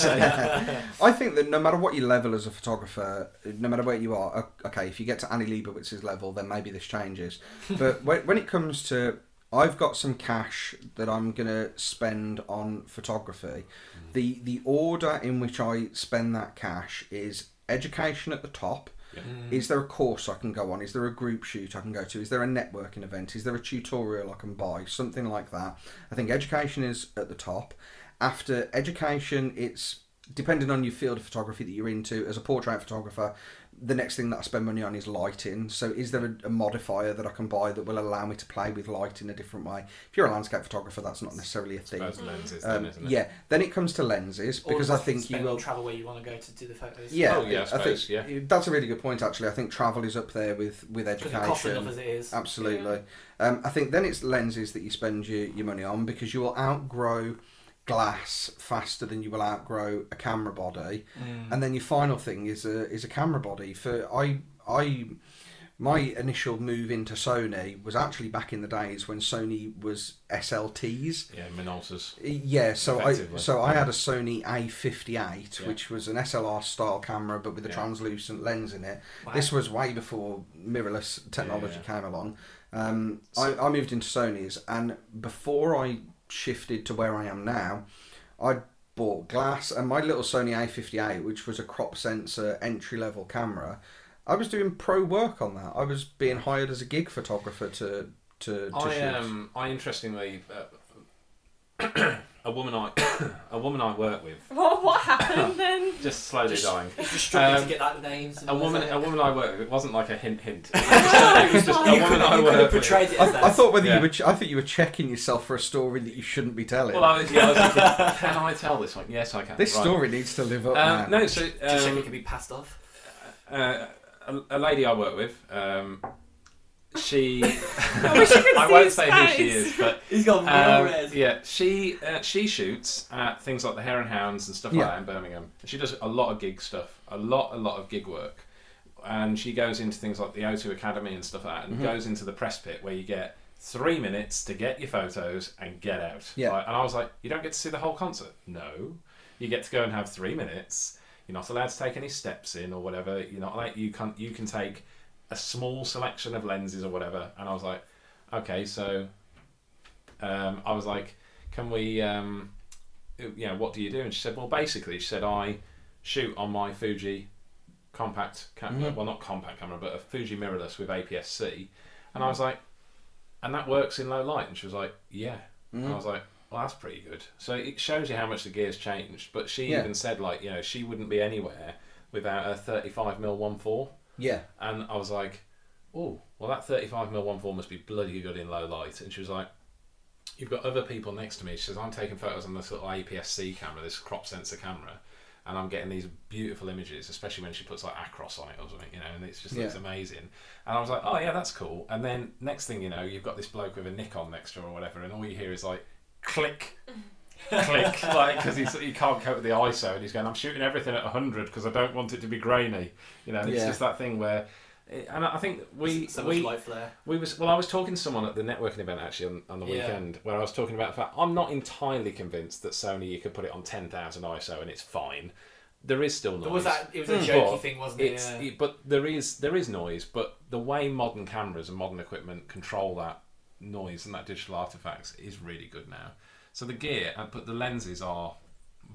Speaker 3: I, I think that no matter what your level as a photographer, no matter where you are, o- okay, if you get to Annie Leibovitz's level, then maybe this changes. But when, when it comes to, I've got some cash that I'm going to spend on photography, the, the order in which I spend that cash is education at the top. Is there a course I can go on? Is there a group shoot I can go to? Is there a networking event? Is there a tutorial I can buy? Something like that. I think education is at the top. After education, it's depending on your field of photography that you're into. As a portrait photographer, the next thing that I spend money on is lighting. So is there a, a modifier that I can buy that will allow me to play with light in a different way? If you're a landscape photographer, that's not necessarily a thing.
Speaker 5: Those lenses, then,
Speaker 3: Um,
Speaker 5: isn't it?
Speaker 3: yeah. Then it comes to lenses
Speaker 2: Or
Speaker 3: because I
Speaker 2: just
Speaker 3: think you
Speaker 2: spend
Speaker 3: will
Speaker 2: on travel where you want to go to do the photos.
Speaker 3: yeah,
Speaker 5: Oh, yeah, I suppose,
Speaker 3: think that's a really good point. Actually, I think travel is up there with with
Speaker 2: Because it costs enough
Speaker 3: education.
Speaker 2: as it is.
Speaker 3: Absolutely, um, I think then it's lenses that you spend your, your money on because you will outgrow glass faster than you will outgrow a camera body,
Speaker 2: Mm.
Speaker 5: Mm.
Speaker 3: and then your final thing is a is a camera body. For I I my initial move into Sony was actually back in the days when Sony was SLTs.
Speaker 5: Yeah, Minolta's.
Speaker 3: Yeah, so I
Speaker 5: Effectively.
Speaker 3: so I had a Sony A58,
Speaker 5: Yeah.
Speaker 3: which was an SLR style camera, but with a
Speaker 5: Yeah.
Speaker 3: translucent lens in it.
Speaker 2: Wow.
Speaker 3: This was way before mirrorless technology
Speaker 5: Yeah.
Speaker 3: came along. Um, I, I moved into Sony's, and before I shifted to where I am now, I bought glass and my little Sony A58, which was a crop sensor entry level camera. I was doing pro work on that. I was being hired as a gig photographer to to, to
Speaker 5: I
Speaker 3: shoot.
Speaker 5: um, I interestingly, uh, a woman I, a woman I work with,
Speaker 4: Well, what happened then?
Speaker 5: just slowly
Speaker 2: Just-
Speaker 5: dying.
Speaker 2: It's just struggling
Speaker 5: Um,
Speaker 2: to get that names.
Speaker 5: A woman, a woman I work with. It wasn't like a hint, hint. It was just a
Speaker 2: You
Speaker 5: woman
Speaker 2: could
Speaker 5: I
Speaker 2: you could
Speaker 5: work
Speaker 2: have
Speaker 5: with.
Speaker 2: portrayed it as that.
Speaker 3: I, I thought whether
Speaker 5: Yeah.
Speaker 3: you were, ch- I thought you were checking yourself for a story that you shouldn't be telling.
Speaker 5: Well, I was, yeah, I was thinking, can I tell this one? Yes, I can.
Speaker 3: this
Speaker 5: Right.
Speaker 3: story Oh, needs to live up.
Speaker 5: Um,
Speaker 3: now.
Speaker 5: no, so
Speaker 2: to check it
Speaker 5: um,
Speaker 2: can be passed off.
Speaker 5: uh, a, a lady I work with, um, she.
Speaker 4: I wish you could
Speaker 5: I
Speaker 4: see
Speaker 5: won't
Speaker 4: his
Speaker 5: say
Speaker 4: face.
Speaker 5: who she is, but
Speaker 2: He's got
Speaker 5: Um,
Speaker 2: real red.
Speaker 5: yeah, she uh, she shoots at things like the Hare and Hounds and stuff
Speaker 3: Yeah.
Speaker 5: like that in Birmingham. She does a lot of gig stuff, a lot, a lot of gig work, and she goes into things like the O2 Academy and stuff like that, and goes into the press pit where you get three minutes to get your photos and get out.
Speaker 3: Yeah.
Speaker 5: Like, and I was like, you don't get to see the whole concert. No, you get to go and have three minutes. You're not allowed to take any steps in or whatever. You're not like you can you can take a small selection of lenses or whatever. And I was like, okay, so um, I was like, can we, um, you know, what do you do? And she said, well, basically, she said, I shoot on my Fuji compact camera, well, not compact camera, but a Fuji mirrorless with APS-C. And I was like, and that works in low light. And she was like, yeah. And I was like, well, that's pretty good. So it shows you how much the gear's changed. But she
Speaker 3: Yeah.
Speaker 5: even said, like, you know, she wouldn't be anywhere without a 35mm 1.4.
Speaker 3: yeah,
Speaker 5: And I was like, oh, well, that 35mm 1.4 must be bloody good in low light. And she was like, you've got other people next to me. She says, I'm taking photos on this little APS-C camera, this crop sensor camera, and I'm getting these beautiful images, especially when she puts like Acros on it or something, you know, and it's just looks
Speaker 3: Yeah.
Speaker 5: amazing. And I was like, oh, yeah, that's cool. And then next thing you know, you've got this bloke with a Nikon next to her or whatever, and all you hear is like, click. click, like because he can't cope with the ISO, and he's going. I'm shooting everything at 100 because I don't want it to be grainy. You know, and it's
Speaker 3: Yeah.
Speaker 5: just that thing where, and I think we
Speaker 2: so
Speaker 5: we
Speaker 2: much light flare.
Speaker 5: we was well. I was talking to someone at the networking event actually on, on the
Speaker 2: Yeah.
Speaker 5: weekend where I was talking about the fact I'm not entirely convinced that Sony you could put it on ten thousand ISO and it's fine. There is still noise.
Speaker 2: There was that. It was a
Speaker 5: But
Speaker 2: jokey thing, wasn't it?
Speaker 5: Hmm. it's-
Speaker 2: yeah.
Speaker 5: it- but there is there is noise. But the way modern cameras and modern equipment control that noise and that digital artifacts is really good now. So the gear, uh, but the lenses are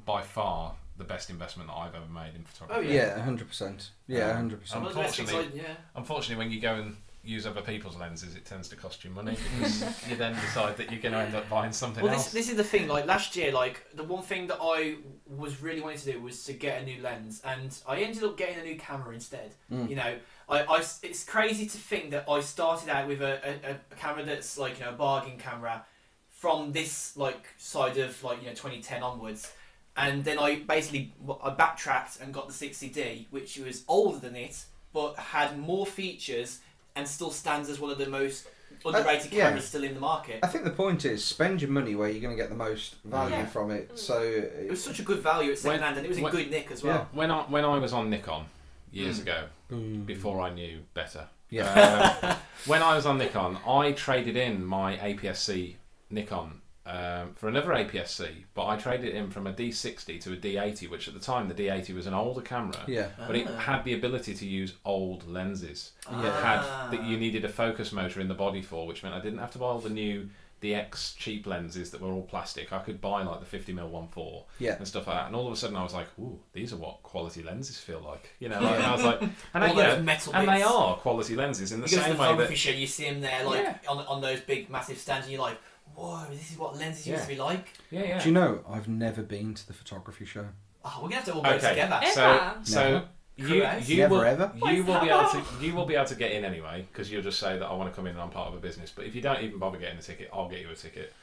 Speaker 5: by far the best investment that I've ever made in photography.
Speaker 2: Oh, yeah.
Speaker 3: yeah, hundred percent. Yeah,
Speaker 5: Um,
Speaker 3: hundred percent.
Speaker 2: Well, that's
Speaker 5: unfortunately-
Speaker 2: exciting, yeah.
Speaker 5: Unfortunately, when you go and use other people's lenses, it tends to cost you money because you then decide that you're going to end up buying something
Speaker 2: Well, this,
Speaker 5: else.
Speaker 2: this is the thing. Like last year, like the one thing that I was really wanting to do was to get a new lens, and I ended up getting a new camera instead.
Speaker 5: Hmm.
Speaker 2: You know, I, I s- it's crazy to think that I started out with a, a, a camera that's like you know a bargain camera from this like side of like you know 2010 onwards, and then I basically I backtracked and got the 60D, which was older than it but had more features and still stands as one of the most underrated
Speaker 3: yeah.
Speaker 2: cameras still in the market.
Speaker 3: I think the point is spend your money where you're going to get the most value
Speaker 2: Yeah.
Speaker 3: from it. So
Speaker 2: It was such a good value at second
Speaker 5: When-
Speaker 2: hand, and it was in
Speaker 5: when-
Speaker 2: good nick as well.
Speaker 5: when I when I was on Nikon
Speaker 2: Mm.
Speaker 5: years ago,
Speaker 3: Hmm.
Speaker 5: before I knew better, um, when I was on Nikon, I traded in my APS-C Nikon um, for another APS-C, but I traded it in from a D60 to a D80, which at the time the D80 was an older camera.
Speaker 3: yeah,
Speaker 5: but it
Speaker 2: Ah.
Speaker 5: had the ability to use old lenses.
Speaker 3: Yeah.
Speaker 5: It
Speaker 2: Ah.
Speaker 5: had that you needed a focus motor in the body for, which meant I didn't have to buy all the new DX cheap lenses that were all plastic. I could buy like the 50 mm 1.4
Speaker 3: Yeah.
Speaker 5: and stuff like that. And all of a sudden, I was like, "Ooh, these are what quality lenses feel like," you know. Like, and I was like, and, I,
Speaker 2: All
Speaker 5: you
Speaker 2: those
Speaker 5: know,
Speaker 2: metal
Speaker 5: and they
Speaker 2: bits.
Speaker 5: are quality lenses in the
Speaker 2: You go to the
Speaker 5: same way
Speaker 2: photography
Speaker 5: that
Speaker 2: show, you see him there, like
Speaker 5: Yeah.
Speaker 2: on, on those big massive stands, and you're like, "Whoa, this is what lenses used
Speaker 5: Yeah.
Speaker 2: to be like."
Speaker 5: yeah, yeah.
Speaker 3: Do you know I've never been to the photography show?
Speaker 2: Oh, Ah, we're gonna have to all go
Speaker 5: Okay,
Speaker 2: together.
Speaker 5: so
Speaker 4: Ever?
Speaker 5: so You,
Speaker 2: Correct.
Speaker 5: you
Speaker 3: Never
Speaker 5: will,
Speaker 3: ever.
Speaker 4: Why
Speaker 5: You
Speaker 4: is
Speaker 5: will
Speaker 4: that
Speaker 5: be able to.
Speaker 4: wrong?
Speaker 5: You will be able to get in anyway because you'll just say that I want to come in and I'm part of a business. But if you don't even bother getting a ticket, I'll get you a ticket.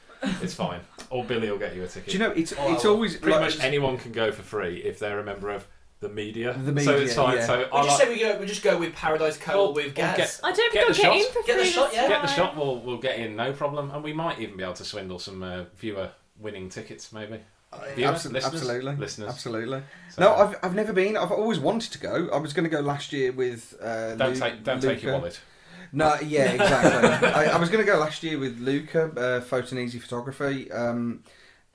Speaker 5: It's fine. Or Billy will get you a ticket.
Speaker 3: Do you know it's
Speaker 2: Oh,
Speaker 3: it's
Speaker 2: well,
Speaker 3: always
Speaker 5: pretty
Speaker 3: like,
Speaker 5: much anyone can go for free if they're a member of the media.
Speaker 3: The
Speaker 5: So
Speaker 3: media,
Speaker 5: it's fine.
Speaker 3: yeah.
Speaker 5: So
Speaker 2: We
Speaker 5: I
Speaker 2: just
Speaker 5: like,
Speaker 2: say we go. We just go with Paradise Cove
Speaker 5: Well,
Speaker 2: with
Speaker 5: we'll
Speaker 2: gas.
Speaker 5: get-
Speaker 4: I don't
Speaker 5: Get
Speaker 4: think
Speaker 5: the
Speaker 4: I'll
Speaker 5: shot.
Speaker 4: get in for
Speaker 2: Get the
Speaker 4: free
Speaker 2: shot,
Speaker 4: this
Speaker 2: yeah.
Speaker 5: get the
Speaker 4: time.
Speaker 5: shot. We'll we'll get in, no problem. And we might even be able to swindle some uh, viewer winning tickets, maybe. Viewer?
Speaker 3: Absol-
Speaker 5: Listeners?
Speaker 3: uh, absolutely,
Speaker 5: Listeners.
Speaker 3: absolutely.
Speaker 5: So- uh,
Speaker 3: No, I've, I've never been. I've always wanted to go. I was going to go last year with. Uh,
Speaker 5: Don't
Speaker 3: Lu-
Speaker 5: take don't take your
Speaker 3: Luca.
Speaker 5: wallet.
Speaker 3: No, yeah, exactly. I, I was going to go last year with Luca, uh, Photon Easy Photography, um,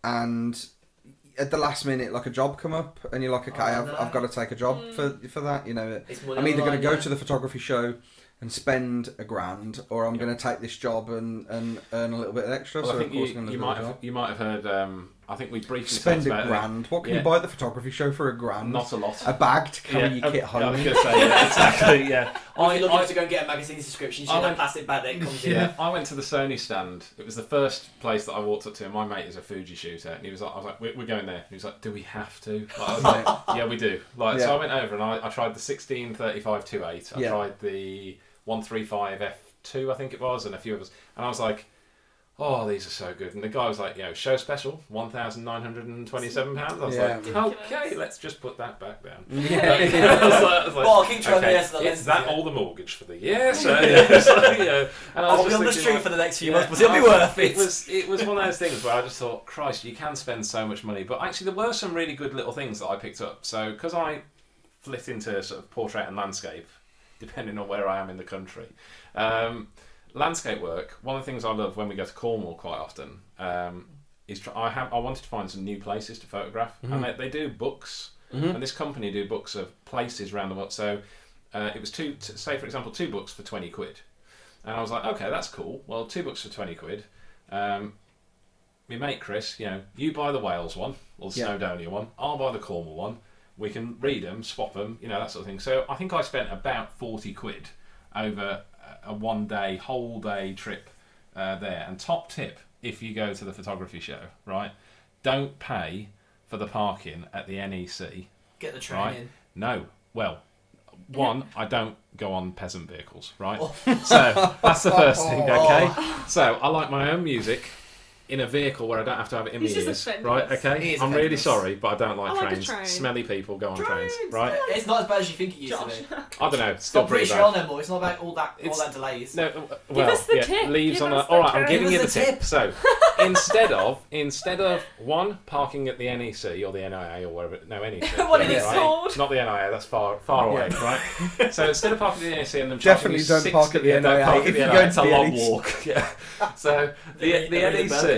Speaker 3: and at the last minute, like a job come up, and you're like, okay,
Speaker 2: Oh,
Speaker 3: I've,
Speaker 2: no.
Speaker 3: I've got to take a job
Speaker 5: Hmm.
Speaker 3: for for that. You know,
Speaker 2: It's
Speaker 3: I'm either going to go to
Speaker 2: the.
Speaker 3: the photography show and spend a grand, or I'm
Speaker 5: Yep.
Speaker 3: going to take this job and, and earn a little bit extra.
Speaker 5: Well,
Speaker 3: so
Speaker 5: I think
Speaker 3: of course,
Speaker 5: you,
Speaker 3: I'm going
Speaker 5: you
Speaker 3: to
Speaker 5: might have, you might have heard. Um, I think we briefly
Speaker 3: Spend
Speaker 5: talked
Speaker 3: a
Speaker 5: about that.
Speaker 3: grand. What can
Speaker 5: Yeah.
Speaker 3: you buy at the photography show for a grand?
Speaker 5: Not a lot.
Speaker 3: a bag to carry your
Speaker 5: um,
Speaker 3: kit home.
Speaker 5: I was going to say yeah, exactly. Yeah,
Speaker 2: I
Speaker 5: I,
Speaker 2: looking
Speaker 5: I,
Speaker 2: to go and get a magazine subscription. You
Speaker 5: I
Speaker 2: should have
Speaker 5: went-
Speaker 2: plastic bag that comes in.
Speaker 5: yeah, I went to the Sony stand. It was the first place that I walked up to. And my mate is a Fuji shooter, and he was like, "I was like, we're, we're going there." And he was like, "Do we have to?" Like, I was like, "Yeah, we do." Like, so
Speaker 3: Yeah.
Speaker 5: I went over and I, I tried the sixteen thirty five two eight. I
Speaker 3: Yeah.
Speaker 5: tried the one three five f two, I think it was, and a few of us. And I was like, "Oh, these are so good." And the guy was like, "You know, show special, one thousand nine hundred and twenty seven pounds." I was
Speaker 3: Yeah.
Speaker 5: like,
Speaker 4: Ridiculous.
Speaker 5: "Okay, let's just put that back down."
Speaker 3: yeah.
Speaker 5: I was like- I was like,
Speaker 2: Well, I'll keep trying
Speaker 5: okay,
Speaker 2: the rest of the
Speaker 5: Is
Speaker 2: lessons,
Speaker 5: that
Speaker 2: yeah.
Speaker 5: all the mortgage for the year? So, yeah, so, yeah. And I was just
Speaker 2: I'll be on the
Speaker 5: thinking,
Speaker 2: street
Speaker 5: like,
Speaker 2: for the next few
Speaker 5: yeah,
Speaker 2: months, but it'll be
Speaker 5: I-
Speaker 2: worth it.
Speaker 5: was it was one of those things where I just thought, Christ, you can spend so much money. But actually, there were some really good little things that I picked up. So because I flit into sort of portrait and landscape, depending on where I am in the country, um, landscape work. One of the things I love when we go to Cornwall quite often um, is try, I have I wanted to find some new places to photograph,
Speaker 2: Mm-hmm.
Speaker 5: and they, they do books. And this company do books of places around the world. So uh, it was two, t- say for example, two books for twenty quid. And I was like, okay, that's cool. Well, two books for 20 quid. Um, me mate Chris, you know, you buy the Wales one, or the
Speaker 3: Yeah.
Speaker 5: Snowdonia one, I'll buy the Cornwall one. We can read them, swap them, you know, that sort of thing. So I think I spent about 40 quid over a- a one day, whole day trip uh, there. And top tip if you go to the photography show, right, don't pay for the parking at the E NEC
Speaker 2: Get the train
Speaker 5: right?
Speaker 2: in.
Speaker 5: No. Well, one, I don't go on peasant vehicles, right?
Speaker 4: Oh.
Speaker 5: So that's the first thing, okay? So I like my own music in a vehicle where I don't have to have it in
Speaker 4: He's
Speaker 5: my
Speaker 4: just
Speaker 5: ears,
Speaker 4: offended
Speaker 5: right?
Speaker 4: us.
Speaker 5: Okay,
Speaker 2: He is
Speaker 5: I'm
Speaker 2: offended
Speaker 5: really
Speaker 2: us.
Speaker 5: sorry, but I don't like
Speaker 4: I like a
Speaker 5: trains.
Speaker 4: train.
Speaker 5: Smelly people go on trains,
Speaker 4: Trains,
Speaker 5: right?
Speaker 2: It's not as bad as you think it used
Speaker 4: Josh.
Speaker 2: to be.
Speaker 5: I don't know. It's still
Speaker 2: Stop
Speaker 5: pretty
Speaker 2: British Rail
Speaker 5: bad.
Speaker 2: no more. It's not about all that all
Speaker 5: It's-
Speaker 2: that delays.
Speaker 5: No, uh, well,
Speaker 4: us the
Speaker 5: yeah,
Speaker 4: tip.
Speaker 5: leaves
Speaker 4: Give
Speaker 5: on a.
Speaker 4: us the
Speaker 5: All right, I'm
Speaker 4: tip.
Speaker 5: giving
Speaker 2: Give
Speaker 5: you the
Speaker 2: us the
Speaker 5: tip.
Speaker 2: tip.
Speaker 5: So instead of instead of one parking at the NEC or the NIA or whatever, no E NEC.
Speaker 4: What
Speaker 2: it is
Speaker 5: right?
Speaker 4: called.
Speaker 5: Not the NIA. That's far far away, right? So instead of parking at the NEC and them charging
Speaker 3: Definitely
Speaker 5: you
Speaker 3: don't
Speaker 5: 60
Speaker 3: park at the
Speaker 5: yeah, don't
Speaker 3: NIA.
Speaker 5: park at
Speaker 3: If
Speaker 5: the
Speaker 3: you
Speaker 5: NIA,
Speaker 3: go
Speaker 5: it's
Speaker 3: to
Speaker 5: a
Speaker 3: the
Speaker 5: long
Speaker 3: NEC.
Speaker 5: walk. Yeah. So the
Speaker 2: They're really
Speaker 5: the NEC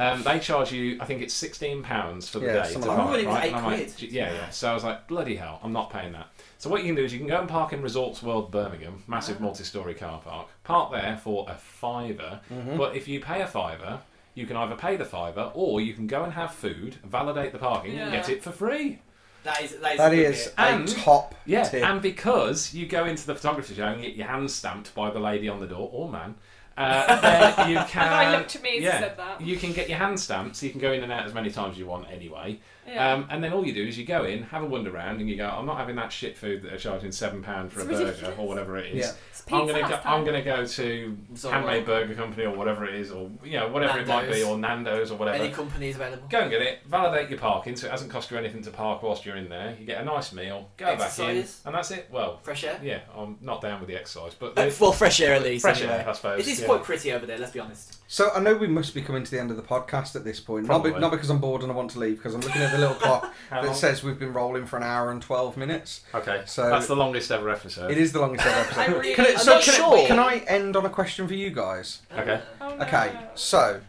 Speaker 5: um, they charge you. I think it's sixteen pounds for the
Speaker 3: Yeah,
Speaker 5: day.
Speaker 3: something
Speaker 5: to
Speaker 3: like
Speaker 5: park,
Speaker 2: that. Normally it was
Speaker 5: right?
Speaker 2: eight
Speaker 5: And I'm like,
Speaker 2: quid.
Speaker 5: "Gee, yeah, yeah. So I was like, bloody hell, I'm not paying that. So what you can do is you can go and park in Resorts World Birmingham, massive
Speaker 4: Ah.
Speaker 5: multi-story car park. Park there for a fiver,
Speaker 3: Mm-hmm.
Speaker 5: but if you pay a fiver, you can either pay the fiver or you can go and have food, validate the parking, and
Speaker 4: Yeah.
Speaker 5: get it for free.
Speaker 2: That is that is.
Speaker 3: That
Speaker 2: a good
Speaker 3: is
Speaker 2: bit.
Speaker 5: And-
Speaker 3: a top
Speaker 5: Yeah,
Speaker 3: tip.
Speaker 5: and because you go into the photography show and get your hand stamped by the lady on the door or man, uh, then you can.
Speaker 4: I looked at me as you
Speaker 5: yeah,
Speaker 4: said that.
Speaker 5: You can get your hand stamped, so you can go in and out as many times as you want anyway.
Speaker 4: Yeah.
Speaker 5: Um, and then all you do is you go in, have a wander around, and you go, I'm not having that shit food that they're charging seven pound for
Speaker 4: It's
Speaker 5: a burger
Speaker 4: ridiculous.
Speaker 5: or whatever it is.
Speaker 3: Yeah.
Speaker 4: It's
Speaker 5: I'm gonna
Speaker 4: pizza
Speaker 5: go,
Speaker 4: last
Speaker 5: I'm
Speaker 4: time.
Speaker 5: gonna go to
Speaker 2: Zorro.
Speaker 5: handmade burger company or whatever it is, or you know whatever it might be,
Speaker 2: Nando's.
Speaker 5: or Nando's or whatever.
Speaker 2: Any company is available.
Speaker 5: Go and get it. Validate your parking, so it hasn't cost you anything to park whilst you're in there. You get a nice meal. Go back in,
Speaker 2: Exercise.
Speaker 5: and that's it. Well,
Speaker 2: Fresh air.
Speaker 5: yeah, I'm not down with the exercise, but
Speaker 2: Uh,
Speaker 5: the
Speaker 2: Well, fresh air at least.
Speaker 5: fresh
Speaker 2: anyway.
Speaker 5: air, I suppose.
Speaker 2: It is
Speaker 5: yeah.
Speaker 2: quite pretty over there. Let's be honest.
Speaker 3: So I know we must be coming to the end of the podcast at this point. Not, be-
Speaker 5: Probably.
Speaker 3: not because I'm bored and I want to leave, because I'm looking at the little clock
Speaker 5: How
Speaker 3: that
Speaker 5: long?
Speaker 3: says we've been rolling for an hour and twelve minutes.
Speaker 5: Okay,
Speaker 3: So-
Speaker 5: that's the longest ever episode.
Speaker 3: It is the longest ever episode.
Speaker 4: I really-
Speaker 3: can I,
Speaker 2: I'm
Speaker 3: so
Speaker 2: not
Speaker 3: can, I-
Speaker 2: sure. Uh,
Speaker 3: can I end on a question for you guys?
Speaker 5: Okay.
Speaker 4: Oh, no.
Speaker 3: Okay, so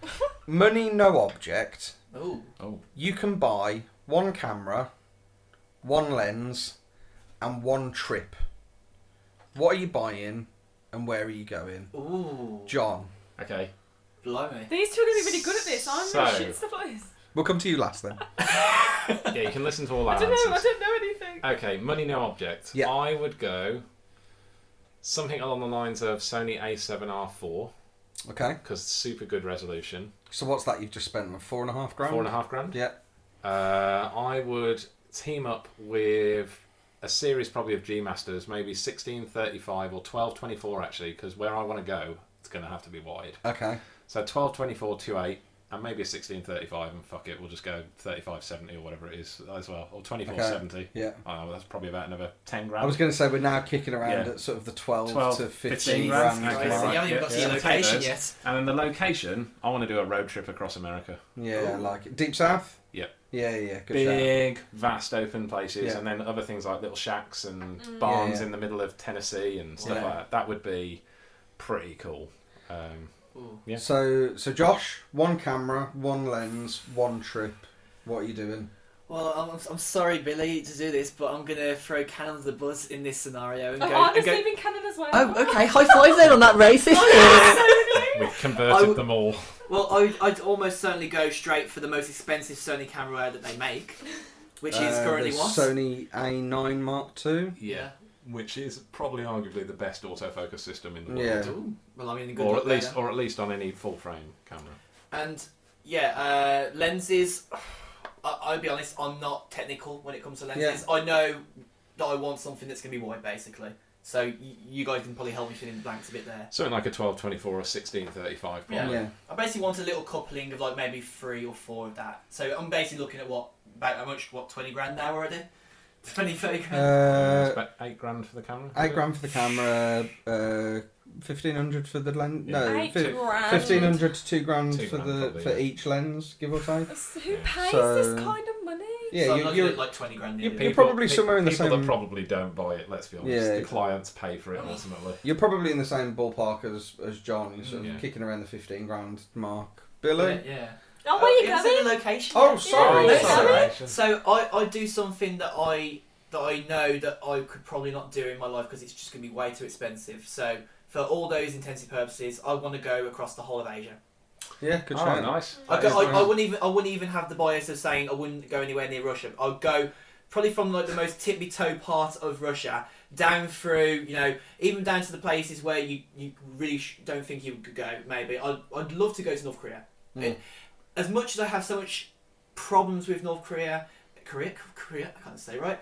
Speaker 3: money no object.
Speaker 2: Ooh.
Speaker 3: You can buy one camera, one lens, and one trip. What are you buying, and where are you going,
Speaker 2: Ooh.
Speaker 3: John?
Speaker 5: Okay,
Speaker 2: Blimey.
Speaker 4: These two are going to be really good at this. I'm
Speaker 5: So-
Speaker 4: really shit stuff like this.
Speaker 3: We'll come to you last then.
Speaker 5: yeah, you can listen to all
Speaker 4: I
Speaker 5: our
Speaker 4: don't know. I
Speaker 5: answers.
Speaker 4: don't know anything.
Speaker 5: Okay, money no object.
Speaker 3: Yeah.
Speaker 5: I would go something along the lines of Sony A7R4
Speaker 3: Okay.
Speaker 5: because super good resolution,
Speaker 3: So what's that you've just spent on four and a half grand?
Speaker 5: four and a half grand.
Speaker 3: Yeah.
Speaker 5: Uh, I would team up with a series probably of G Masters, maybe 1635 or 1224 actually, because where I want to go, it's going to have to be wide.
Speaker 3: Okay.
Speaker 5: So 1224, 28, and maybe a 1635, and fuck it, we'll just go 3570 or whatever it is as well, or 2470.
Speaker 3: Yeah.
Speaker 5: I don't know, that's probably about another 10 grand.
Speaker 3: I was going to say we're now kicking around
Speaker 5: Yeah.
Speaker 3: at sort of the 12,
Speaker 5: 12
Speaker 3: to 15,
Speaker 5: 15 grand.
Speaker 3: grand.
Speaker 2: Christ,
Speaker 5: Okay,
Speaker 2: you
Speaker 5: right,
Speaker 2: haven't even
Speaker 5: yeah,
Speaker 2: got to
Speaker 5: yeah.
Speaker 2: the
Speaker 5: Okay,
Speaker 2: location
Speaker 5: those.
Speaker 2: yet.
Speaker 5: and then the location, I want to do a road trip across America.
Speaker 3: Yeah, I like it. Deep South?
Speaker 5: Yeah.
Speaker 3: Yeah, yeah, good shout.
Speaker 5: Big, vast open places,
Speaker 3: Yeah.
Speaker 5: and then other things like little shacks and barns
Speaker 3: Yeah, yeah.
Speaker 5: in the middle of Tennessee and stuff
Speaker 3: Yeah.
Speaker 5: like that. That would be pretty cool. Um,
Speaker 2: Ooh.
Speaker 5: Yeah.
Speaker 3: So, so Josh, one camera, one lens, one trip. What are you doing?
Speaker 2: Well, I'm, I'm sorry, Billy, to do this, but I'm gonna throw Ken under the bus in this scenario and
Speaker 4: Oh,
Speaker 2: go.
Speaker 4: I
Speaker 2: and
Speaker 4: was
Speaker 2: go
Speaker 4: leaving Canada's well.
Speaker 2: oh, okay. High five then on that racist.
Speaker 5: we've
Speaker 2: I
Speaker 5: converted
Speaker 2: w-
Speaker 5: them all.
Speaker 2: well, I'd, I'd almost certainly go straight for the most expensive Sony camera that they make, which is
Speaker 3: Uh,
Speaker 2: currently
Speaker 3: the
Speaker 2: what?
Speaker 3: Sony A9 Mark II.
Speaker 5: Yeah. Which is probably arguably the best autofocus system in the
Speaker 3: Yeah.
Speaker 5: world.
Speaker 2: Ooh, well, I mean, good
Speaker 5: Or
Speaker 2: luck
Speaker 5: at
Speaker 2: there
Speaker 5: least
Speaker 2: then.
Speaker 5: or at least on any full frame camera.
Speaker 2: And yeah, uh, lenses. I, I'll be honest, I'm not technical when it comes to lenses. I know that I want something that's gonna be wide, basically. So y- you guys can probably help me fill in the blanks a bit there.
Speaker 5: Something like a twelve twenty four or sixteen thirty five
Speaker 2: Yeah.
Speaker 5: probably.
Speaker 3: Yeah.
Speaker 2: I basically want a little coupling of like maybe three or four of that. So I'm basically looking at what about how much what twenty grand now already? 20, 30 grand.
Speaker 5: It's
Speaker 3: Uh,
Speaker 5: about eight grand for the camera.
Speaker 3: eight grand for the camera, uh, fifteen hundred for the lens. No,
Speaker 4: Eight
Speaker 5: fif-
Speaker 4: grand.
Speaker 3: fifteen hundred to two grand
Speaker 5: Two
Speaker 3: for
Speaker 5: grand
Speaker 3: the
Speaker 5: probably,
Speaker 3: for
Speaker 5: yeah.
Speaker 3: each lens, give or take.
Speaker 4: Who pays
Speaker 3: So-
Speaker 4: this kind of money? Oh,
Speaker 3: Yeah,
Speaker 2: so I'm
Speaker 3: you,
Speaker 2: looking
Speaker 3: you're
Speaker 2: at like twenty grand.
Speaker 3: you-
Speaker 2: nearly.
Speaker 3: you're probably
Speaker 5: pe-
Speaker 3: somewhere in the
Speaker 5: people
Speaker 3: same-
Speaker 5: that probably don't buy it, let's be honest.
Speaker 3: Yeah.
Speaker 5: The clients pay for it ultimately.
Speaker 3: you're probably in the same ballpark as as John. You're sort of
Speaker 5: Mm, Yeah.
Speaker 3: kicking around the fifteen grand mark. Billy.
Speaker 2: Yeah, yeah.
Speaker 4: Oh, where
Speaker 2: Uh,
Speaker 4: you
Speaker 2: is it
Speaker 4: going?
Speaker 2: the location.
Speaker 3: Oh,
Speaker 2: yet?
Speaker 3: sorry.
Speaker 2: Yeah.
Speaker 3: sorry.
Speaker 4: sorry.
Speaker 2: So I, I do something that I that I know that I could probably not do in my life because it's just going to be way too expensive. So for all those intensive purposes, I want to go across the whole of Asia.
Speaker 3: Yeah, good
Speaker 5: Oh,
Speaker 3: shout.
Speaker 5: nice.
Speaker 2: I,
Speaker 3: That is
Speaker 2: go, I, I
Speaker 3: nice.
Speaker 2: wouldn't even I wouldn't even have the bias of saying I wouldn't go anywhere near Russia. I'd go probably from like the most tippy toe part of Russia down through you know even down to the places where you you really sh- don't think you could go. Maybe I'd I'd love to go to North Korea.
Speaker 3: Hmm.
Speaker 2: It- as much as I have so much problems with North Korea, Korea, Korea, I can't say right.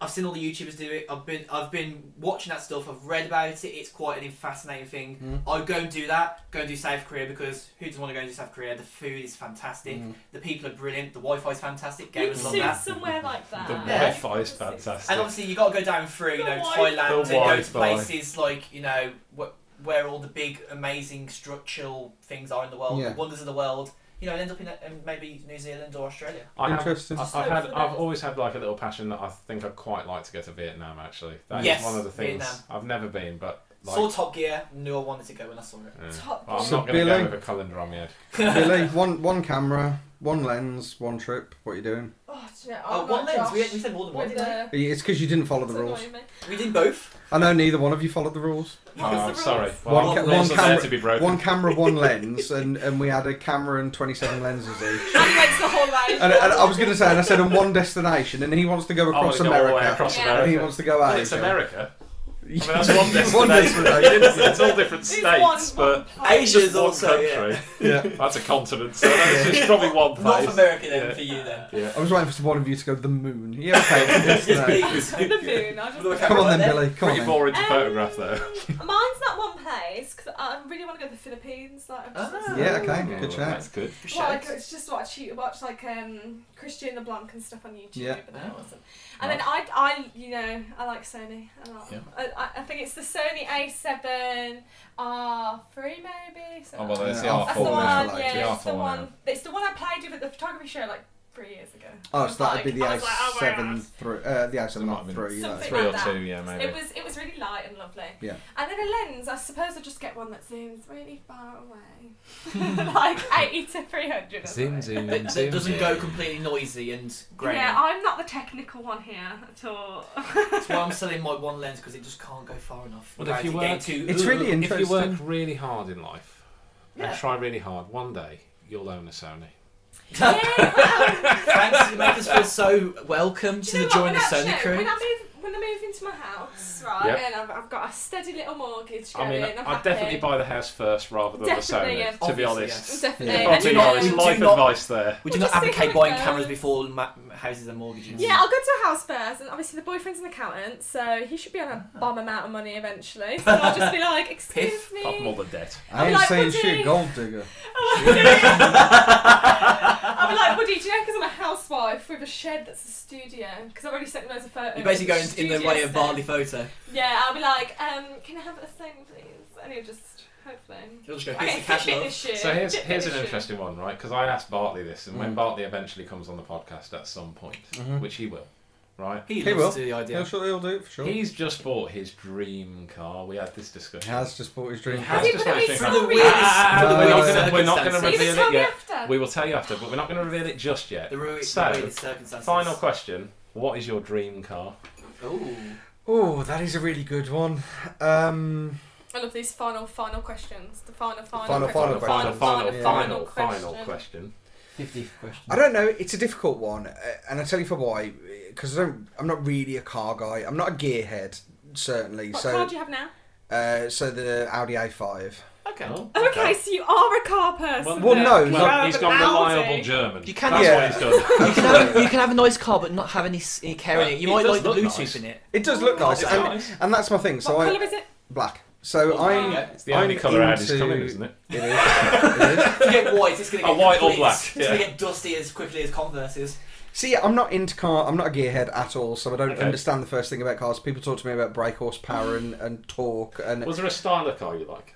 Speaker 2: I've seen all the YouTubers do it. I've been I've been watching that stuff. I've read about it. It's quite an fascinating thing.
Speaker 3: Mm.
Speaker 2: I'll go and do that. Go and do South Korea because who doesn't want to go and do South Korea? The food is fantastic.
Speaker 4: Mm.
Speaker 5: Mm.
Speaker 2: The people are brilliant. The Wi-Fi is fantastic.
Speaker 4: You
Speaker 2: Gamers love
Speaker 4: suit
Speaker 2: that.
Speaker 4: somewhere like that.
Speaker 5: The
Speaker 2: Yeah.
Speaker 5: Wi Fi is fantastic.
Speaker 2: And obviously you got to go down through you
Speaker 4: The
Speaker 2: know
Speaker 4: Wi-Fi.
Speaker 2: Thailand and
Speaker 5: The
Speaker 2: go to
Speaker 5: Wi-Fi.
Speaker 2: places like you know wh- where all the big amazing structural things are in the world,
Speaker 3: Yeah.
Speaker 2: the wonders of the world. You know, and end up in uh, maybe New Zealand or Australia.
Speaker 5: I have,
Speaker 3: Interesting.
Speaker 5: I- I've,
Speaker 4: Just
Speaker 5: had,
Speaker 4: look for
Speaker 5: I've
Speaker 4: those.
Speaker 5: always had like a little passion that I think I'd quite like to go to Vietnam. Actually, that is
Speaker 2: Yes,
Speaker 5: one of the things
Speaker 2: Vietnam.
Speaker 5: I've never been, but like,
Speaker 2: saw Top Gear, knew I wanted to go when I saw it.
Speaker 5: yeah.
Speaker 4: Top
Speaker 5: Well, I'm
Speaker 3: So
Speaker 5: not going to go
Speaker 3: Billy-
Speaker 5: with a colander on my head.
Speaker 3: Billy, one one camera, one lens, one trip. What are you doing?
Speaker 4: Oh, do you know,
Speaker 2: Oh,
Speaker 4: I'm
Speaker 2: one
Speaker 4: like
Speaker 2: lens. We,
Speaker 4: Josh
Speaker 2: we said more than one.
Speaker 4: with
Speaker 2: didn't
Speaker 4: the-
Speaker 3: It's because you didn't follow the
Speaker 4: it's
Speaker 3: rules.
Speaker 4: annoying me.
Speaker 2: we? We did both.
Speaker 3: I know neither one of you followed the rules.
Speaker 5: Oh,
Speaker 4: What was the
Speaker 5: I'm
Speaker 4: rules?
Speaker 5: sorry.
Speaker 3: One
Speaker 5: Well,
Speaker 3: ca-
Speaker 5: I'm
Speaker 3: one
Speaker 5: also
Speaker 3: camera-
Speaker 5: there to be broken.
Speaker 3: One camera, one lens, and, and we had a camera and 27 lenses each.
Speaker 4: That makes the whole life.
Speaker 3: And, and I was going to say, and I said, and one destination, and he wants to go
Speaker 5: I wanna
Speaker 3: across
Speaker 5: Oh, go all the way
Speaker 3: America.
Speaker 5: across
Speaker 4: Yeah.
Speaker 3: And
Speaker 5: America.
Speaker 3: he wants to go out.
Speaker 5: well, it's America. I mean, that's one
Speaker 3: One
Speaker 5: destination.
Speaker 3: destination.
Speaker 5: it's, it's all different
Speaker 4: It's
Speaker 5: states,
Speaker 4: one-
Speaker 5: but
Speaker 4: one
Speaker 2: Asia is
Speaker 5: one
Speaker 2: also yeah.
Speaker 5: country.
Speaker 3: yeah.
Speaker 5: That's a continent, so that's just probably one
Speaker 2: North
Speaker 5: place.
Speaker 2: America then
Speaker 5: Yeah.
Speaker 2: for you then.
Speaker 5: Yeah.
Speaker 3: I was waiting for one of you to go the moon. Yeah, okay. it's a destination.
Speaker 4: part. The moon. I just
Speaker 2: Look,
Speaker 3: Come on
Speaker 2: Right
Speaker 3: then,
Speaker 2: then.
Speaker 3: Billy. Come on.
Speaker 5: Pretty
Speaker 3: Then.
Speaker 5: boring to
Speaker 4: Um,
Speaker 5: photograph, though.
Speaker 4: Mine's not one place because I really want to go to the Philippines. Like, I'm just,
Speaker 2: Ah.
Speaker 3: Yeah, okay.
Speaker 5: Oh,
Speaker 3: Good chat.
Speaker 5: That's good.
Speaker 2: For
Speaker 4: well,
Speaker 2: sure.
Speaker 4: like, it's just what I cheat, watch like um, Christian LeBlanc and stuff on YouTube.
Speaker 3: Yeah.
Speaker 4: And,
Speaker 5: Ah.
Speaker 4: that wasn't. and then I, I, you know, I like Sony a lot. I- I, I think it's the Sony A7 R3 maybe. So
Speaker 5: Oh, well, that's
Speaker 3: Yeah,
Speaker 5: the
Speaker 4: that's
Speaker 5: R4
Speaker 4: the
Speaker 3: R4
Speaker 4: one.
Speaker 5: now.
Speaker 3: like,
Speaker 4: yeah,
Speaker 5: the
Speaker 4: it's the
Speaker 5: R4
Speaker 4: one.
Speaker 5: now.
Speaker 4: It's the one I played with at the photography show like three years ago.
Speaker 3: Oh, so that would be the
Speaker 4: I was like, oh my
Speaker 3: A7
Speaker 4: God.
Speaker 3: three, uh, the
Speaker 5: It
Speaker 3: A7
Speaker 5: might
Speaker 3: not
Speaker 5: have been
Speaker 3: three. yeah.
Speaker 4: something
Speaker 5: Three
Speaker 4: like
Speaker 5: or
Speaker 4: that.
Speaker 5: two, yeah, maybe.
Speaker 4: It was it was really light and lovely.
Speaker 3: Yeah.
Speaker 4: And then a lens, I suppose I just get one that zooms really far away, like eighty to three hundred. or something.
Speaker 2: That- that doesn't go completely noisy and grey.
Speaker 4: Yeah, I'm not the technical one here at all.
Speaker 2: That's why I'm selling my one lens because it just can't go far enough.
Speaker 5: Well, if you
Speaker 2: Without it
Speaker 5: work-
Speaker 2: getting too-
Speaker 3: It's really
Speaker 5: If you work
Speaker 3: interesting.
Speaker 5: really hard in life
Speaker 2: Yeah.
Speaker 5: and try really hard, one day you'll own a Sony.
Speaker 4: yeah, well,
Speaker 2: Thanks, you make us feel so welcome to
Speaker 4: do you
Speaker 2: the
Speaker 4: know
Speaker 2: join
Speaker 4: what, when
Speaker 2: the
Speaker 4: I- do you
Speaker 2: Sony
Speaker 4: know,
Speaker 2: crew.
Speaker 4: When I move, when I move into my house, right,
Speaker 5: Yep.
Speaker 4: and I've, I've got a steady little mortgage going.
Speaker 5: I mean,
Speaker 4: I'm
Speaker 5: I'd
Speaker 4: happy.
Speaker 5: definitely buy the house first rather than
Speaker 4: Definitely,
Speaker 5: the Sony,
Speaker 4: yeah.
Speaker 5: to be
Speaker 2: Obviously,
Speaker 5: honest.
Speaker 2: yes.
Speaker 4: Definitely.
Speaker 5: If
Speaker 2: Yeah.
Speaker 5: I'm
Speaker 4: And,
Speaker 5: being
Speaker 4: you know,
Speaker 5: honest,
Speaker 2: do
Speaker 5: life
Speaker 2: not-
Speaker 5: advice there.
Speaker 2: We
Speaker 4: We'll
Speaker 2: do not
Speaker 4: just see
Speaker 2: advocate
Speaker 4: how it
Speaker 2: buying cameras
Speaker 4: goes.
Speaker 2: before ma- houses and mortgages.
Speaker 4: Yeah, I'll go to a house first, and obviously the boyfriend's an accountant, so he should be on a bomb amount of money eventually. So I'll just be like, excuse
Speaker 2: Piff,
Speaker 4: me.
Speaker 5: Apart from all the debt.
Speaker 4: I'm
Speaker 3: I ain't
Speaker 4: like,
Speaker 3: saying
Speaker 4: Woody.
Speaker 3: shit, gold digger.
Speaker 4: I'll be like, Woody, do you know because I'm a housewife with a shed that's a studio? Because I've already sent loads of photos.
Speaker 2: You're basically going
Speaker 4: It's
Speaker 2: in the
Speaker 4: studio
Speaker 2: way of
Speaker 4: stuff.
Speaker 2: Barley photo.
Speaker 4: Yeah, I'll be like, um, can I have a thing, please? And he'll just, hopefully.
Speaker 2: You'll just go, here's
Speaker 4: Okay,
Speaker 2: the cash
Speaker 4: Fitbit
Speaker 2: love.
Speaker 4: this year.
Speaker 5: So here's
Speaker 4: Fitbit
Speaker 5: here's
Speaker 4: this
Speaker 5: an
Speaker 4: year.
Speaker 5: interesting one, right? Because I asked Bartley this, and when
Speaker 3: Mm.
Speaker 5: Bartley eventually comes on the podcast at some point,
Speaker 3: Mhm.
Speaker 5: which he will, right?
Speaker 2: He
Speaker 3: He
Speaker 2: loves
Speaker 3: will.
Speaker 2: the idea.
Speaker 3: Yeah, sure, he'll do it for sure. He
Speaker 5: He's just bought his dream car. We had this discussion.
Speaker 3: has just bought his dream.
Speaker 5: Has
Speaker 3: car.
Speaker 4: Has
Speaker 5: just
Speaker 4: he
Speaker 5: bought his
Speaker 4: put
Speaker 5: dream
Speaker 4: it
Speaker 5: car.
Speaker 4: in for the weirdest-
Speaker 5: Ah,
Speaker 3: for the
Speaker 5: we're not
Speaker 3: weirdest
Speaker 5: gonna- we're not going to
Speaker 2: circumstances.
Speaker 4: You
Speaker 5: reveal
Speaker 4: just tell
Speaker 5: it
Speaker 4: me
Speaker 5: yet.
Speaker 4: after.
Speaker 5: We will tell you after, but we're not going to reveal it just yet.
Speaker 2: The ru-
Speaker 5: So,
Speaker 2: the weirdest circumstances.
Speaker 5: Final question: What is your dream car?
Speaker 2: Ooh.
Speaker 3: Oh, that is a really good one. Um,
Speaker 4: I love these final, final questions. The final, final,
Speaker 3: Final,
Speaker 4: question.
Speaker 3: final
Speaker 5: final,
Speaker 3: question.
Speaker 5: final,
Speaker 3: Yeah.
Speaker 5: final,
Speaker 4: final
Speaker 5: final question.
Speaker 4: question.
Speaker 2: 50th question.
Speaker 3: I don't know. It's a difficult one, uh, and I tell you for why. Because I don't. I'm not really a car guy. I'm not a gearhead, certainly.
Speaker 4: What
Speaker 3: so,
Speaker 4: car do you have now?
Speaker 3: uh, so the Audi A5.
Speaker 2: Okay.
Speaker 5: Oh,
Speaker 4: Okay, so you are a car person.
Speaker 3: Well,
Speaker 4: then.
Speaker 3: no,
Speaker 4: You
Speaker 3: no.
Speaker 4: drive
Speaker 5: Well, he's
Speaker 4: an
Speaker 5: gone
Speaker 4: Audi.
Speaker 5: reliable German.
Speaker 2: You can-
Speaker 5: That's
Speaker 3: Yeah.
Speaker 5: what he's done.
Speaker 2: You can, have, you can have a nice car but not have any s- any care in it. You
Speaker 5: It
Speaker 2: might
Speaker 5: does
Speaker 2: like the
Speaker 5: look
Speaker 2: Bluetooth
Speaker 5: nice.
Speaker 2: in it.
Speaker 3: It does
Speaker 4: Oh,
Speaker 3: look nice,
Speaker 5: It's
Speaker 3: and,
Speaker 5: nice.
Speaker 3: and that's my thing.
Speaker 4: What
Speaker 3: So
Speaker 4: colour
Speaker 3: I'm
Speaker 4: is it?
Speaker 3: black. So I'm.
Speaker 2: Yeah.
Speaker 5: It's the only
Speaker 3: I'm
Speaker 5: colour ad is
Speaker 3: into-
Speaker 5: coming, isn't it?
Speaker 3: It is. It is.
Speaker 2: If you get white, it's going to
Speaker 5: A
Speaker 2: get
Speaker 5: white or
Speaker 2: complete-
Speaker 5: black,
Speaker 2: It's going
Speaker 5: yeah.
Speaker 2: to get dusty as quickly as Converse is.
Speaker 3: See, I'm not into car. I'm not a gearhead at all, so I don't
Speaker 5: Okay.
Speaker 3: understand the first thing about cars. People talk to me about brake horsepower and, and torque, and
Speaker 5: Was there a style of car you like?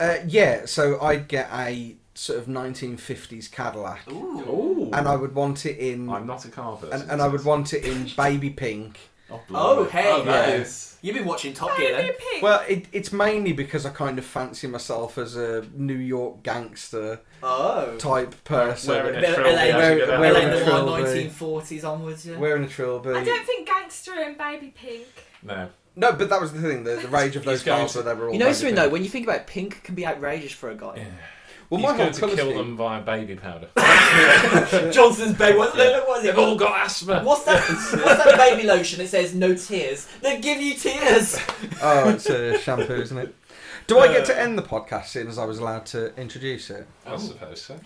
Speaker 3: uh, yeah. So I'd get a sort of 1950s Cadillac,
Speaker 2: Ooh.
Speaker 5: Ooh.
Speaker 3: and I would want it in,
Speaker 5: I'm not a car person.
Speaker 3: and, and I would want it in baby pink.
Speaker 5: Oh,
Speaker 2: Oh, hey.
Speaker 5: that
Speaker 3: Yeah.
Speaker 5: is-
Speaker 2: You've been watching Top Gear then.
Speaker 4: Maybe pink.
Speaker 3: Well, it, it's mainly because I kind of fancy myself as a New York gangster
Speaker 2: Oh.
Speaker 3: type person.
Speaker 5: Wearing
Speaker 2: Bit
Speaker 5: a
Speaker 2: of
Speaker 5: trilby. as
Speaker 2: LA
Speaker 5: you
Speaker 3: Where-
Speaker 5: go down.
Speaker 3: where-
Speaker 2: Like
Speaker 3: in
Speaker 2: the
Speaker 3: a
Speaker 2: one
Speaker 3: trilby.
Speaker 2: 1940s onwards, yeah.
Speaker 3: Wearing a trilby.
Speaker 4: I don't think gangster and baby pink.
Speaker 5: No.
Speaker 3: No, but that was the thing. The, the rage of
Speaker 5: He's
Speaker 3: those
Speaker 5: going
Speaker 3: cars
Speaker 5: to-
Speaker 3: were they were all.
Speaker 2: You know
Speaker 3: baby
Speaker 2: something
Speaker 3: pink.
Speaker 2: though, when you think about it, pink can be outrageous for a guy.
Speaker 3: Well,
Speaker 5: He's
Speaker 3: my whole
Speaker 5: going to
Speaker 3: colour
Speaker 5: kill
Speaker 3: scheme-
Speaker 5: them via baby powder.
Speaker 2: Johnson's baby. What,
Speaker 5: Yeah.
Speaker 2: what is it?
Speaker 5: They've all got asthma.
Speaker 2: What's that? What's that baby lotion that says no tears? They give you tears.
Speaker 3: Oh, it's a shampoo, isn't it? Do I get to end the podcast seeing as I was allowed to introduce it?
Speaker 5: I suppose so.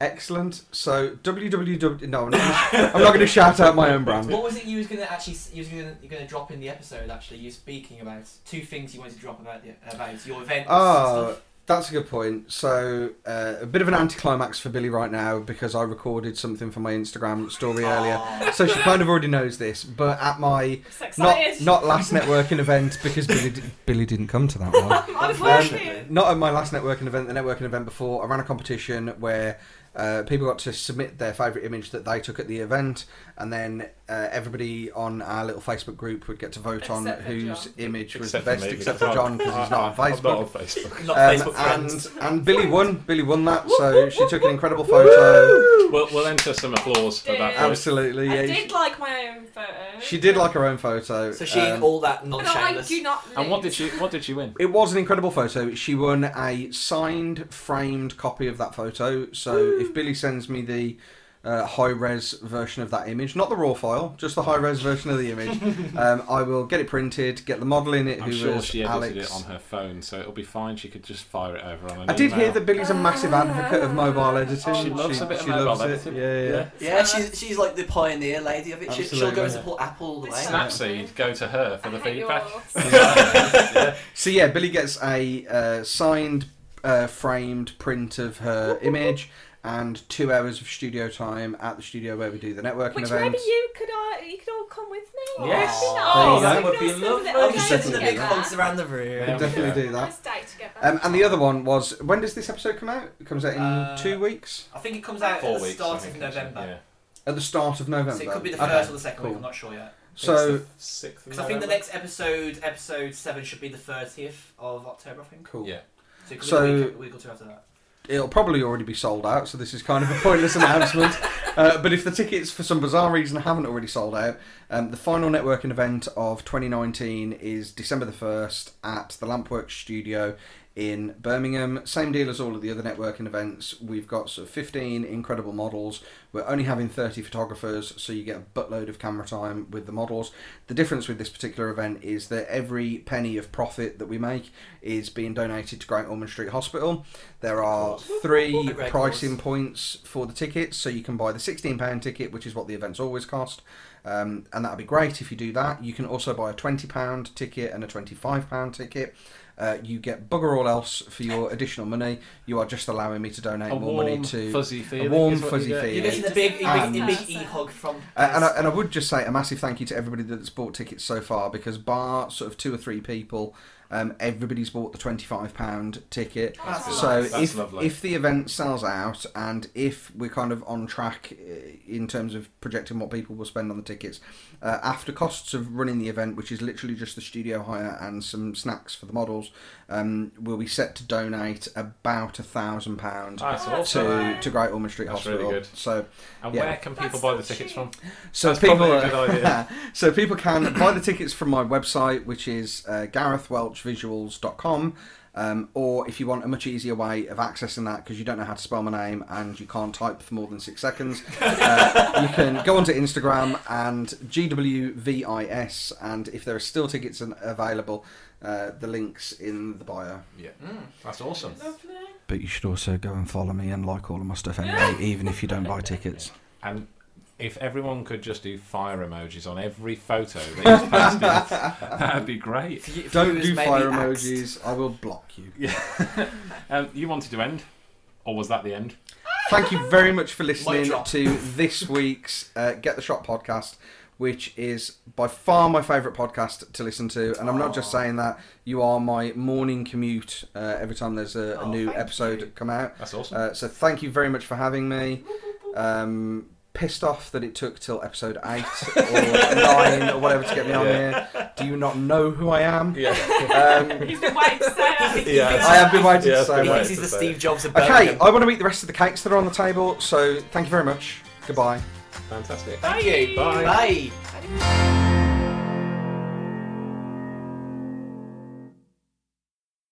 Speaker 3: Excellent. So www. No, I'm not, I'm not going to shout out my own brand.
Speaker 2: What was it you was gonna actually s- you was gonna you're gonna drop in the episode? Actually, you were speaking about two things you wanted to drop about the, about your event.
Speaker 3: Oh, that's a good point. So uh, a bit of an anticlimax for Billy right now because I recorded something for my Instagram story earlier. So she kind of already knows this, but at my
Speaker 4: I'm so
Speaker 3: not
Speaker 4: excited.
Speaker 3: not last networking event because Billy di- Billy didn't come to that one.
Speaker 4: I was
Speaker 2: Unfortunately.
Speaker 4: working.
Speaker 3: Not at my last networking event, the networking event before, I ran a competition where uh, people got to submit their favourite image that they took at the event, and then uh, everybody on our little Facebook group would get to vote on
Speaker 4: Except for
Speaker 3: whose
Speaker 4: John.
Speaker 3: image was
Speaker 5: Except
Speaker 3: the best,
Speaker 5: me,
Speaker 3: except for John because he's not on
Speaker 5: I'm not on
Speaker 3: Facebook.
Speaker 5: Facebook.
Speaker 2: Not Facebook
Speaker 3: Um,
Speaker 2: friends.
Speaker 3: and and Billy won. Billy won that, so she took an incredible photo.
Speaker 5: We'll, we'll enter some applause for that.
Speaker 4: Yeah.
Speaker 5: voice.
Speaker 3: Absolutely,
Speaker 4: I
Speaker 3: yeah.
Speaker 4: did
Speaker 3: She,
Speaker 4: like my own photo.
Speaker 3: she did like her own photo.
Speaker 2: So she ain't
Speaker 3: um,
Speaker 2: all that non
Speaker 4: But I
Speaker 2: shameless.
Speaker 4: do not.
Speaker 5: And what did
Speaker 4: lose.
Speaker 5: she? What did she win?
Speaker 3: It was an incredible photo. She won a signed, framed copy of that photo. So if Billy sends me the uh, high res version of that image, not the raw file, just the high res version of the image, um, I will get it printed, get the model in it,
Speaker 5: I'm
Speaker 3: who
Speaker 5: sure
Speaker 3: was
Speaker 5: she
Speaker 3: Alex.
Speaker 5: edited it on her phone, so it'll be fine. She could just fire it over on an
Speaker 3: I did hear
Speaker 5: email. Oh,
Speaker 3: that Billy's a massive advocate of mobile editing.
Speaker 4: She loves
Speaker 5: a bit of
Speaker 3: she
Speaker 5: mobile
Speaker 3: loves it.
Speaker 5: editing.
Speaker 3: Yeah, yeah. yeah.
Speaker 2: Yeah, she's, she's like the pioneer lady of it. She, she'll go
Speaker 3: Absolutely.
Speaker 2: and support Apple all the way.
Speaker 4: Snap.
Speaker 5: Snapseed, go to her for
Speaker 4: I
Speaker 5: the
Speaker 4: hate you
Speaker 5: feedback.
Speaker 4: all.
Speaker 3: So yeah, Billy gets a uh, signed, uh, framed print of her image. And two hours of studio time at the studio where we do the networking
Speaker 4: Which
Speaker 3: event.
Speaker 4: maybe you could uh, you could all come with me.
Speaker 2: Yes.
Speaker 4: That'd be nice.
Speaker 3: Oh, that
Speaker 4: We
Speaker 2: would
Speaker 4: could
Speaker 2: be
Speaker 4: all spend a
Speaker 2: lovely.
Speaker 4: bit
Speaker 2: Oh,
Speaker 4: of
Speaker 2: you
Speaker 4: time
Speaker 2: send the big
Speaker 4: together.
Speaker 2: hugs around the room.
Speaker 5: Yeah.
Speaker 3: We'll definitely do that.
Speaker 4: Nice day together.
Speaker 3: Um, and the other one was when does this episode come out? It comes out in
Speaker 2: Uh,
Speaker 3: two weeks
Speaker 2: I think it comes out
Speaker 5: Four
Speaker 2: at the
Speaker 5: weeks. I
Speaker 2: start
Speaker 5: think,
Speaker 2: of
Speaker 5: actually.
Speaker 2: November.
Speaker 3: at the start of
Speaker 2: So
Speaker 3: November.
Speaker 2: it could be the
Speaker 3: Okay,
Speaker 2: first or the second
Speaker 3: cool.
Speaker 2: week, I'm not sure yet.
Speaker 5: Yeah.
Speaker 3: So
Speaker 5: Sixth of
Speaker 2: Because I think
Speaker 5: November?
Speaker 2: the next episode, episode 7, should be the 30th of October, I think.
Speaker 3: cool.
Speaker 5: Yeah.
Speaker 2: So it could
Speaker 3: So-
Speaker 2: be the week, week or two after that.
Speaker 3: It'll probably already be sold out, so this is kind of a pointless announcement. Uh, but if the tickets, for some bizarre reason, haven't already sold out, um, the final networking event of 2019 is December the 1st at the Lampworks Studio in Birmingham. Same deal as all of the other networking events. We've got sort of 15 incredible models. We're only having 30 photographers, so you get a buttload of camera time with the models. The difference with this particular event is that every penny of profit that we make is being donated to Great Ormond Street Hospital. There are three
Speaker 2: Great
Speaker 3: pricing
Speaker 2: cause.
Speaker 3: points for the tickets, so you can buy the £16 ticket, which is what the events always cost. Um, and that'd be great if you do that. You can also buy a £20 ticket and a £25 ticket. Uh, you get bugger all else for your additional money. You are just allowing me to donate
Speaker 5: a
Speaker 3: more
Speaker 5: warm,
Speaker 3: money to.
Speaker 5: fuzzy feeling.
Speaker 3: warm,
Speaker 5: is what
Speaker 3: fuzzy
Speaker 5: you get.
Speaker 3: feeling.
Speaker 2: You're getting a
Speaker 4: Just
Speaker 2: big, a
Speaker 4: one
Speaker 2: big, a big
Speaker 4: person.
Speaker 2: e hug from.
Speaker 3: Uh, and, I, and I would just say a massive thank you to everybody that's bought tickets so far because, bar sort of two or three people, um, everybody's bought the £25 ticket.
Speaker 4: Oh, That's
Speaker 3: so
Speaker 4: nice.
Speaker 5: That's
Speaker 3: if,
Speaker 5: lovely.
Speaker 3: if the event sells out and if we're kind of on track uh, in terms of projecting what people will spend on the tickets, uh, after costs of running the event, which is literally just the studio hire and some snacks for the models, um, we'll be set to donate about a thousand pounds
Speaker 5: That's awesome.
Speaker 3: to to Great Ormond Street
Speaker 5: That's really
Speaker 3: Hospital.
Speaker 5: good.
Speaker 3: So
Speaker 5: And
Speaker 3: yeah.
Speaker 5: where can people
Speaker 4: That's
Speaker 5: buy
Speaker 4: so
Speaker 5: the tickets
Speaker 4: cheap.
Speaker 5: from?
Speaker 3: so
Speaker 5: That's
Speaker 3: people
Speaker 5: probably a good idea.
Speaker 3: so people can buy the tickets from my website, which is uh, garethwelchvisuals.com. Um, or if you want a much easier way of accessing that because you don't know how to spell my name and you can't type for more than six seconds, uh, you can go onto Instagram and GWVIS. And if there are still tickets an- available, uh, the link's in the bio.
Speaker 5: Yeah,
Speaker 2: Mm.
Speaker 5: that's awesome.
Speaker 4: Lovely.
Speaker 3: But you should also go and follow me and like all of my stuff anyway, even if you don't buy tickets.
Speaker 5: And if everyone could just do fire emojis on every photo that you posted, that'd be great.
Speaker 3: Don't do fire emojis, I will block you.
Speaker 5: Um, you wanted to end, or was that the end?
Speaker 3: Thank you very much for
Speaker 2: Mic
Speaker 3: listening
Speaker 2: drop.
Speaker 3: to this week's uh, Get the Shot podcast, which is by far my favourite podcast to listen to. And I'm not
Speaker 2: Oh.
Speaker 3: just saying that, you are my morning commute uh, every time there's a, a
Speaker 2: Oh,
Speaker 3: new
Speaker 2: thank
Speaker 3: episode
Speaker 2: you.
Speaker 3: come out.
Speaker 5: That's awesome.
Speaker 3: Uh, so thank you very much for having me. Um, pissed off that it took till episode 8 or 9 or whatever to get me on here. Do you not know who I am?
Speaker 5: yeah.
Speaker 3: Um,
Speaker 4: He's been waiting to say that.
Speaker 5: Yeah.
Speaker 3: I have been waiting
Speaker 5: Yeah,
Speaker 3: so
Speaker 5: I've
Speaker 2: He
Speaker 5: been
Speaker 3: much.
Speaker 2: thinks he's the Steve Jobs of
Speaker 3: Okay,
Speaker 2: Birmingham.
Speaker 3: I want to eat the rest of the cakes that are on the table, so thank you very much. Goodbye.
Speaker 5: Fantastic.
Speaker 2: Thank you.
Speaker 5: Bye.
Speaker 2: Bye.
Speaker 4: Bye.